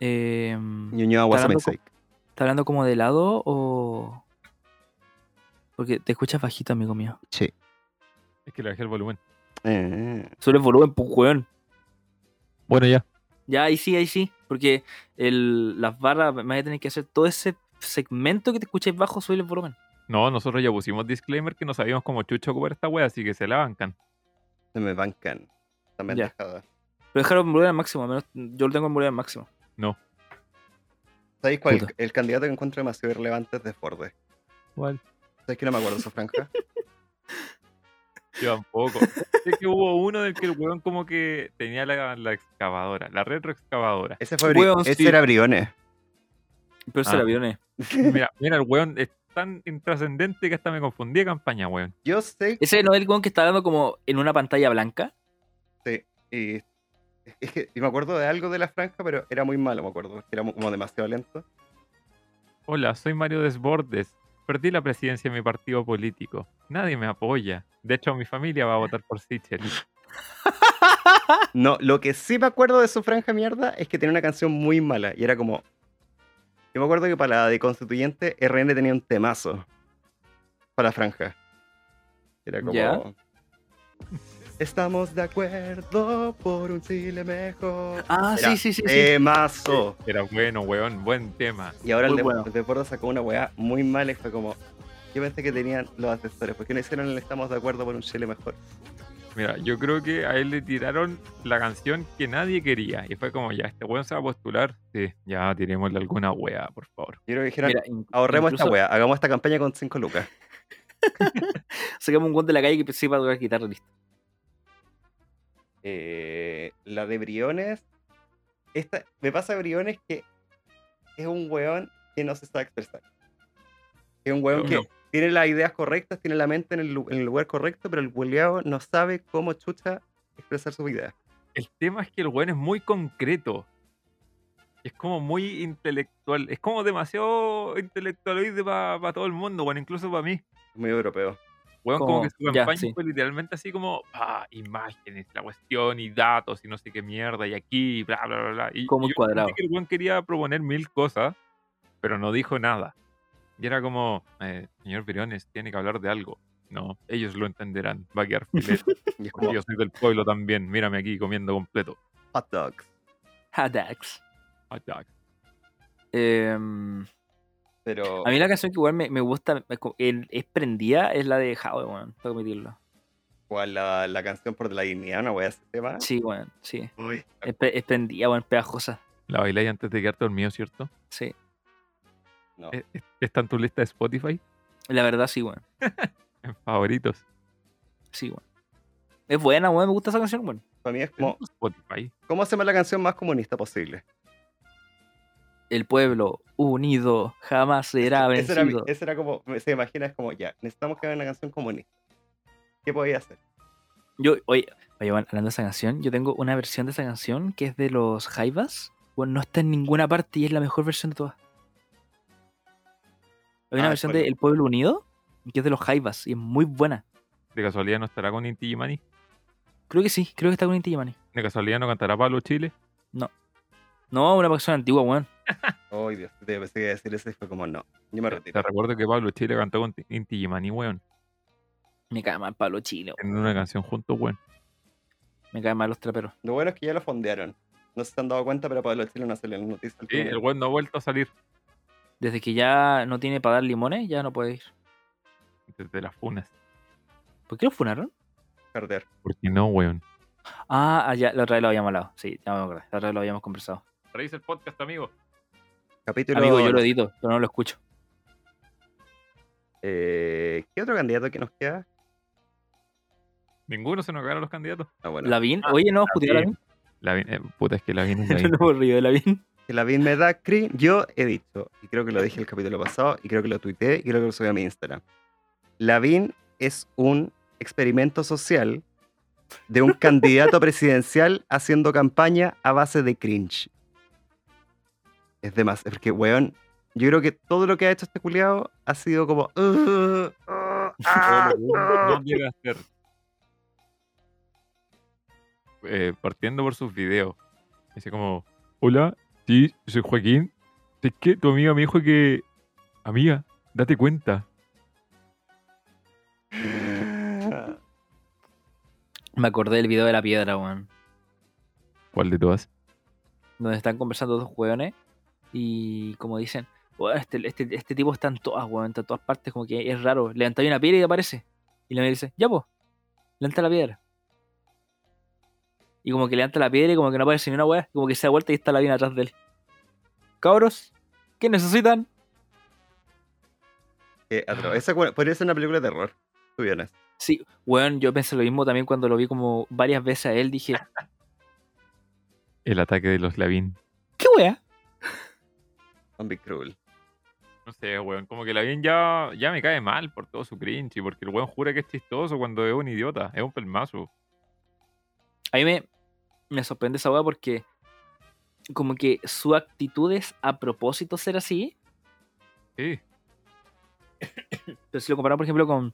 Speaker 1: Eh,
Speaker 3: Ñuñoa was a
Speaker 1: Tarando
Speaker 3: mistake.
Speaker 1: ¿Está hablando como de lado o.? Porque te escuchas bajito, amigo mío.
Speaker 3: Sí.
Speaker 2: Es que le bajé el volumen.
Speaker 3: Eh,
Speaker 1: Solo el volumen, pues, weón.
Speaker 2: Bueno, ya.
Speaker 1: Ya, ahí sí, ahí sí. Porque el, las barras, me voy a tener que hacer todo ese segmento que te escucháis bajo, sube el volumen.
Speaker 2: No, nosotros ya pusimos disclaimer que no sabíamos cómo chucho ocupar esta wea, así que se la bancan.
Speaker 3: se me bancan. También
Speaker 1: Ya.
Speaker 3: dejada.
Speaker 1: Pero dejaron en volumen al máximo, al menos yo lo tengo en volumen al máximo.
Speaker 3: ¿Sabéis cuál?
Speaker 1: Puta.
Speaker 3: El candidato que encuentro demasiado irrelevante es Desbordes. ¿Sabéis que no me acuerdo de su franja?
Speaker 2: Yo tampoco. es que hubo uno del que el weón como que tenía la, la excavadora, la retroexcavadora.
Speaker 3: Ese fue
Speaker 1: Weón,
Speaker 3: Bri-
Speaker 1: sí.
Speaker 3: Ese era Briones.
Speaker 1: Pero se
Speaker 2: Ah.
Speaker 1: la vieron, eh.
Speaker 2: Mira, mira, el weón es tan intrascendente que hasta me confundí de campaña, weón.
Speaker 3: Yo sé
Speaker 1: Ese no es el weón que está hablando como en una pantalla blanca.
Speaker 3: Y es que y me acuerdo de algo de la franja, pero era muy malo, me acuerdo. porque Era mu- como demasiado lento.
Speaker 2: Hola, soy Mario Desbordes. Perdí la presidencia de mi partido político. Nadie me apoya. De hecho, mi familia va a votar por Sichel.
Speaker 3: No, lo que sí me acuerdo de su franja mierda es que tenía una canción muy mala. Y era como. Yo me acuerdo que para la de constituyente, RN tenía un temazo. Para la franja. Era como.
Speaker 1: Ya.
Speaker 3: Estamos de acuerdo por un Chile mejor.
Speaker 1: Ah,
Speaker 3: Era
Speaker 1: sí, sí, sí. sí.
Speaker 3: Temazo.
Speaker 2: Era bueno, weón. Buen tema.
Speaker 3: Y ahora el,
Speaker 1: Muy
Speaker 3: de,
Speaker 1: bueno.
Speaker 3: el Deportes sacó una weá muy mala y fue como. Yo pensé que tenían los asesores. ¿Por qué no hicieron el estamos de acuerdo por un Chile mejor?
Speaker 2: Mira, yo creo que a él le tiraron la canción que nadie quería. Y fue como, ya, este weón se va a postular. Sí, ya, tirémosle alguna wea, por favor.
Speaker 3: Yo creo que dijeron,
Speaker 1: Mira, in-
Speaker 3: ahorremos
Speaker 1: incluso
Speaker 3: esta weá, hagamos esta campaña con 5 lucas.
Speaker 1: Sacamos un guante de la calle que sepa tocar guitarra, listo.
Speaker 3: Eh, la de Briones. Esta, me pasa de Briones que es un weón que no se sabe expresar. Es un weón
Speaker 2: No,
Speaker 3: que
Speaker 2: no.
Speaker 3: tiene las ideas correctas, tiene la mente en el, lu- en el lugar correcto, pero el boleado no sabe cómo chucha expresar sus ideas.
Speaker 2: El tema es que el weón es muy concreto. Es como muy intelectual. Es como demasiado intelectualoide para todo el mundo, bueno, incluso para mí.
Speaker 3: Es muy europeo.
Speaker 2: Weón, como,
Speaker 1: Como-
Speaker 2: que su
Speaker 1: ya,
Speaker 2: campaña
Speaker 1: sí.
Speaker 2: fue literalmente así como, ah, imágenes, la cuestión y datos y no sé qué mierda y aquí, y bla, bla, bla, bla. Y,
Speaker 1: Como
Speaker 2: y yo
Speaker 1: cuadrado.
Speaker 2: entendí que el weón quería proponer mil cosas, pero no dijo nada. Y era como, eh, señor Briones, tiene que hablar de algo. No, ellos lo entenderán, va a quedar filete,
Speaker 3: Y es como
Speaker 2: porque yo soy del pueblo también, mírame aquí comiendo completo.
Speaker 3: hot dogs.
Speaker 1: Hot dogs.
Speaker 2: Hot dog.
Speaker 1: Em,
Speaker 3: Pero.
Speaker 1: A mí la canción que igual me, me gusta, me- co- el- es prendida, es la de Howe, weón, tengo que admitirlo.
Speaker 3: ¿Cuál? La, la canción por la dignidad, una wea de ese tema.
Speaker 1: Sí, weón, sí.
Speaker 3: Uy,
Speaker 1: Es, pre- es prendida, weón, pegajosa.
Speaker 2: La bailáis antes de quedarte dormido, ¿cierto?
Speaker 1: Sí, Ah.
Speaker 3: no.
Speaker 2: Eh, eh, ¿Está en tu lista de Spotify?
Speaker 1: la verdad sí, weón.
Speaker 2: En favoritos.
Speaker 1: Sí, weón. Es buena, weón, me gusta esa canción, weón.
Speaker 3: Para mí es como,
Speaker 2: ¿Tenemos Spotify.
Speaker 3: ¿cómo hacemos la canción más comunista posible?
Speaker 1: El pueblo unido jamás será
Speaker 3: Ese era, mi-
Speaker 1: vencido.
Speaker 3: ese era como, se imagina, es como, ya, necesitamos que haga una canción comunista. ¿Qué podía hacer?
Speaker 1: Yo, oye, oye, weón, hablando de esa canción, yo tengo una versión de esa canción que es de los Jaivas. Bueno, no está en ninguna parte y es la mejor versión de todas. Hay una
Speaker 3: Ah,
Speaker 1: versión
Speaker 3: ¿cuál?
Speaker 1: de El Pueblo Unido que es de los Jaivas y es muy buena.
Speaker 2: De casualidad no estará con Inti Gimani.
Speaker 1: Creo que sí, creo que está con Inti Illimani.
Speaker 2: De casualidad no cantará Pablo Chile.
Speaker 1: No, una canción antigua, weón.
Speaker 3: Ay, Dios, te pensé que iba a decir eso y fue como, no, yo me
Speaker 2: Te-
Speaker 3: retiro.
Speaker 2: Te recuerdo que Pablo Chile cantó con Ti- Inti Gimani, weón.
Speaker 1: Me cae mal Pablo Chile, weón.
Speaker 2: En una canción juntos, weón.
Speaker 1: me caen mal los traperos.
Speaker 3: Lo bueno es que ya lo fondearon. No se han dado cuenta, pero Pablo Chile no salió en las noticias.
Speaker 2: Sí, el weón no ha vuelto a salir
Speaker 1: Desde que ya no tiene para dar limones, ya no puede ir.
Speaker 2: desde las funas.
Speaker 1: ¿Por qué lo funaron?
Speaker 3: perder.
Speaker 2: ¿Por qué no, weón?
Speaker 1: Ah, ah, ya, la otra vez lo habíamos hablado. Sí, ya me acuerdo. La otra vez lo habíamos conversado.
Speaker 2: Revisa el podcast, amigo.
Speaker 3: Capítulo
Speaker 1: Amigo, yo lo edito, pero no lo escucho.
Speaker 3: Eh, ¿Qué otro candidato que nos queda?
Speaker 2: Ninguno se nos cagaron los candidatos.
Speaker 3: Ah, bueno.
Speaker 1: Lavín. Oye, no, putear a Lavín.
Speaker 2: Lavín, eh, puta, es que Lavín es
Speaker 1: No
Speaker 2: Lavín.
Speaker 1: me aburrido de Lavín.
Speaker 3: Que la Vin me da crin, yo he dicho, y creo que lo dije el capítulo pasado, y creo que lo tuiteé, y creo que lo subí a mi Instagram. La Vin es un experimento social de un candidato presidencial haciendo campaña a base de cringe. Es de más, es porque, weón, yo creo que todo lo que ha hecho este culiado ha sido como... "Ugh, ah, ah".
Speaker 2: no llega a ser. Eh, partiendo por sus videos. Dice como, hola, sí, soy Joaquín. Es que tu amiga me dijo que, amiga, date cuenta.
Speaker 1: Me acordé del video de la piedra, weón.
Speaker 2: ¿Cuál de todas?
Speaker 1: donde están conversando dos hueones y como dicen, "Weón, este, este, este tipo está en todas, weón, está en todas partes, como que es raro. Levanta una piedra y aparece. Y la amiga dice, ya pues, levanta la piedra. Y como que levanta la piedra y como que no aparece ni una weá, como que se da vuelta y está la bien atrás de él. Cabros, ¿qué necesitan?
Speaker 3: Qué atroz. Eh, Esa cu- podría ser una película de terror, to be honest.
Speaker 1: Sí, weón, yo pensé lo mismo también cuando lo vi como varias veces a él, dije,
Speaker 2: El ataque de los Lavín.
Speaker 1: ¿qué weá?
Speaker 3: Zombie cruel.
Speaker 2: No sé, weón. Como que Lavín ya, ya me cae mal por todo su cringe y porque el weón jura que es chistoso cuando es un idiota, es un pelmazo.
Speaker 1: A mí me, me sorprende esa weá porque como que su actitud es a propósito ser así,
Speaker 2: Sí.
Speaker 1: Pero si lo comparamos, por ejemplo, con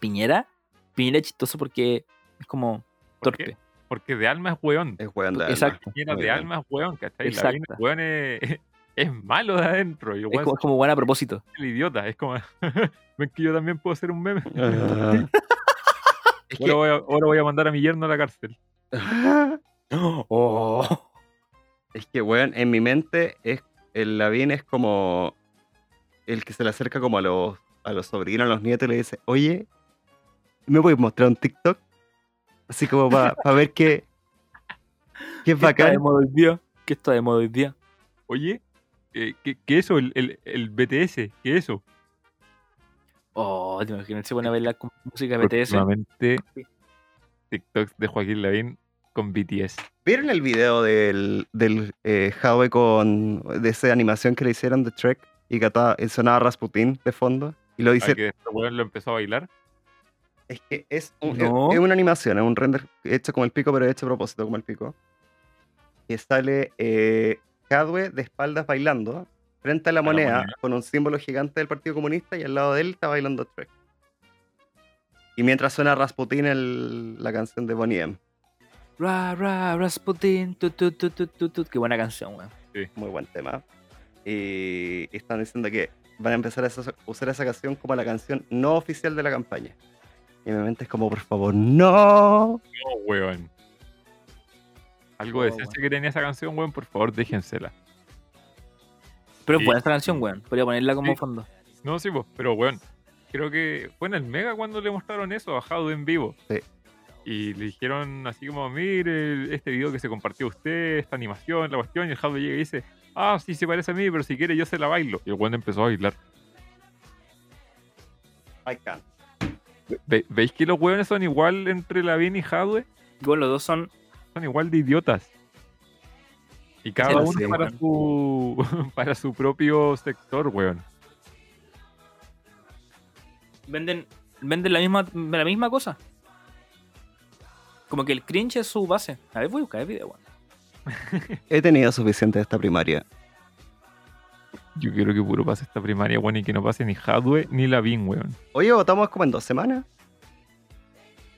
Speaker 1: Piñera, Piñera es chistoso porque es como
Speaker 2: ¿Por
Speaker 1: torpe.
Speaker 2: qué? Porque de alma es weón.
Speaker 3: Es weón de alma.
Speaker 1: Exacto.
Speaker 2: Lleno
Speaker 3: Muy
Speaker 2: de
Speaker 3: bien.
Speaker 2: alma es weón, ¿cachai? Lavín,
Speaker 1: Exacto.
Speaker 2: weón es, es malo de adentro y el
Speaker 1: Es
Speaker 2: weón
Speaker 1: como, es como buena a propósito.
Speaker 2: el idiota. Es como, ven que yo también puedo ser un meme.
Speaker 3: Es
Speaker 2: Ahora
Speaker 3: que-
Speaker 2: voy, a, ahora voy a mandar a mi yerno a la cárcel.
Speaker 3: Oh. Es que, weón, en mi mente es, el Lavín es como el que se le acerca como a los, a los sobrinos, a los nietos y le dice, oye, ¿me puedes mostrar un TikTok? Así como para ver qué, qué es
Speaker 1: ¿Qué está de
Speaker 3: bacán.
Speaker 1: moda hoy día? ¿Qué está de moda hoy día?
Speaker 2: Oye, eh, ¿qué, qué eso? El, el, el BTS, ¿qué eso?
Speaker 1: Oh, te imaginas, se pone a bailar con música de BTS.
Speaker 2: Próximamente, TikToks de Joaquín Lavín con BTS.
Speaker 3: ¿Vieron el video del, del eh, Howe con, de esa animación que le hicieron de Trek y cantaba- y sonaba Rasputin de fondo? Y lo
Speaker 2: Ah,
Speaker 3: dice,
Speaker 2: que este weón lo empezó a bailar.
Speaker 3: es que es, un- es-
Speaker 1: No.
Speaker 3: es una animación, es un render hecho como el pico, pero hecho a propósito como el pico. Que sale eh, Hadwe de espaldas bailando frente a la,
Speaker 2: la
Speaker 3: moneda,
Speaker 2: moneda.
Speaker 3: con un símbolo gigante del Partido Comunista y al lado de él está bailando Trek. Y mientras suena Rasputin el- la canción de Bonnie M.
Speaker 1: Ra, ra, Rasputin, tu, tu, tu, tu, tu, tu. Qué buena canción, weón.
Speaker 3: muy buen tema. Y están diciendo que van a empezar a esa- usar esa canción como la canción no oficial de la campaña. Y mi mente es como, por favor, no.
Speaker 2: No, weón. Algo de
Speaker 1: Oh,
Speaker 2: esencia que tenía esa canción, weón, por favor, déjensela.
Speaker 1: Pero es
Speaker 2: Sí.
Speaker 1: buena esta canción, weón. Podría ponerla como
Speaker 2: Sí.
Speaker 1: fondo.
Speaker 2: No, sí, pues, pero bueno, creo que fue en el Mega cuando le mostraron eso a Jado en vivo.
Speaker 3: Sí.
Speaker 2: Y le dijeron así como, mire, este video que se compartió usted, esta animación, la cuestión, y el Jado llega y dice, ah, sí, se parece a mí, pero si quiere yo se la bailo. Y el weón empezó a bailar.
Speaker 3: I can't.
Speaker 2: Ve- ¿Veis que los weones son igual entre Lavín y Jadwe?
Speaker 1: Bueno, los dos son.
Speaker 2: Son igual de idiotas. Y cada
Speaker 1: Sí,
Speaker 2: uno
Speaker 3: sí,
Speaker 2: para,
Speaker 1: weón.
Speaker 2: su, para su propio sector, weón.
Speaker 1: Venden, venden la, misma, la misma cosa. Como que el cringe es su base. A ver, voy a buscar el video, weón.
Speaker 3: He tenido suficiente de esta primaria.
Speaker 2: Yo quiero que puro pase esta primaria, weón, y que no pase ni Jadwe ni Lavín, weón.
Speaker 3: Oye, votamos como en dos semanas.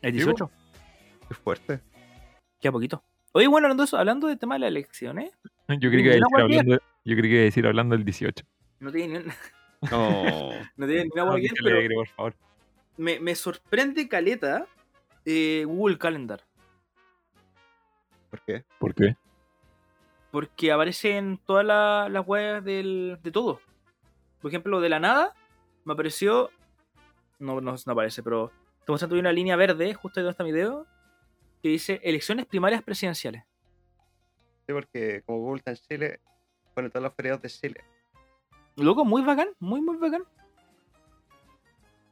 Speaker 1: El
Speaker 2: Sí,
Speaker 1: 18.
Speaker 3: Qué fuerte.
Speaker 1: Queda poquito. Oye, bueno, entonces, hablando del tema de las elecciones,
Speaker 2: Yo creí
Speaker 1: Ninguna
Speaker 2: que iba a decir
Speaker 1: cualquiera.
Speaker 2: hablando, yo creí que iba a decir hablando el 18.
Speaker 1: no tiene ni un-
Speaker 3: No.
Speaker 1: no tiene ni una
Speaker 2: Ah,
Speaker 1: hueá
Speaker 2: qué
Speaker 1: bien, pero
Speaker 2: alegre, por favor.
Speaker 1: me, me sorprende caleta eh, Google Calendar.
Speaker 3: ¿Por qué?
Speaker 2: ¿Por qué?
Speaker 1: Porque aparecen todas la- las webs del, de todo. Por ejemplo, de la nada me apareció. No, no, no aparece, pero te mostrando una línea verde, justo ahí donde está mi dedo, que dice elecciones primarias presidenciales.
Speaker 3: Sí, porque como Google está en Chile, bueno, todos los feriados de Chile.
Speaker 1: Loco, muy bacán, muy, muy bacán.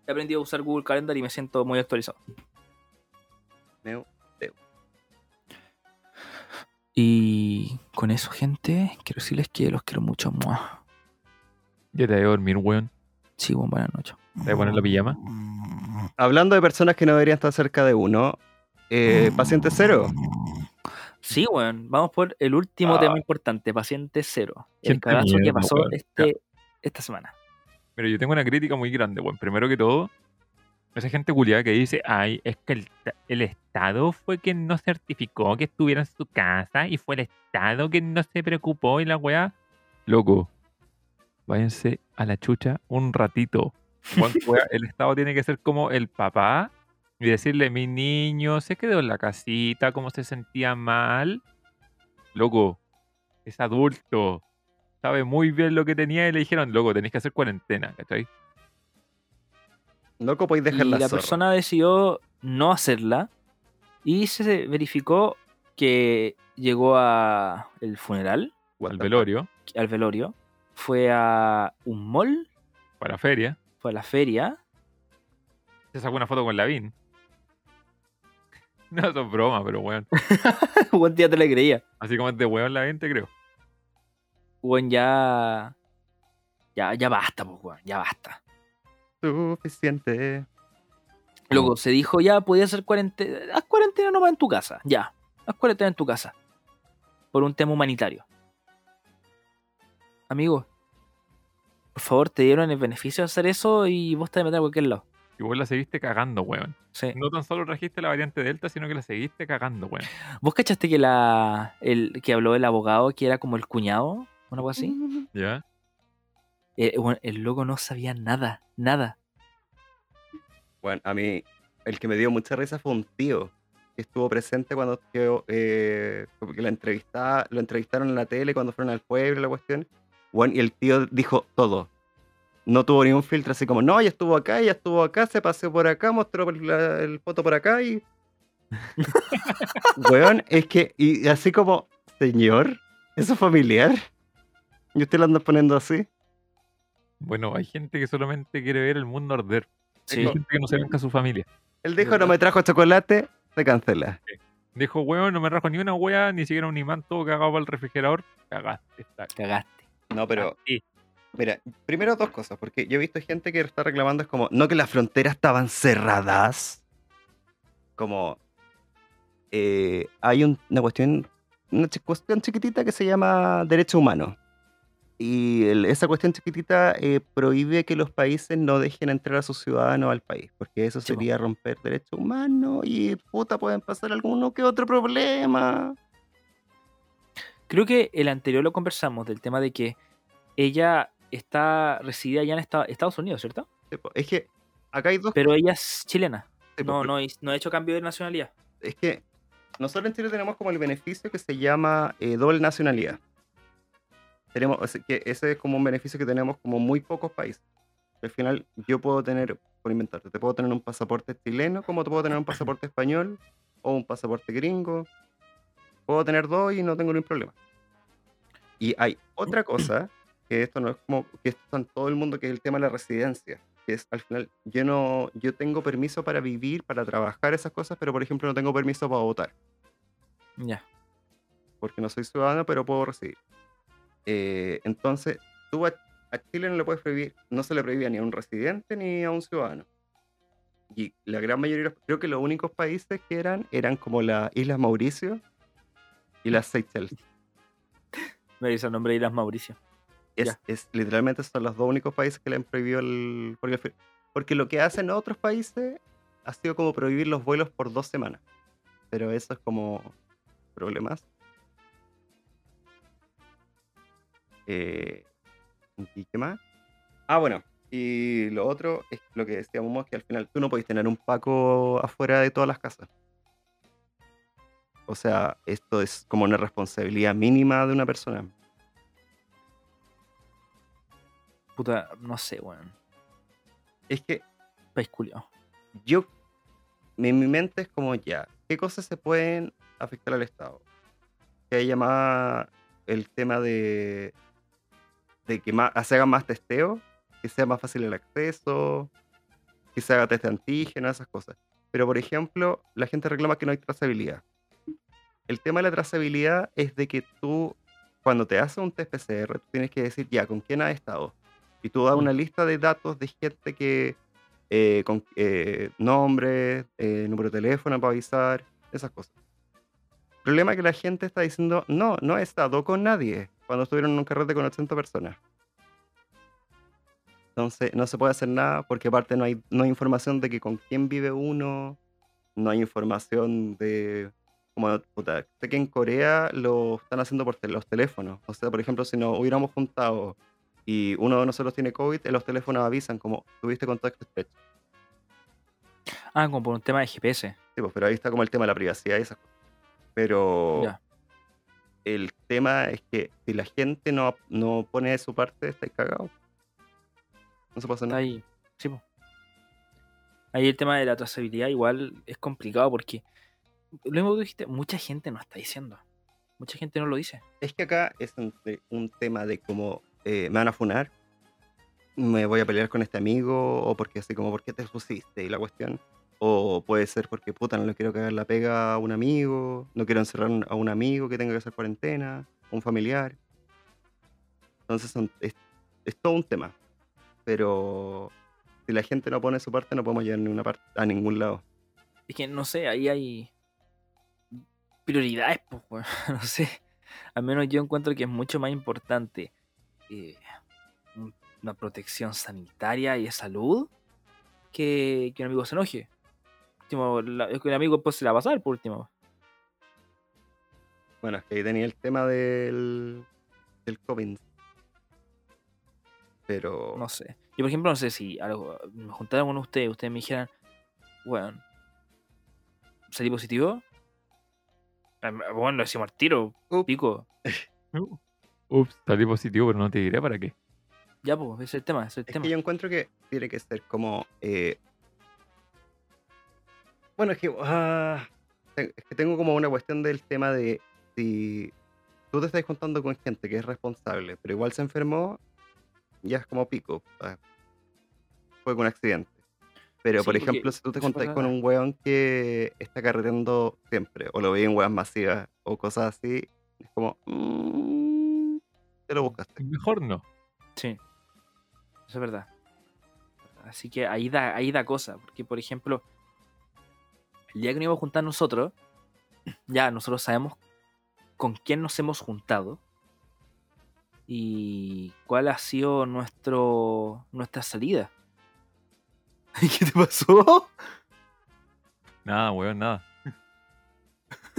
Speaker 1: he aprendido a usar Google Calendar y me siento muy actualizado.
Speaker 3: Neo.
Speaker 1: Y con eso, gente, quiero decirles que los quiero mucho. Mua.
Speaker 2: Ya te voy a dormir, weón.
Speaker 1: Sí, bueno, buenas noches.
Speaker 2: Te voy a poner la pijama.
Speaker 3: Hablando de personas que no deberían estar cerca de uno,
Speaker 1: Mm.
Speaker 3: eh, paciente cero.
Speaker 1: Sí, bueno, vamos por el último
Speaker 2: Ah.
Speaker 1: tema importante, paciente cero. El
Speaker 2: Gente
Speaker 1: cagazo que
Speaker 2: mierda,
Speaker 1: pasó
Speaker 2: weón.
Speaker 1: este, esta semana.
Speaker 2: Pero yo tengo una crítica muy grande, weón. Primero que todo, esa gente culiada que dice, ay, es que el, ta- el Estado fue quien no certificó que estuviera en su casa y fue el Estado quien no se preocupó y la weá. Loco, váyanse a la chucha un ratito. Weón, weá, el Estado tiene que ser como el papá y decirle, mi niño se quedó en la casita, cómo se sentía mal. Loco, es adulto sabe muy bien lo que tenía y le dijeron, loco, tenés que hacer cuarentena, ¿cachai?
Speaker 3: Loco, podéis
Speaker 1: Y
Speaker 3: dejar la,
Speaker 1: la
Speaker 3: zorra.
Speaker 1: persona decidió no hacerla y se verificó que llegó a el funeral,
Speaker 3: What
Speaker 2: Al
Speaker 3: the
Speaker 2: velorio,
Speaker 1: al velorio, fue a un mall,
Speaker 2: para feria.
Speaker 1: fue a la feria.
Speaker 2: Se sacó una foto con Lavín. No, son bromas, pero weón.
Speaker 1: Buen día te la creía.
Speaker 2: Así como este weón Lavín, te creo.
Speaker 1: Bueno, ya. Ya, ya basta, pues, weón, ya basta.
Speaker 3: Suficiente.
Speaker 1: Luego se dijo, ya podía hacer cuarentena. Haz cuarentena nomás en tu casa, ya. Haz cuarentena en tu casa. Por un tema humanitario. Amigo, por favor, te dieron el beneficio de hacer eso y vos te vas a meter a cualquier lado.
Speaker 2: Y vos la seguiste cagando, weón.
Speaker 1: Sí.
Speaker 2: No tan solo trajiste la variante Delta, sino que la seguiste cagando, weón.
Speaker 1: ¿Vos cachaste que la el que habló el abogado que era como el cuñado? o algo así.
Speaker 2: ¿Ya?
Speaker 1: Eh, bueno, el loco no sabía nada, nada.
Speaker 3: Bueno, a mí el que me dio mucha risa fue un tío que estuvo presente cuando yo, eh, porque la entrevista, lo entrevistaron en la tele cuando fueron al pueblo, la cuestión. Bueno, y el tío dijo todo. No tuvo ni un filtro así como, no, ya estuvo acá, ya estuvo acá, se paseó por acá, mostró la- el foto por acá y... Weón, es que, y así como, señor, ¿eso es familiar? Y usted lo anda poniendo así.
Speaker 2: Bueno, hay gente que solamente quiere ver el mundo arder.
Speaker 1: Sí.
Speaker 2: Hay gente que no se banca a su familia.
Speaker 3: Él dijo,
Speaker 1: ¿Verdad?
Speaker 3: no me trajo chocolate, se cancela.
Speaker 2: Dijo, weón, no me rajo ni una wea, ni siquiera un imán, todo cagado para el refrigerador. Cagaste, está.
Speaker 1: Cagaste. Ah,
Speaker 3: No,
Speaker 2: Sí.
Speaker 3: Mira, primero dos cosas, porque yo he visto gente que está reclamando, es como, no que las fronteras estaban cerradas. Como, eh, hay un- una cuestión, una chi- cuestión chiquitita que se llama derecho humano. Y el- esa cuestión chiquitita eh, prohíbe que los países no dejen entrar a sus ciudadanos al país, porque eso
Speaker 1: Sí, po.
Speaker 3: sería romper derecho humano y puta, pueden pasar alguno que otro problema.
Speaker 1: Creo que el anterior lo conversamos del tema de que ella está residida allá en Esta- Estados Unidos, ¿cierto?
Speaker 3: Sí, po. Es que acá hay dos...
Speaker 1: Pero ella es chilena.
Speaker 3: sí, po,
Speaker 1: No, no, he- no ha hecho cambio de nacionalidad.
Speaker 3: es que nosotros en Chile tenemos como el beneficio que se llama eh, doble nacionalidad. Tenemos, o sea, que ese es como un beneficio que tenemos como muy pocos países. Al final yo puedo tener, por inventarte, te puedo tener un pasaporte chileno, como te puedo tener un pasaporte español o un pasaporte gringo. Puedo tener dos y no tengo ningún problema. Y hay otra cosa, que esto no es como, que esto está en todo el mundo, que es el tema de la residencia. Que es al final, yo no, yo tengo permiso para vivir, para trabajar esas cosas, pero por ejemplo no tengo permiso para votar,
Speaker 1: Ya.
Speaker 3: porque no soy ciudadano, pero puedo recibir. Eh, entonces, tú a, a Chile no le puedes prohibir, no se le prohibía ni a un residente ni a un ciudadano. Y la gran mayoría, de los- creo que los únicos países que eran, eran como las Islas Mauricio y las Seychelles.
Speaker 1: Me dice el nombre de Islas Mauricio.
Speaker 3: Es,
Speaker 1: Ya.
Speaker 3: es- literalmente son los dos únicos países que le han prohibido el. Porque, al fin- porque lo que hacen otros países ha sido como prohibir los vuelos por dos semanas. Pero eso es como. problemas. Eh, ¿Y qué más? Ah, bueno. Y lo otro es lo que decíamos que al final tú no podés tener un paco afuera de todas las casas. O sea, esto es como una responsabilidad mínima de una persona.
Speaker 1: Puta, no sé, weón.
Speaker 3: Es que
Speaker 1: País culiao.
Speaker 3: yo, mi, mi mente es como ya, ¿qué cosas se pueden afectar al Estado? Que hay llamada el tema de, de que ma- se haga más testeo, que sea más fácil el acceso, que que se haga test de antígeno, esas cosas. Pero, por ejemplo, la gente reclama que no hay trazabilidad. El tema de la trazabilidad es de que tú, cuando te haces un test PCR, tú tienes que decir, ya, ¿con quién has estado? Y tú das una lista de datos de gente que, eh, con eh, nombre, eh, número de teléfono para avisar, esas cosas. El problema es que la gente está diciendo, no, no he estado con nadie cuando estuvieron en un carrete con 80 personas. Entonces no se puede hacer nada porque aparte no hay, no hay información de que con quién vive uno, no hay información de... Como, puta, sé que en Corea lo están haciendo por tel- los teléfonos. O sea, por ejemplo, si nos hubiéramos juntado y uno de nosotros tiene COVID, en los teléfonos avisan como tuviste contacto estrecho.
Speaker 1: Ah, como por un tema de GPS.
Speaker 3: Sí, pues, pero ahí está como el tema de la privacidad y esas cosas. Pero
Speaker 1: Ya.
Speaker 3: el tema es que si la gente no, no pone de su parte, estáis cagados. No se pasa nada.
Speaker 1: Ahí, sí, po. Ahí el tema de la trazabilidad igual es complicado porque, lo mismo que tú dijiste, mucha gente no está diciendo. Mucha gente no lo dice.
Speaker 3: Es que acá es entre un tema de cómo eh, me van a funar, me voy a pelear con este amigo, o porque así como, ¿por qué te pusiste? Y la cuestión. O puede ser porque, puta, no le quiero cagar la pega a un amigo, no quiero encerrar un- a un amigo que tenga que hacer cuarentena, un familiar. Entonces son- es, es todo un tema. Pero si la gente no pone su parte, no podemos llegar a, ninguna parte, a ningún lado.
Speaker 1: Es que, no sé, ahí hay prioridades, pues, weón, no sé. Al menos yo encuentro que es mucho más importante eh, un- una protección sanitaria y de salud que, que un amigo se enoje. Por Último, la- es que un amigo pues, se la va a pasar, por último.
Speaker 3: Bueno, es que ahí tenía el tema del, del COVID. Pero...
Speaker 1: No sé. Yo, por ejemplo, no sé si algo, me juntara con ustedes, ustedes me dijeran, bueno, salí positivo. Ah, Bueno, lo decimos al tiro,
Speaker 3: Ups.
Speaker 1: pico.
Speaker 2: Ups, salí positivo, pero no te diré para qué.
Speaker 1: Ya, pues, ese es el tema, ese es el
Speaker 3: Es
Speaker 1: tema.
Speaker 3: que yo encuentro que tiene que ser como. eh, Bueno, es que, ah, te- es que tengo como una cuestión del tema de si tú te estás juntando con gente que es responsable, pero igual se enfermó, ya es como pico. ah, Fue con un accidente. Pero,
Speaker 1: Sí,
Speaker 3: por
Speaker 1: porque
Speaker 3: ejemplo, si tú te
Speaker 1: eso
Speaker 3: juntás
Speaker 1: pasa-
Speaker 3: con un weón que está carreteando siempre, o lo veis en weas masivas, o cosas así, es como. mm, te lo buscaste.
Speaker 2: Mejor no.
Speaker 1: Sí, eso es verdad. Así que ahí da, ahí da cosa, porque por ejemplo, el día que nos íbamos a juntar nosotros, ya nosotros sabemos con quién nos hemos juntado y cuál ha sido nuestro nuestra salida. ¿Qué te pasó?
Speaker 2: Nada, weón, nada.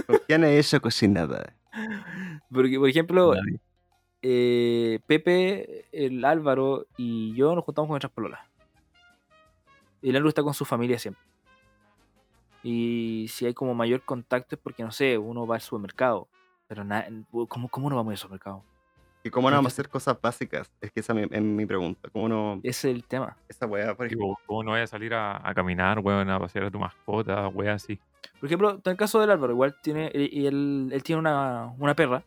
Speaker 3: ¿Con quién he hecho cocinada?
Speaker 1: Porque, por ejemplo,
Speaker 2: Nadie.
Speaker 1: eh, Pepe, el Álvaro y yo nos juntamos con nuestras pololas. El Álvaro está con su familia siempre. Y si hay como mayor contacto es porque, no sé, uno va al supermercado. Pero na- ¿cómo, ¿cómo no vamos al supermercado?
Speaker 3: ¿Y cómo
Speaker 1: Entonces-
Speaker 3: no vamos a hacer cosas básicas? Es que esa mi- es mi pregunta. ¿Cómo no?
Speaker 1: Ese es el tema.
Speaker 3: Esa weá, por ejemplo.
Speaker 2: Tipo, ¿Cómo no vayas a salir a, a caminar, weón, a pasear a tu mascota, weón, así?
Speaker 1: Por ejemplo, en el caso del Álvaro, igual tiene, él, él- él tiene una, una perra,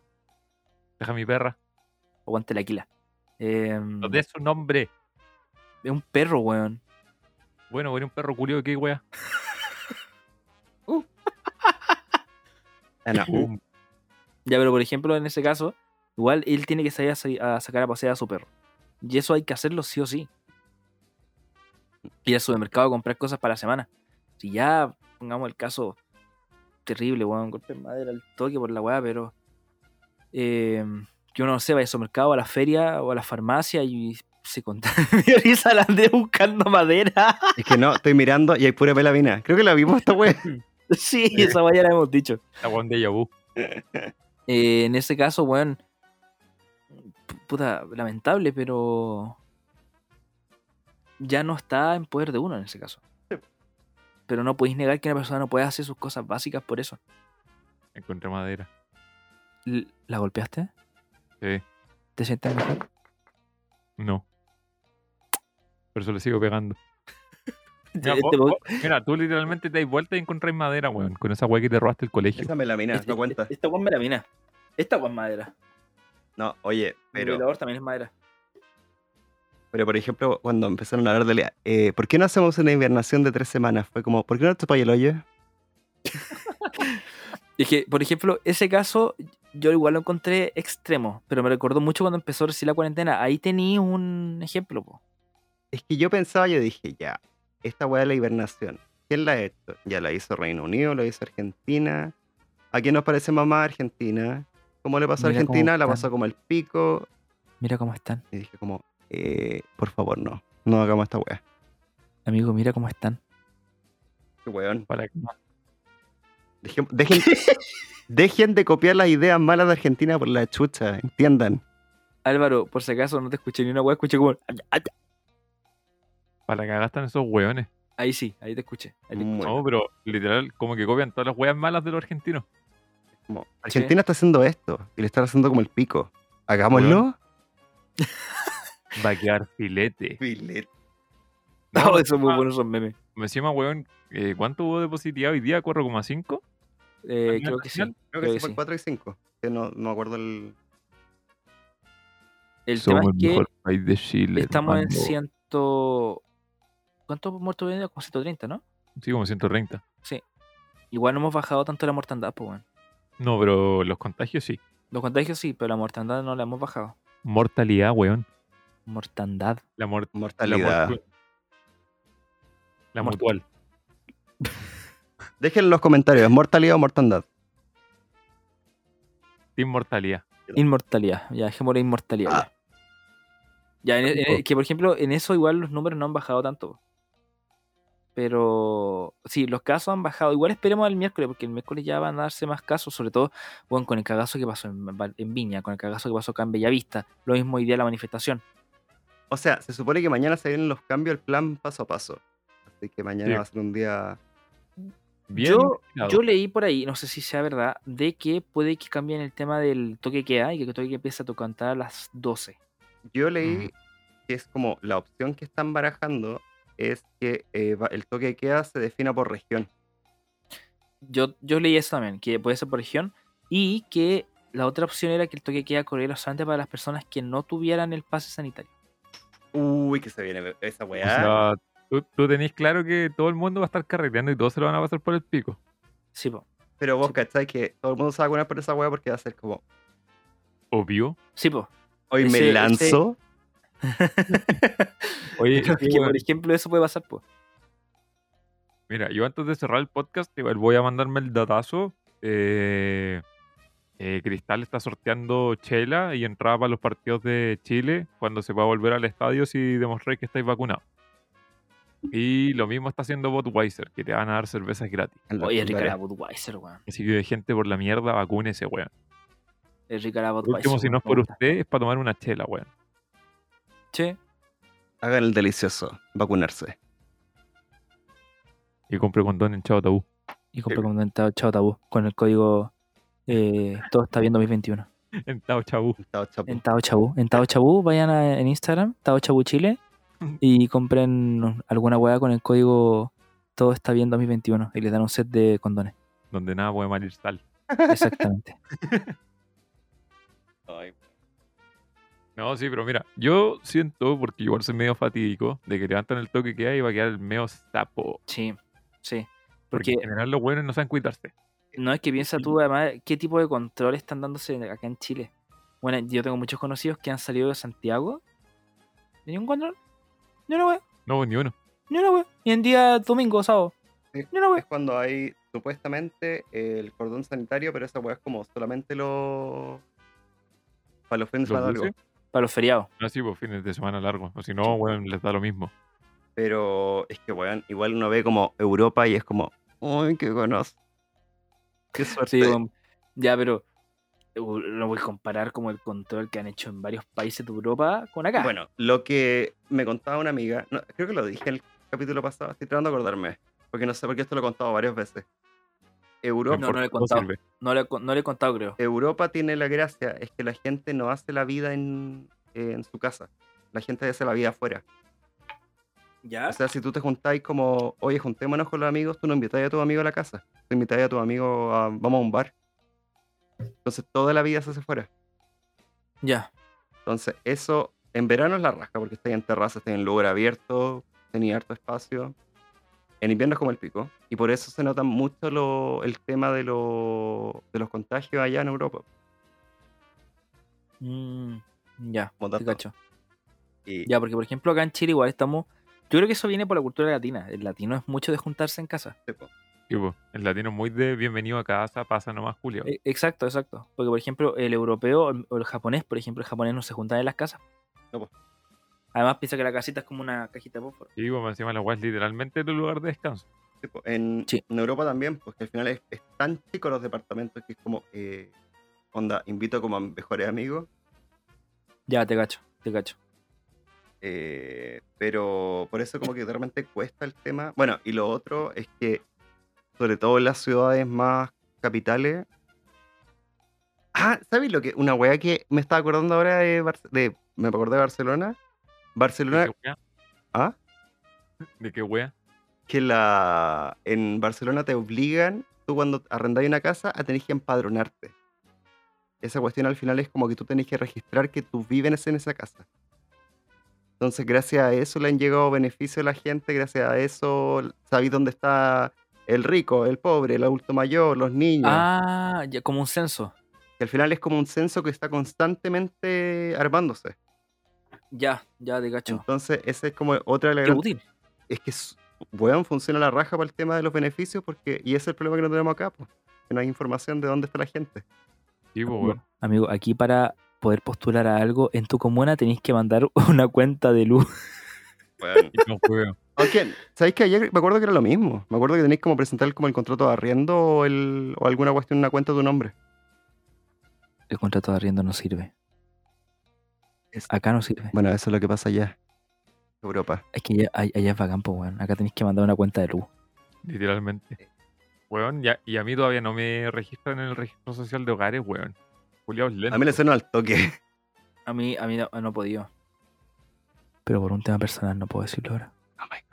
Speaker 2: Deja a mi perra.
Speaker 1: aguante la Aquila. Eh,
Speaker 2: No des su nombre.
Speaker 1: es un perro, weón.
Speaker 2: Bueno, weón, un perro culiado, ¿qué, weón?
Speaker 3: Ah, no.
Speaker 2: Un
Speaker 1: Ya, pero por ejemplo, en ese caso, igual él tiene que salir a, sa- a sacar a pasear a su perro. Y eso hay que hacerlo sí o sí. Ir al supermercado a comprar cosas para la semana. Si ya, pongamos el caso terrible, weón, golpe de madera al toque por la weá, pero. eh, que uno no sé, vaya al supermercado, a la feria o a la farmacia y se contamina. Me risa la andé buscando madera.
Speaker 3: Es que no, estoy mirando y hay pura pela vina. Creo que la vimos esta weá.
Speaker 1: sí, esa weá ya la hemos dicho.
Speaker 2: la weón de Yabu.
Speaker 1: Eh, en ese caso, weón. p- Puta, lamentable, pero. Ya no está en poder de uno en ese caso. Pero no podéis negar que una persona no puede hacer sus cosas básicas por eso.
Speaker 2: Encontré madera.
Speaker 1: L- ¿La golpeaste?
Speaker 2: Sí,
Speaker 1: ¿Te sientes mejor?
Speaker 2: no. Por eso le sigo pegando. Mira,
Speaker 1: Te-
Speaker 2: vos-
Speaker 1: te-
Speaker 2: vos- mira, tú literalmente te das vuelta y encontrás madera, weón, con esa weá que te robaste el colegio.
Speaker 3: Esa melamina,
Speaker 1: este-
Speaker 3: no cuenta.
Speaker 1: Esta weón me la mina. Esta weón es madera.
Speaker 3: No, oye,
Speaker 1: El
Speaker 3: pero
Speaker 1: ventilador también es madera.
Speaker 3: Pero, por ejemplo, cuando empezaron a hablar de, la- eh, ¿por qué no hacemos una invernación de tres semanas? Fue como, ¿por qué no te payas el hoyo?
Speaker 1: Es que, por ejemplo, ese caso yo igual lo encontré extremo, pero me recordó mucho cuando empezó recién la cuarentena. Ahí tenía un ejemplo, po.
Speaker 3: Es que yo pensaba, yo dije, ya, esta weá de la hibernación, ¿quién la ha hecho? Ya la hizo Reino Unido, la hizo Argentina. ¿A quién nos parece mamá Argentina? ¿Cómo le pasó a
Speaker 1: Mira cómo
Speaker 3: Argentina? La
Speaker 1: están.
Speaker 3: pasó como el pico.
Speaker 1: Mira cómo están.
Speaker 3: Y dije como, eh, por favor, no, no hagamos esta weá.
Speaker 1: Amigo, mira cómo están.
Speaker 3: Qué weón.
Speaker 2: Para que-
Speaker 3: Dejen, dejen, dejen de copiar las ideas malas de Argentina por la chucha, entiendan.
Speaker 1: Álvaro, por si acaso no te escuché ni una weá, escuché como.
Speaker 2: para que gastan esos hueones.
Speaker 1: Ahí sí, ahí te escuché. Ahí te-
Speaker 3: Muy-
Speaker 2: No, pero literal, como que copian todas las hueas malas de los argentinos.
Speaker 3: como, Argentina está haciendo esto y le está haciendo como el pico. Hagámoslo.
Speaker 2: Va a quedar filete.
Speaker 1: No,
Speaker 2: No,
Speaker 1: esos muy
Speaker 2: ah,
Speaker 1: buenos son memes.
Speaker 2: Me encima, hueón, eh, ¿cuánto hubo de positividad hoy día? ¿4,5?
Speaker 1: Eh,
Speaker 2: ¿Al
Speaker 1: creo
Speaker 2: nivel
Speaker 1: que sí.
Speaker 2: nacional?
Speaker 3: Creo que
Speaker 1: Creo
Speaker 3: sí
Speaker 1: que
Speaker 3: fue
Speaker 1: sí.
Speaker 3: 4 y 5. No, no me acuerdo el.
Speaker 1: El tema es que
Speaker 2: país de Chile.
Speaker 1: estamos en ciento. ¿Cuántos muertos hoy en día? Como 130, ¿no?
Speaker 2: Sí, como 130.
Speaker 1: Igual no hemos bajado tanto la mortandad, pues, weón.
Speaker 2: No, pero los contagios sí.
Speaker 1: Los contagios sí, pero la mortandad no la hemos bajado.
Speaker 2: Mortalidad, weón.
Speaker 1: Mortandad.
Speaker 2: La, mor- la,
Speaker 3: Mortalidad.
Speaker 2: mortu- la
Speaker 1: Mort-
Speaker 2: mutual.
Speaker 3: Dejen en los comentarios, ¿mortalidad o mortandad?
Speaker 2: Team mortalidad.
Speaker 1: Inmortalidad, ya dejémosle inmortalidad.
Speaker 3: Ah.
Speaker 1: Ya, Ya, en- en- que por ejemplo, en eso igual los números no han bajado tanto. Pero sí, los casos han bajado. Igual esperemos el miércoles, porque el miércoles ya van a darse más casos, sobre todo bueno, con el cagazo que pasó en, Val- en Viña, con el cagazo que pasó acá en Bellavista. Lo mismo hoy día la manifestación.
Speaker 3: O sea, se supone que mañana se vienen los cambios, el plan paso a paso. Así que mañana
Speaker 2: Sí.
Speaker 3: va a ser un día.
Speaker 2: Bien.
Speaker 1: yo,
Speaker 2: vigilado.
Speaker 1: yo leí por ahí, no sé si sea verdad, de que puede que cambien el tema del toque que queda y que el toque que empiece a tocar a las 12.
Speaker 3: Yo
Speaker 1: Mm.
Speaker 3: leí que es como la opción que están barajando es que eh, va- el toque de queda se defina por región.
Speaker 1: Yo, yo leí eso también, que puede ser por región. Y que la otra opción era que el toque queda corriera solamente para las personas que no tuvieran el pase sanitario.
Speaker 3: Uy, que se viene esa
Speaker 2: O
Speaker 3: weá.
Speaker 1: ¿Ah?
Speaker 2: sea, tú, tú tenés claro que todo el mundo va a estar carreteando y todos se lo van a pasar por el pico.
Speaker 1: Sí, po.
Speaker 3: Pero vos cacháis que todo el mundo se va a vacunar por esa weá porque va a ser como,
Speaker 2: Obvio.
Speaker 1: Sí, po.
Speaker 3: hoy
Speaker 1: Ese-
Speaker 3: me
Speaker 1: ese-
Speaker 3: lanzo.
Speaker 2: Oye,
Speaker 1: Pero
Speaker 2: sí,
Speaker 1: que,
Speaker 2: weón.
Speaker 1: por ejemplo, eso puede pasar, po.
Speaker 2: Mira, yo antes de cerrar el podcast, igual voy a mandarme el datazo. Eh, eh, Cristal está sorteando chela y entrada para los partidos de Chile cuando se va a volver al estadio si demostráis que estáis vacunados. Y lo mismo está haciendo Budweiser, que te van a dar cervezas gratis.
Speaker 1: Oye, rica la Budweiser, weón.
Speaker 2: Así que gente por la mierda, vacúnese, weón.
Speaker 1: Es rica la
Speaker 2: Por
Speaker 1: Budweiser.
Speaker 2: último, si
Speaker 1: weón,
Speaker 2: no es
Speaker 1: me
Speaker 2: por
Speaker 1: gusta.
Speaker 2: usted, es para tomar una chela, weón.
Speaker 1: Che,
Speaker 3: Hagan el delicioso, vacunarse.
Speaker 2: Y compre condón en Chao Tabú.
Speaker 1: y compré comentado Chao Tabú con el código eh, Todo está viendo 2021.
Speaker 2: En Tao Chabú.
Speaker 3: Chao, pues. chapo.
Speaker 1: En Tao Chabú. En Tao Chabú, vayan a- en Instagram, Tao Chabú Chile, y compren alguna weá con el código Todo está bien 2021 y les dan un set de condones.
Speaker 2: donde nada puede mal ir sal.
Speaker 1: Exactamente.
Speaker 3: Ay,
Speaker 2: No, sí, pero mira, yo siento, porque igual soy medio fatídico, de que levantan el toque que hay y va a quedar el medio sapo.
Speaker 1: Sí, sí. Porque
Speaker 2: Porque en general los buenos no saben cuidarse.
Speaker 1: no es que piensa tú, además, qué tipo de control están dándose en- acá en Chile. Bueno, yo tengo muchos conocidos que han salido de Santiago. ¿Ni un control? Ni una weá,
Speaker 2: No, pues, ni uno.
Speaker 1: ni una weá. Y en día domingo, sábado.
Speaker 3: Sí.
Speaker 1: Ni una
Speaker 3: es
Speaker 1: weá.
Speaker 3: cuando hay supuestamente el cordón sanitario, pero esa weá es como solamente lo. Para los fines de
Speaker 2: ¿Los
Speaker 3: semana
Speaker 2: dulces?
Speaker 3: algo.
Speaker 1: Para los feriados.
Speaker 2: No, sí, por fines de semana largo. O si no, weón, les da lo mismo.
Speaker 3: Pero es que, weón, igual uno ve como Europa y es como, uy, qué conoz. Qué
Speaker 1: Sí,
Speaker 3: suerte.
Speaker 1: bueno, ya, pero uh, no voy a comparar como el control que han hecho en varios países de Europa con acá.
Speaker 3: bueno, lo que me contaba una amiga, no, creo que lo dije en el capítulo pasado, estoy tratando de acordarme, porque no sé por qué esto lo he contado varias veces. Europa,
Speaker 1: no, no le he
Speaker 2: Porque
Speaker 1: contado.
Speaker 2: sirve.
Speaker 1: no, le, he con- no le he contado,
Speaker 3: Eh,
Speaker 1: creo.
Speaker 3: Europa tiene la gracia, es que la gente no hace la vida en, en su casa, la gente hace la vida afuera.
Speaker 1: ¿Ya?
Speaker 3: O sea, si tú te juntáis como, oye, juntémonos con los amigos, tú no invitáis a tu amigo a la casa. Tú invitáis a tu amigo a, vamos a un bar. Entonces, toda la vida se hace fuera.
Speaker 1: ya.
Speaker 3: Entonces, eso En verano es la rasca porque estáis en terraza, estáis en lugar abierto, tenéis harto espacio. En invierno es como el pico. Y por eso se nota mucho lo- el tema de, lo- de los contagios allá en Europa.
Speaker 1: Mm, ya,
Speaker 3: Como
Speaker 1: te
Speaker 3: dato.
Speaker 1: cacho.
Speaker 3: Y
Speaker 1: Ya, porque por ejemplo acá en Chile igual estamos... Yo creo que eso viene por la cultura latina. El latino es mucho de juntarse en casa.
Speaker 3: sí, po.
Speaker 2: Sí, po, el latino es muy de bienvenido a casa, pasa nomás, Julio.
Speaker 1: E- Exacto, exacto. Porque por ejemplo el europeo o el- o el japonés, por ejemplo, el japonés no se juntan en las casas.
Speaker 3: No, pues. po.
Speaker 1: Además piensa que la casita es como una cajita de fósforo.
Speaker 2: Y bueno, pues, encima la weá es literalmente tu lugar de descanso.
Speaker 3: Sí, po. En,
Speaker 1: Sí.
Speaker 3: en Europa también, pues que al final es, es tan chico los departamentos que es como, eh, onda, invito como a mis mejores amigos,
Speaker 1: Ya, te cacho, te cacho.
Speaker 3: eh, pero por eso como que realmente cuesta el tema. Bueno, y lo otro es que, sobre todo en las ciudades más capitales... Ah, ¿sabes lo que? Una wea que me estaba acordando ahora de, Barce- de me acordé de Barcelona.
Speaker 2: ¿De
Speaker 1: Eh.
Speaker 3: Barcelona,
Speaker 2: qué weá?
Speaker 3: ¿ah?
Speaker 2: ¿De qué weá?
Speaker 3: que la en Barcelona te obligan, tú cuando arrendáis una casa, a tenés que empadronarte. Esa cuestión al final es como que tú tenés que registrar que tú vives en esa casa. Entonces, gracias a eso le han llegado beneficios a la gente, gracias a eso sabéis dónde está el rico, el pobre, el adulto mayor, los niños.
Speaker 1: Ah, ya, como un censo.
Speaker 3: Que al final es como un censo que está constantemente armándose.
Speaker 1: Ya, ya, te cacho.
Speaker 3: Entonces, esa es como otra de las
Speaker 1: Qué
Speaker 3: grandes
Speaker 1: útil.
Speaker 3: es que, s- weón, funciona la raja para el tema de los beneficios, porque, y ese es el problema que no tenemos acá, pues, que no hay información de dónde está la gente.
Speaker 2: Sí, po,
Speaker 1: Amigo,
Speaker 2: weón.
Speaker 1: Amigo, aquí para poder postular a algo en tu comuna tenéis que mandar una cuenta de luz.
Speaker 2: Y no juego.
Speaker 3: Aunque, ¿sabéis que ayer me acuerdo que era lo mismo? Me acuerdo que tenéis como presentar como el contrato de arriendo o, el, o alguna cuestión, una cuenta de tu nombre.
Speaker 1: El contrato de arriendo no sirve.
Speaker 3: Es-
Speaker 1: Acá no sirve.
Speaker 3: Bueno, eso es lo que pasa allá. Europa.
Speaker 1: Es que allá, a- allá es bacán, po, weón. Acá tenéis que mandar una cuenta de luz.
Speaker 2: Literalmente. Weón, y a, y a mí todavía no me registran en el registro social de hogares, weón. Julio es lento.
Speaker 3: A mí le suena al toque.
Speaker 1: A mí, a mí no, no he podido. Pero por un tema personal no puedo decirlo ahora.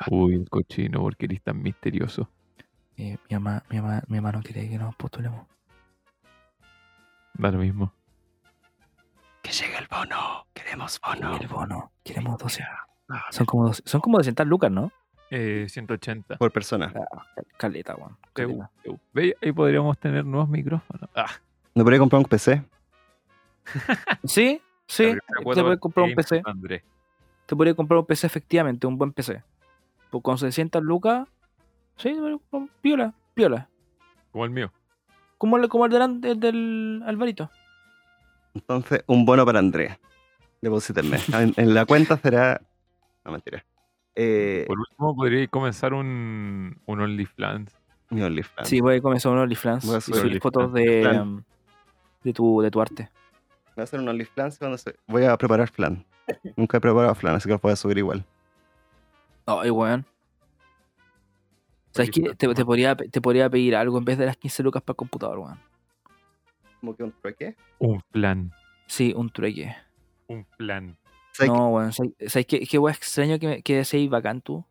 Speaker 2: Uy, el cochino, porque eres tan misterioso.
Speaker 1: Eh, mi, mamá, mi, mamá, mi mamá no quiere que nos postulemos.
Speaker 2: Da lo mismo.
Speaker 3: Que llegue el bono. Queremos bono.
Speaker 1: El bono. Queremos 12. Son como, 12 son como 200 lucas, ¿no?
Speaker 2: Eh, 180.
Speaker 3: Por persona.
Speaker 1: Caleta, weón.
Speaker 2: Eu,
Speaker 1: Caleta.
Speaker 2: eu. Ve, Ahí podríamos tener nuevos micrófonos. Ah,
Speaker 3: ¿No podría comprar un PC?
Speaker 1: Sí, sí.
Speaker 2: la primera
Speaker 1: Te
Speaker 2: cuota
Speaker 1: puedes comprar un
Speaker 2: Gamer
Speaker 1: PC.
Speaker 2: Andrés.
Speaker 1: te podría comprar un PC efectivamente, un buen PC. Por con 600 lucas, sí, pero con- piola, piola.
Speaker 2: Como el mío.
Speaker 1: Como el, como el delante del, Alvarito.
Speaker 3: Entonces, un bono para Andrea. Deposítenme. Ah, En, en la cuenta será. No, mentira. Eh,
Speaker 2: Por último, podría comenzar un, un OnlyFans.
Speaker 3: mi OnlyFans.
Speaker 1: Sí, voy a comenzar un OnlyFans
Speaker 3: Voy a
Speaker 1: y
Speaker 3: subir
Speaker 1: subir
Speaker 2: OnlyFans.
Speaker 1: fotos de,
Speaker 3: Plan.
Speaker 1: em, de, tu, de tu arte.
Speaker 3: Voy a hacer un OnlyFans cuando se- Voy a preparar flan. Nunca he preparado flan, así que lo voy a subir igual.
Speaker 1: Ay, weón. ¿Sabes qué?
Speaker 2: OnlyFans,
Speaker 1: Te,
Speaker 2: man.
Speaker 1: te, podría, pe- te podría pedir algo en vez de las 15 lucas para el computador, weón.
Speaker 3: ¿Cómo que un trueque?
Speaker 2: Un plan.
Speaker 1: Sí, un trueque.
Speaker 2: Un plan.
Speaker 3: ¿Sabes
Speaker 1: No, weón. ¿Sabes sabes qué, qué weón extraño que, me- que deseéis bacán tú?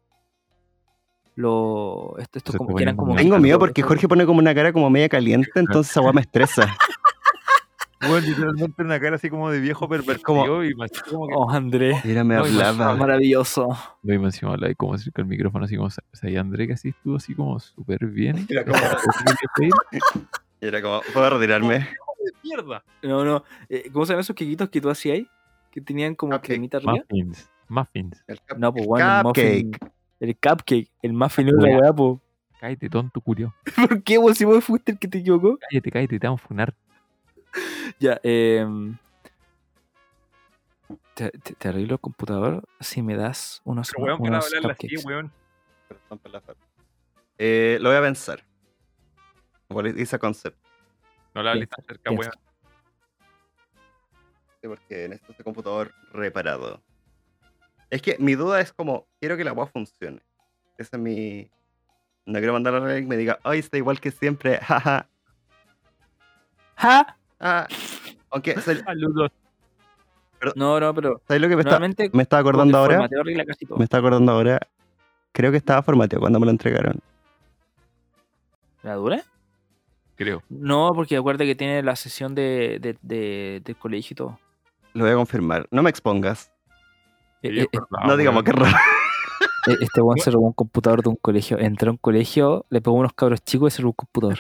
Speaker 1: Lo, esto, esto
Speaker 2: Se
Speaker 1: como,
Speaker 2: te
Speaker 1: que eran
Speaker 2: ponen
Speaker 1: como...
Speaker 2: una-
Speaker 3: Tengo miedo porque
Speaker 1: esto-
Speaker 3: Jorge pone como una cara como media caliente, entonces esa weá me estresa.
Speaker 2: Bueno, literalmente una cara así como de viejo pervertido.
Speaker 3: Como-
Speaker 2: Y más, como que,
Speaker 1: Oh, Andrés.
Speaker 3: Mira, me
Speaker 2: No, y más-
Speaker 3: hablaba.
Speaker 1: Maravilloso.
Speaker 2: No, y más encima habla de cómo acerca el micrófono así como... O sea, y André que así estuvo así como súper bien.
Speaker 3: Era como, era como, ¿puedo retirarme?
Speaker 2: mierda!
Speaker 1: No, no. eh, ¿Cómo se llaman esos quequitos que tú hacías ahí? Que tenían como
Speaker 3: Cupcake.
Speaker 1: cremita arriba.
Speaker 2: Muffins. Muffins.
Speaker 3: El cap-
Speaker 1: No, pues bueno, el muffin.
Speaker 3: Cupcake.
Speaker 1: El cupcake. El muffin era la
Speaker 2: Weá.
Speaker 1: weá, pues. po.
Speaker 2: Cállate, tonto culiao.
Speaker 1: ¿Por qué vos si vos fuiste el que te equivocó?
Speaker 2: Cállate, cállate, te van a funar.
Speaker 1: Ya, eh. Te, te- te arreglo el computador si me das unos, unos cupcakes.
Speaker 2: weón.
Speaker 3: Perdón por la falta. Eh, lo voy a pensar. e-, Igual hice concept,
Speaker 2: No la hables tan cerca,
Speaker 1: Piensa.
Speaker 2: weón.
Speaker 3: sí, porque necesito este computador reparado. Es que mi duda es como, quiero que la weá funcione. Esa es mi... No quiero mandar a alguien que me diga, ay, está igual que siempre, jaja.
Speaker 1: ¡Ja!
Speaker 3: Ah, aunque, ¿sabes
Speaker 2: Saludos.
Speaker 1: No, no, pero
Speaker 3: sabes lo que me está,
Speaker 1: normalmente.
Speaker 3: me estaba acordando
Speaker 1: con el
Speaker 3: ahora?
Speaker 1: formateo arregla casi todo.
Speaker 3: Me estaba acordando ahora. Creo que estaba formateado cuando me lo entregaron.
Speaker 1: ¿La dura?
Speaker 2: Creo.
Speaker 1: No, porque acuérdate que tiene la sesión de, de, de- del colegio y todo.
Speaker 3: Lo voy a confirmar. No me expongas.
Speaker 1: Eh, eh,
Speaker 3: no digamos que raro.
Speaker 1: eh, Este weón se robó un computador de un colegio. Entró a un colegio, le pegó unos cabros chicos y se robó un computador.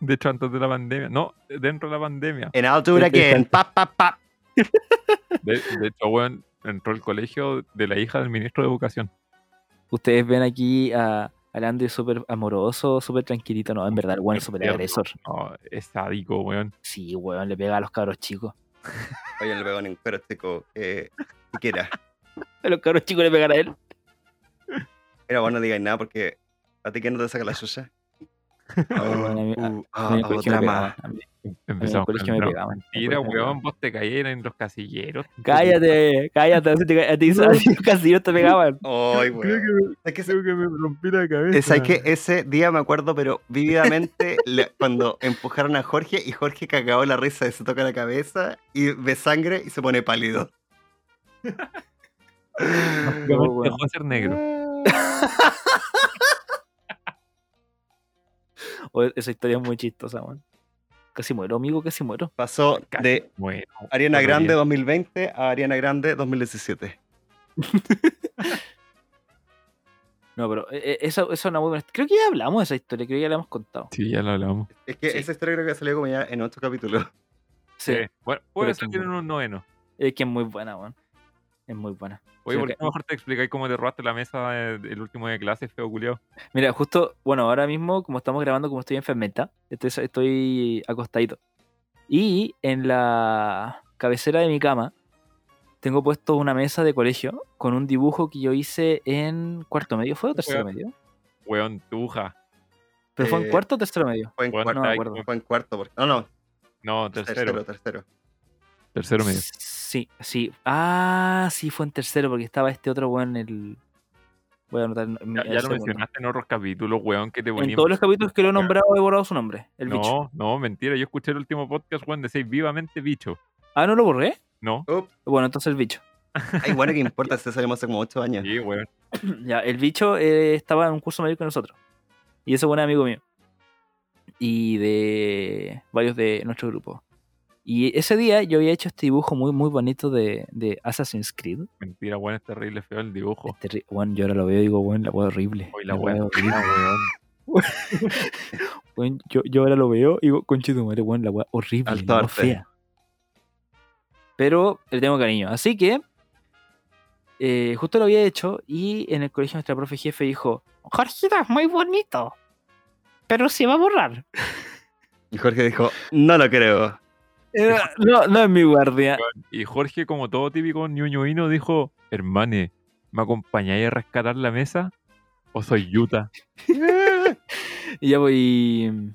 Speaker 2: De hecho, antes de la pandemia. No, dentro de la pandemia.
Speaker 3: En altura que en pap, pap, pap.
Speaker 2: De, de hecho, weón, entró al colegio de la hija del ministro de Educación.
Speaker 1: Ustedes ven aquí a, al Andy súper amoroso, súper tranquilito. No, en verdad, el weón es súper
Speaker 2: Tierno.
Speaker 1: agresor.
Speaker 2: No, es sádico, weón.
Speaker 1: Sí, weón, le pega a los cabros chicos.
Speaker 3: Oye, le pegó en pero chico. Eh, siquiera.
Speaker 1: A los cabros chicos le pegan a él.
Speaker 3: Pero bueno, no digáis nada porque a ti que no te saca la suya.
Speaker 1: bueno, a mí- a-
Speaker 3: Uh, ah.
Speaker 1: a mí en el colegio me pegaban, a mí- a mí en el
Speaker 2: Empezamos con
Speaker 1: colegio me
Speaker 2: la
Speaker 1: pegaban. en el
Speaker 2: mentira,
Speaker 1: colegio me pegaban.
Speaker 2: weón. Vos te cayeras en los casilleros.
Speaker 1: Cállate, cállate. así te- A ti así casi no te pegaban.
Speaker 3: Ay, weón. Es que, ese-
Speaker 2: que me rompí la cabeza.
Speaker 3: es ahí que ese día me acuerdo, pero vívidamente, le- cuando empujaron a Jorge y Jorge cagó la risa y se toca la cabeza y ve sangre y se pone pálido.
Speaker 1: No, weón.
Speaker 2: Dejó de ser negro.
Speaker 1: O- Oh, Esa historia es muy chistosa, weón. Casi muero, amigo, casi muero.
Speaker 3: Pasó de
Speaker 2: Bueno,
Speaker 3: Ariana
Speaker 2: bueno,
Speaker 3: Grande
Speaker 2: bien.
Speaker 3: 2020 a Ariana Grande 2017.
Speaker 1: No, pero eh, eh, esa, esa es una muy buena. Creo que ya hablamos de esa historia, creo que ya la hemos contado.
Speaker 2: Sí, ya lo hablamos.
Speaker 3: Es que
Speaker 1: Sí.
Speaker 3: esa historia creo que salió como ya en ocho capítulos.
Speaker 1: Sí.
Speaker 2: Eh, Bueno,
Speaker 1: Pero
Speaker 2: puede
Speaker 1: es que-
Speaker 2: salir en un noveno.
Speaker 1: Es que es muy buena, weón. Es muy buena.
Speaker 2: Oye,
Speaker 1: Sí,
Speaker 2: ¿por qué
Speaker 1: acá-
Speaker 2: no mejor te explicáis cómo te robaste la mesa eh, el último de clase, feo culiao?
Speaker 1: Mira, justo, bueno, ahora mismo, como estamos grabando, como estoy enfermeta, estoy, estoy acostadito. Y en la cabecera de mi cama tengo puesto una mesa de colegio con un dibujo que yo hice en cuarto medio. ¿Fue o tercero medio?
Speaker 2: Weón, tuja.
Speaker 1: ¿Pero fue en
Speaker 3: Eh,
Speaker 1: cuarto o tercero medio?
Speaker 3: Fue en
Speaker 2: Weón,
Speaker 1: no
Speaker 3: cuarto.
Speaker 1: me
Speaker 2: ahí
Speaker 1: acuerdo.
Speaker 2: como-
Speaker 3: Fue en cuarto. Porque... No, no.
Speaker 2: No,
Speaker 3: Tercero,
Speaker 2: tercero.
Speaker 3: tercero.
Speaker 2: Tercero medio.
Speaker 1: Sí, sí. Ah, sí, fue en tercero porque estaba este otro weón en el... Voy a anotar... en- en
Speaker 2: Ya, ya
Speaker 1: el
Speaker 2: lo
Speaker 1: segundo.
Speaker 2: mencionaste en otros capítulos, weón, que te
Speaker 1: En
Speaker 2: ponían.
Speaker 1: todos los capítulos que lo he nombrado he borrado su nombre, el bicho.
Speaker 2: No, no, mentira. Yo escuché el último podcast, weón, decís vivamente bicho.
Speaker 1: Ah, ¿no lo borré?
Speaker 2: No,
Speaker 3: Ups.
Speaker 1: Bueno, entonces el bicho.
Speaker 3: Ay, bueno, ¿qué importa? Se salimos hace como ocho años.
Speaker 2: sí, weón.
Speaker 1: Ya, el bicho eh, estaba en un curso medio con nosotros. Y ese buen amigo mío. Y de varios de nuestro grupo. Y ese día yo había hecho este dibujo muy, muy bonito de, de Assassin's Creed.
Speaker 2: Mentira, weón, es terrible, feo el dibujo.
Speaker 1: Este ri- weón, yo ahora lo veo y digo, bueno, la wea horrible.
Speaker 2: Hoy Oh. la
Speaker 1: wea
Speaker 2: weón.
Speaker 1: horrible, weón. yo, yo ahora lo veo y digo, conche tu madre, weón, la wea horrible.
Speaker 3: Alto
Speaker 1: la wea
Speaker 3: arte.
Speaker 1: fea. Pero le tengo cariño. Así que, eh, justo lo había hecho y en el colegio nuestra profe jefe dijo, Jorgito, es muy bonito. Pero se va a borrar.
Speaker 3: Y Jorge dijo, no lo creo.
Speaker 1: Eh, no, no es mi guardia.
Speaker 2: Y Jorge, como todo típico ñoñoino, dijo: Hermane, ¿me acompañáis a rescatar la mesa? ¿O soy Yuta?
Speaker 1: Y ya voy.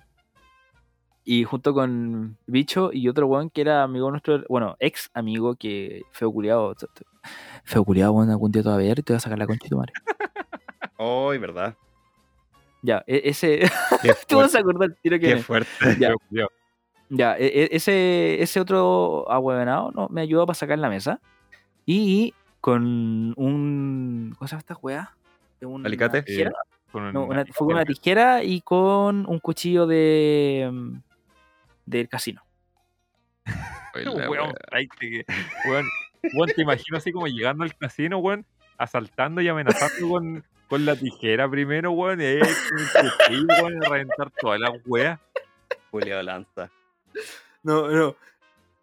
Speaker 1: Y junto con Bicho y otro weón que era amigo nuestro, bueno, ex amigo que feo culiado. t- t- Feo culiado, weón, algún día te va a ver y te va a sacar la concha de tu madre.
Speaker 3: Ay, ¿verdad?
Speaker 1: Ya, e- ese.
Speaker 3: Qué
Speaker 1: Tú vas a
Speaker 3: fuerte.
Speaker 1: acordar el tiro que.
Speaker 3: Qué
Speaker 1: me-
Speaker 3: fuerte.
Speaker 1: Ya.
Speaker 2: Feo culiao.
Speaker 1: Ya, e- e- ese, ese otro ahuevenado no, me ayudó para sacar la mesa. Y con un. ¿Cómo se llama esta weá? De una
Speaker 3: ¿Alicate?
Speaker 1: tijera.
Speaker 2: Con
Speaker 1: No, una- fue con
Speaker 2: tijera.
Speaker 1: una tijera y con un cuchillo de. mm, del casino.
Speaker 3: Ay, la
Speaker 2: Weón,
Speaker 3: wea.
Speaker 2: traite que- weón, weón, te imagino así como llegando al casino, weón, asaltando y amenazando con, con la tijera primero, weón, y ahí con el cuchillo, weón, a reventar todas las weas.
Speaker 3: Julio Lanza.
Speaker 1: No, no.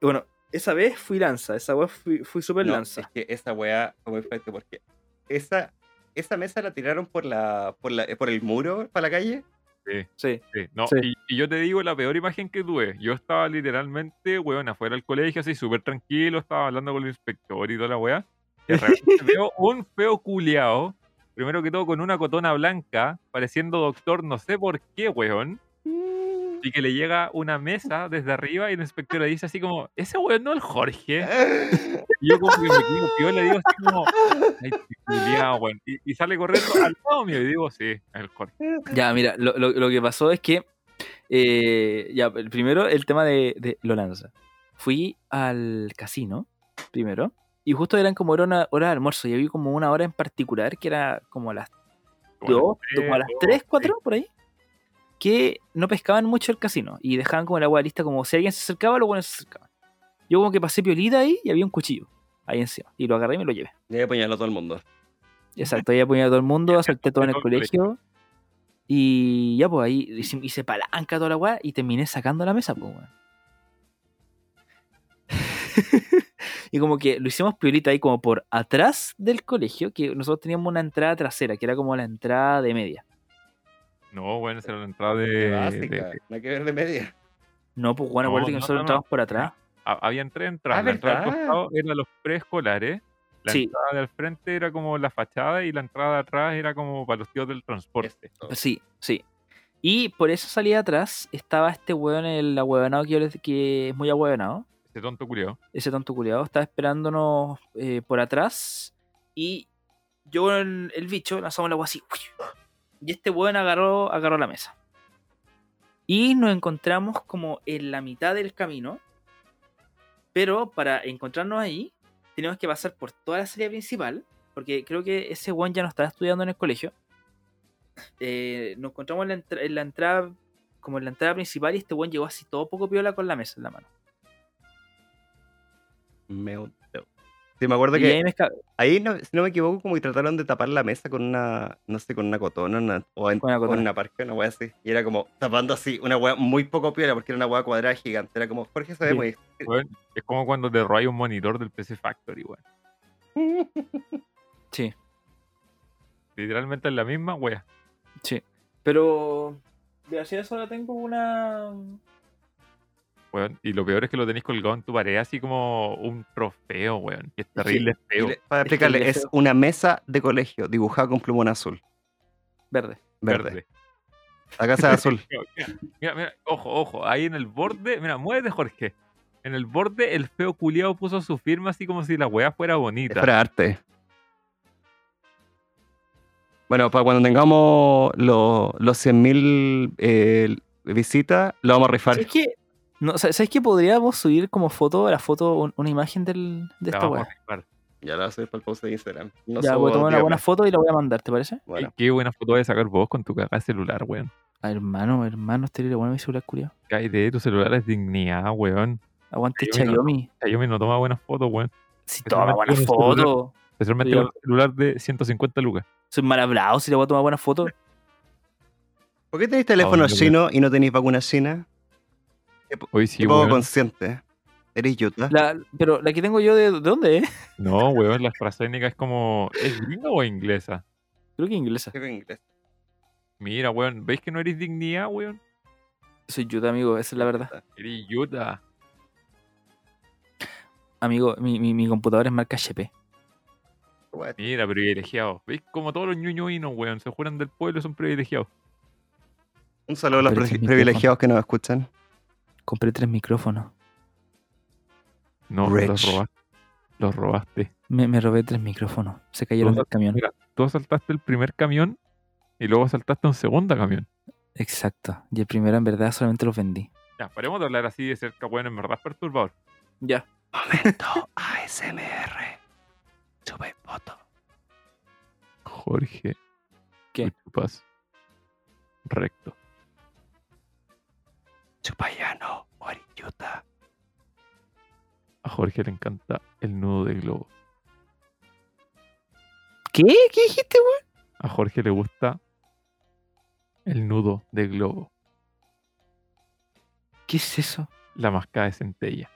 Speaker 1: Bueno, esa vez fui lanza, esa vez fui, fui súper
Speaker 3: No,
Speaker 1: lanza.
Speaker 3: Es que esa weá fue muy fuerte porque esa, esa mesa la tiraron por la, por la, eh, por el muro para la calle.
Speaker 1: Sí.
Speaker 2: Sí, no,
Speaker 1: Sí.
Speaker 2: Y, y yo te digo la peor imagen que tuve. Yo estaba literalmente, weón, afuera del colegio, así súper tranquilo, estaba hablando con el inspector y toda la wea. Y de repente veo un feo culeado, primero que todo con una cotona blanca, pareciendo doctor, no sé por qué, weón.
Speaker 1: Mm.
Speaker 2: Y que le llega una mesa desde arriba y el inspector le dice así como, ese weón no es el Jorge. Y yo como que me quedo piola y digo así como, ay, qué culiao, weón. Y, y sale corriendo al lado mío y digo, sí, es el Jorge.
Speaker 1: Ya, mira, lo, lo- lo que pasó es que. eh, ya, el primero, el tema de, de lo lanza. Fui al casino, primero, y justo eran como hora, una hora de almuerzo. Y había como una hora en particular que era como a las dos,
Speaker 2: eh,
Speaker 1: como a
Speaker 2: oh,
Speaker 1: las 3, 4, por ahí, que no pescaban mucho el casino y dejaban como el agua lista, como si alguien se acercaba, los buenos se acercaban. Yo como que pasé piolita ahí y había un cuchillo. ahí encima. Y lo agarré y me lo llevé.
Speaker 3: Y ahí apuñaló a todo el mundo.
Speaker 1: Exacto, ya apuñalé a todo el mundo, asalté todo en el
Speaker 2: Todo el
Speaker 1: colegio. Y ya, pues ahí hice, hice palanca toda la weá y terminé sacando la mesa, pues, weón. y como que lo hicimos piolita ahí como por atrás del colegio, que nosotros teníamos una entrada trasera, que era como la entrada de media.
Speaker 2: No, bueno, esa era la entrada
Speaker 3: Qué
Speaker 2: de.
Speaker 3: básica,
Speaker 2: de-
Speaker 3: nada que ver de media.
Speaker 1: No, pues bueno,
Speaker 2: No,
Speaker 1: acuérdate que
Speaker 2: no,
Speaker 1: nosotros
Speaker 2: no, Ah. no.
Speaker 1: entramos por atrás.
Speaker 2: ha- habían tres entradas.
Speaker 3: Ah,
Speaker 2: la entrada al
Speaker 3: ¿verdad?
Speaker 2: costado era los preescolares. La
Speaker 1: Sí.
Speaker 2: entrada del frente era como la fachada y la entrada de atrás era como para los tíos del transporte.
Speaker 3: Esto.
Speaker 1: Sí, sí. Y por esa salida atrás estaba este weón, el ahueonado que yo les que es muy ahueonado.
Speaker 2: Ese tonto culiao.
Speaker 1: ese tonto culiado estaba esperándonos eh, por atrás y yo con el, el bicho lanzamos el agua así ¡uy! y este weón agarró, agarró la mesa y nos encontramos como en la mitad del camino pero para encontrarnos ahí tenemos que pasar por toda la serie principal porque creo que ese weón ya no estaba estudiando en el colegio Eh, nos encontramos en la, entra- en la entrada como en la entrada principal y este weón llegó así todo poco piola con la mesa en la mano
Speaker 3: Me gustó. Sí, me acuerdo
Speaker 1: y ahí
Speaker 3: que
Speaker 1: me esca-
Speaker 3: ahí, no- si no me equivoco, como que trataron de tapar la mesa con una, no sé, con una cotona una- o en-
Speaker 1: Con una
Speaker 3: o
Speaker 1: cotona.
Speaker 3: una parca, una wea así. Y era como tapando así, una wea muy poco piola, porque era una wea cuadrada gigante. Era como, Jorge se ve
Speaker 1: Sí.
Speaker 3: muy...
Speaker 2: Weón, es como cuando te rayas un monitor del PC Factory, weón.
Speaker 1: sí
Speaker 2: Literalmente es la misma, wea.
Speaker 1: Sí. Pero gracias a eso ahora tengo una.
Speaker 2: weón. Y lo peor es que lo tenéis colgado en tu pared así como un trofeo, weón. Que es terrible
Speaker 3: Y
Speaker 2: feo.
Speaker 3: le- para explicarle, es
Speaker 1: deseo.
Speaker 3: una mesa de colegio dibujada con plumón azul,
Speaker 1: Verde.
Speaker 3: verde. La casa es azul.
Speaker 2: Mira, mira, ojo, ojo, ahí en el borde, mira, muévete, Jorge. En el borde, el feo culiao puso su firma así como si la weá fuera bonita.
Speaker 3: Es para arte. Bueno, para cuando tengamos lo- los 100.000 eh, visitas, lo vamos a rifar.
Speaker 1: ¿Sabes qué? No, sa- ¿Sabes qué? Podríamos subir como foto, la foto, un- una imagen del, de
Speaker 2: La
Speaker 1: esta
Speaker 2: vamos a
Speaker 1: weá.
Speaker 2: rifar.
Speaker 3: Ya la voy a subir para el post de Instagram. No
Speaker 1: Ya, voy a tomar una buena
Speaker 2: pues.
Speaker 1: foto y la voy a mandar, ¿te parece?
Speaker 2: Qué- Qué buena foto de sacar vos con tu cagada de celular, weón.
Speaker 1: Ah, hermano, hermano, este le bueno mi celular culiao.
Speaker 2: Cállate, tu celular es dignidad, weón.
Speaker 1: Aguante
Speaker 2: Xiaomi no.
Speaker 1: Chayomi.
Speaker 2: Xiaomi no toma buenas fotos, weón.
Speaker 1: Si
Speaker 2: Pero
Speaker 1: toma
Speaker 2: me
Speaker 1: buenas
Speaker 2: tiene un celular.
Speaker 1: fotos.
Speaker 2: Especialmente
Speaker 1: Pero-
Speaker 2: con un celular de 150 lucas.
Speaker 1: Soy mal hablado si le voy a tomar buenas fotos.
Speaker 3: ¿Por Oh, qué tenéis teléfono
Speaker 2: Ah, yo creo-
Speaker 3: chino y no tenéis vacuna china?
Speaker 2: Hoy sí,
Speaker 3: Qué poco
Speaker 2: weón.
Speaker 3: consciente. Eres yuta.
Speaker 1: La- pero la que tengo yo, ¿de, de dónde eh? es?
Speaker 2: No, weón, la AstraZeneca es como... ¿Es gringa o inglesa?
Speaker 1: Creo que inglesa.
Speaker 2: Mira, weón, ¿veis que no eres dignidad, weón?
Speaker 1: Soy yo, amigo, esa es la verdad.
Speaker 2: Eres yuta.
Speaker 1: Amigo, mi, mi, mi computadora es marca HP.
Speaker 2: Mira, privilegiados. ¿Veis como todos los ñuñuinos, weón? Se juran del pueblo y son privilegiados.
Speaker 3: Un saludo a los
Speaker 1: Pero ese es mi
Speaker 3: pri- privilegiados que nos escuchan.
Speaker 1: Compré tres micrófonos.
Speaker 2: No, los
Speaker 3: Rich.
Speaker 2: robaste. Los robaste.
Speaker 1: Me, me robé tres micrófonos. Se cayeron del camión.
Speaker 2: Mira, tú asaltaste el primer camión y luego asaltaste un segundo camión.
Speaker 1: Exacto. Y el primero en verdad solamente los vendí.
Speaker 2: Ya, paremos de hablar así de cerca, weón. En verdad es perturbador.
Speaker 1: Ya.
Speaker 3: Momento ASMR. Sube foto.
Speaker 2: Jorge.
Speaker 1: ¿Qué?
Speaker 2: tú chupas Recto.
Speaker 3: Chupayano, Oriyuta.
Speaker 2: A Jorge le encanta el nudo de globo.
Speaker 1: ¿Qué? ¿Qué dijiste, güey?
Speaker 2: A Jorge le gusta el nudo de globo.
Speaker 1: ¿Qué es eso?
Speaker 2: La mascada de centella.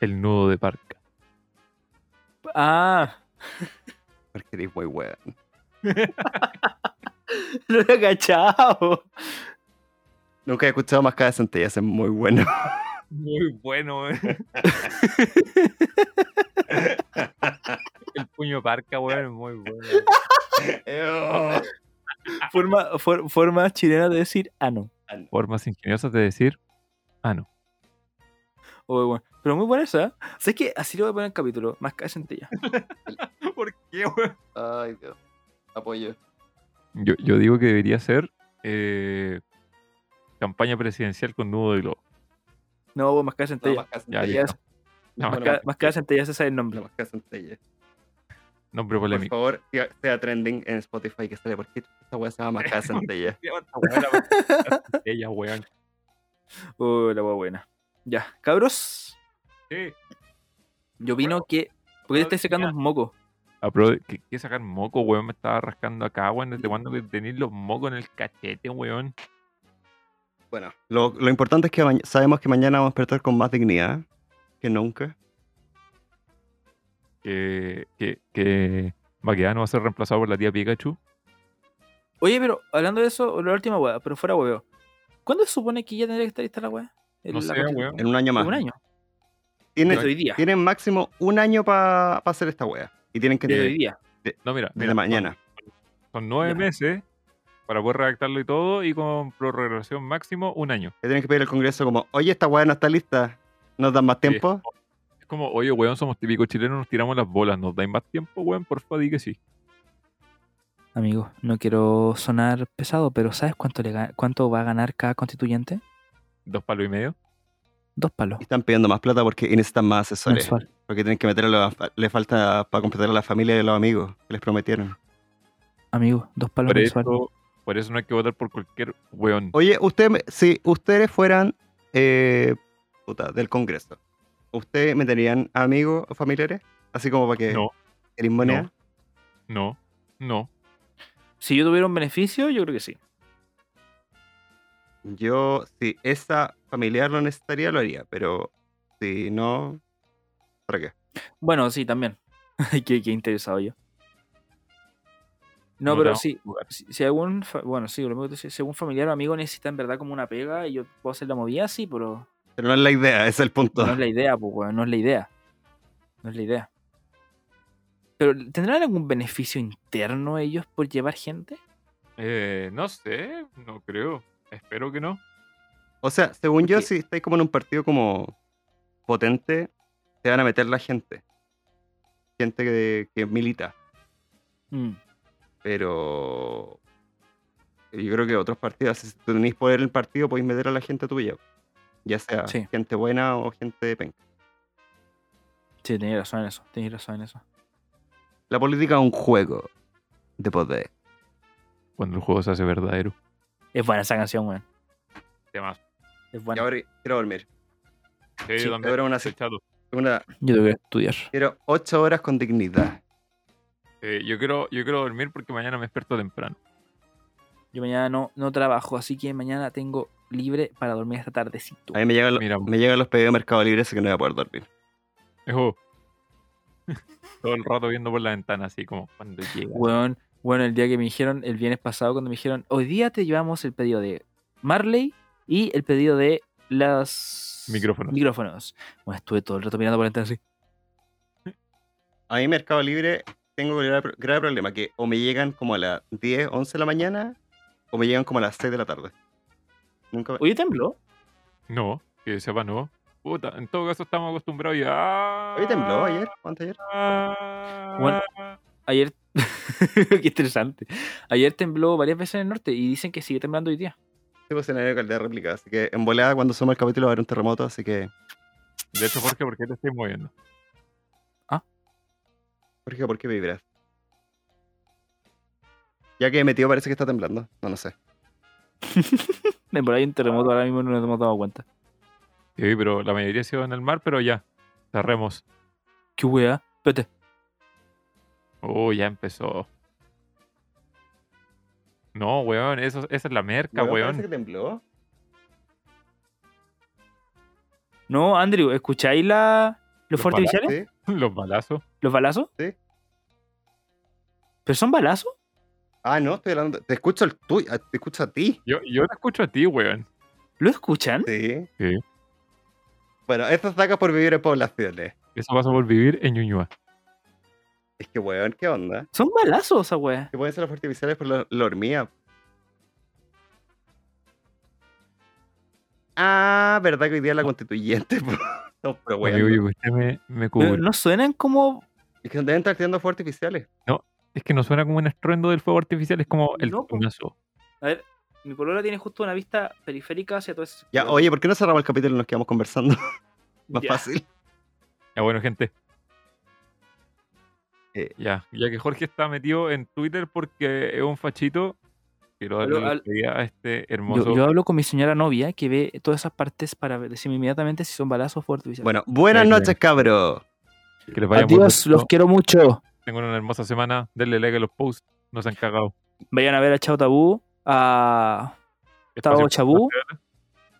Speaker 2: El nudo de parca.
Speaker 1: Ah,
Speaker 3: Porque eres muy weón.
Speaker 1: no lo he cachado.
Speaker 3: Nunca he escuchado más cada centella, es muy bueno.
Speaker 2: Muy bueno, eh. El puño parca, weón, es muy bueno.
Speaker 1: Ah. Forma, for- forma chilena de decir ah no.
Speaker 2: Formas ingeniosas de decir, ah, no.
Speaker 1: Oh, bueno. Pero muy buena esa. ¿Sabes qué? Así lo voy a poner el capítulo. Más que centella.
Speaker 2: ¿Por qué, weón?
Speaker 3: Ay, Dios. Apoyo.
Speaker 2: Yo, yo digo que debería ser eh, campaña presidencial con nudo de globo.
Speaker 1: No, güey, más que centella.
Speaker 3: cada
Speaker 2: Ya,
Speaker 1: Centella
Speaker 2: listo.
Speaker 1: es- Más que- más que centella, ese es el
Speaker 3: No
Speaker 1: nombre.
Speaker 3: más cada centella.
Speaker 2: Nombre
Speaker 3: Por
Speaker 2: polémico.
Speaker 3: favor, sea- sea trending en Spotify que sale porque esta weá se llama más cada centella.
Speaker 2: Ella, weón.
Speaker 1: Oh, la hueá buena. Ya. Cabros,
Speaker 2: Sí.
Speaker 1: yo opino que Porque te estáis secando un moco.
Speaker 2: Apro- ¿Qué, qué sacar moco, weón? Me estaba rascando acá, weón. ¿Desde cuándo que tenéis los mocos en el cachete, weón?
Speaker 3: Bueno, lo, lo importante es que ma- sabemos que mañana vamos a despertar con más dignidad que nunca.
Speaker 2: Que, que, que Baquedano va a ser reemplazado por la tía Pikachu.
Speaker 1: Oye, pero hablando de eso, la última weá, pero fuera hueveo. ¿Cuándo se supone que ya tendría que estar lista la weá? El-
Speaker 2: No
Speaker 1: la
Speaker 2: sé,
Speaker 1: cuestión.
Speaker 2: weón.
Speaker 3: En un año más.
Speaker 1: Un año.
Speaker 3: Tienen,
Speaker 1: Desde hoy día.
Speaker 3: tienen máximo un año para hacer esta wea. Y tienen que
Speaker 1: Desde
Speaker 3: tener
Speaker 1: hoy día.
Speaker 2: No, mira,
Speaker 3: desde
Speaker 2: mira,
Speaker 3: mañana.
Speaker 2: Son nueve
Speaker 1: Ya.
Speaker 2: meses para poder redactarlo y todo y con prorrogación máximo un año.
Speaker 3: Que tienen que pedir al Congreso como, oye, esta wea no está lista. ¿Nos dan más
Speaker 2: Sí.
Speaker 3: tiempo?
Speaker 2: Es como, oye, weón, somos típicos chilenos, nos tiramos las bolas, nos dais más tiempo, weón, porfa, di que sí.
Speaker 1: Amigo, no quiero sonar pesado, pero ¿sabes cuánto, le ga- cuánto va a ganar cada constituyente?
Speaker 2: Dos palos y medio.
Speaker 1: Dos palos.
Speaker 3: Y Están pidiendo más plata porque necesitan más asesores.
Speaker 1: mensual.
Speaker 3: Porque tienen que meter a los, le falta para completar a la familia y a los amigos que les prometieron.
Speaker 1: Amigo, dos palos
Speaker 2: Por
Speaker 1: mensual.
Speaker 2: eso, por eso no hay que votar por cualquier weón.
Speaker 3: Oye, usted, me- si ustedes fueran eh, puta, del Congreso, ¿ustedes me tenían amigos o familiares? Así como para que
Speaker 2: No,
Speaker 3: eres moneda.
Speaker 2: no. no, no.
Speaker 1: Si yo tuviera un beneficio, yo creo que sí.
Speaker 3: Yo, si esa familiar lo necesitaría, lo haría, pero si no, ¿para qué?
Speaker 1: Bueno, sí, también. qué, qué interesado yo. No,
Speaker 2: No
Speaker 1: pero
Speaker 2: te
Speaker 1: sí, si, si algún, fa- bueno, sí, lo mismo que tú decías, si algún familiar o amigo necesita en verdad como una pega y yo puedo hacer la movida, sí, pero
Speaker 3: Pero no es la idea, ese es el punto.
Speaker 1: no es la idea, pues, weón, no es la idea. No es la idea. Pero, ¿tendrán algún beneficio interno ellos por llevar gente?
Speaker 2: Eh, no sé, no creo. Espero que no.
Speaker 3: O sea, según yo,
Speaker 1: Porque-
Speaker 3: si estáis como en un partido como potente, te van a meter la gente. Gente que, que milita.
Speaker 1: Mm.
Speaker 3: Pero yo creo que otros partidos, si tú tenéis poder en el partido, podéis meter a la gente tuya. Ya sea
Speaker 1: Sí.
Speaker 3: gente buena o gente de penca.
Speaker 1: Sí, tenías razón en eso, tenías razón en eso.
Speaker 3: La política es un juego de poder.
Speaker 2: Cuando el juego se hace verdadero.
Speaker 1: Es buena esa canción, weón.
Speaker 2: Temas.
Speaker 1: Es
Speaker 3: Y
Speaker 1: buena.
Speaker 3: ahora quiero dormir.
Speaker 2: Sí,
Speaker 1: Sí,
Speaker 2: yo también.
Speaker 3: ahora una
Speaker 2: soy
Speaker 3: si-
Speaker 2: chato.
Speaker 3: Una,
Speaker 1: Yo tengo que estudiar.
Speaker 3: quiero ocho horas con dignidad.
Speaker 2: Eh, yo, quiero, yo quiero dormir porque mañana me despierto temprano.
Speaker 1: Yo mañana no, no trabajo, así que mañana tengo libre para dormir hasta tardecito.
Speaker 3: A mí me llegan, lo-
Speaker 2: Mira.
Speaker 3: me llegan los pedidos de Mercado Libre, así que no voy a poder dormir.
Speaker 2: Ejo. Todo el rato viendo por la ventana, así como cuando llega.
Speaker 1: Weón, bueno, el día que me dijeron, el viernes pasado, cuando me dijeron, hoy día te llevamos el pedido de Marley y el pedido de las...
Speaker 2: Micrófonos.
Speaker 1: Micrófonos. Bueno, estuve todo el rato mirando por la ventana así.
Speaker 3: A mí Mercado Libre tengo un grave, grave problema, que o me llegan como a las 10, 11 de la mañana, o me llegan como a las 6 de la tarde. Nunca me-
Speaker 1: Oye, tembló.
Speaker 2: No, que sepa, no. Puta, en todo caso estamos acostumbrados ya.
Speaker 3: Oye, tembló ayer, ¿o anteayer?
Speaker 2: ¡Ah!
Speaker 1: Bueno. Ayer... Qué interesante. Ayer tembló varias veces en el norte y dicen que sigue temblando hoy día.
Speaker 3: Tengo escenario de calidad de réplica, así que en volada cuando suma el capítulo va a haber un terremoto, así que
Speaker 2: De hecho, Jorge, ¿por qué te estoy moviendo?
Speaker 3: Jorge, ¿por qué vibras? Ya que metido parece que está temblando, no, no sé.
Speaker 1: Ven, Por ahí hay un terremoto, ahora mismo no nos hemos dado cuenta.
Speaker 2: Sí, pero la mayoría ha sido en el mar, pero ya. Cerremos.
Speaker 1: Qué weá. Espérate.
Speaker 2: Oh, ya empezó. No, weón, eso, esa es la merca, weón.
Speaker 3: parece que tembló.
Speaker 1: No, Andrew, ¿escucháis la... los
Speaker 2: Los
Speaker 1: fuertes
Speaker 2: balazos.
Speaker 1: visuales?
Speaker 3: Sí,
Speaker 2: Los balazos.
Speaker 1: ¿Los balazos?
Speaker 3: Sí.
Speaker 1: ¿Pero son balazos?
Speaker 3: Ah, no, estoy hablando. Te escucho el tuyo, ah, te escucho a ti.
Speaker 2: Yo, yo te escucho a ti, weón.
Speaker 1: ¿Lo escuchan?
Speaker 3: Sí.
Speaker 2: Sí.
Speaker 3: Bueno, esto saca por vivir en poblaciones.
Speaker 2: Eso pasa por vivir en Ñuñoa.
Speaker 3: Es que, weón, ¿qué onda?
Speaker 1: Son balazos esa weá.
Speaker 3: Que pueden ser los artificiales por la, la hormiga. Ah, verdad que hoy día es la constituyente. po. No, pero weón.
Speaker 2: Oye, oye, usted me,
Speaker 1: Pero
Speaker 2: me cubre.
Speaker 1: no suenan como.
Speaker 3: Es que deben estar tirando fuegos artificiales.
Speaker 2: Es que no suena como un estruendo del fuego artificial, es como el
Speaker 1: No, po.
Speaker 2: tonazo.
Speaker 1: A ver, mi polola tiene justo una vista periférica hacia todo eso.
Speaker 3: Ya, oye, ¿por qué no cerramos el capítulo y nos quedamos conversando? Más
Speaker 1: Ya.
Speaker 3: fácil.
Speaker 2: Ya bueno, gente.
Speaker 3: Eh.
Speaker 2: Ya, ya que Jorge está metido en Twitter porque es un fachito, quiero
Speaker 1: Hablo-
Speaker 2: darle la
Speaker 1: hablo-
Speaker 2: despedida a este hermoso.
Speaker 1: Yo, yo hablo con mi señora novia que ve todas esas partes para decirme inmediatamente si son balazos o fuertes.
Speaker 3: Bueno, buenas
Speaker 2: Ahí
Speaker 3: noches, cabro.
Speaker 2: Que les vaya muy
Speaker 1: Adiós,
Speaker 2: bonito.
Speaker 1: los quiero mucho.
Speaker 2: Tengan una hermosa semana. Denle like a los posts. No se han cagado.
Speaker 1: Vayan a ver a Chao Tabú, a Tao
Speaker 2: Espacio-
Speaker 1: Chabú, Eh,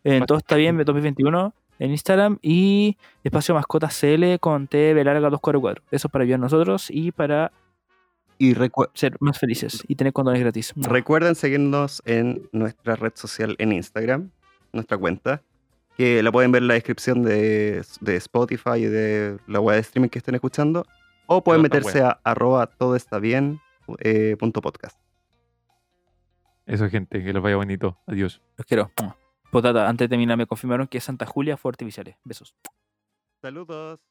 Speaker 1: en
Speaker 2: Espacio-
Speaker 1: Todo está bien, de 2021, en Instagram y Espacio Mascota CL con TV Larga 244. Eso es para ayudar a nosotros y para
Speaker 3: Y recu-
Speaker 1: ser más felices y tener condones gratis.
Speaker 3: recuerden seguirnos en nuestra red social en Instagram, nuestra cuenta, que la pueden ver en la descripción de, de Spotify y de la web de streaming que estén escuchando, o pueden
Speaker 2: Toda esta
Speaker 3: meterse a arroba todo está bien eh, punto podcast.
Speaker 2: Eso, gente. Que les vaya bonito. Adiós.
Speaker 1: Los quiero. Potata, antes de terminar, me confirmaron que Santa Julia fue artificiales. Besos.
Speaker 3: Saludos.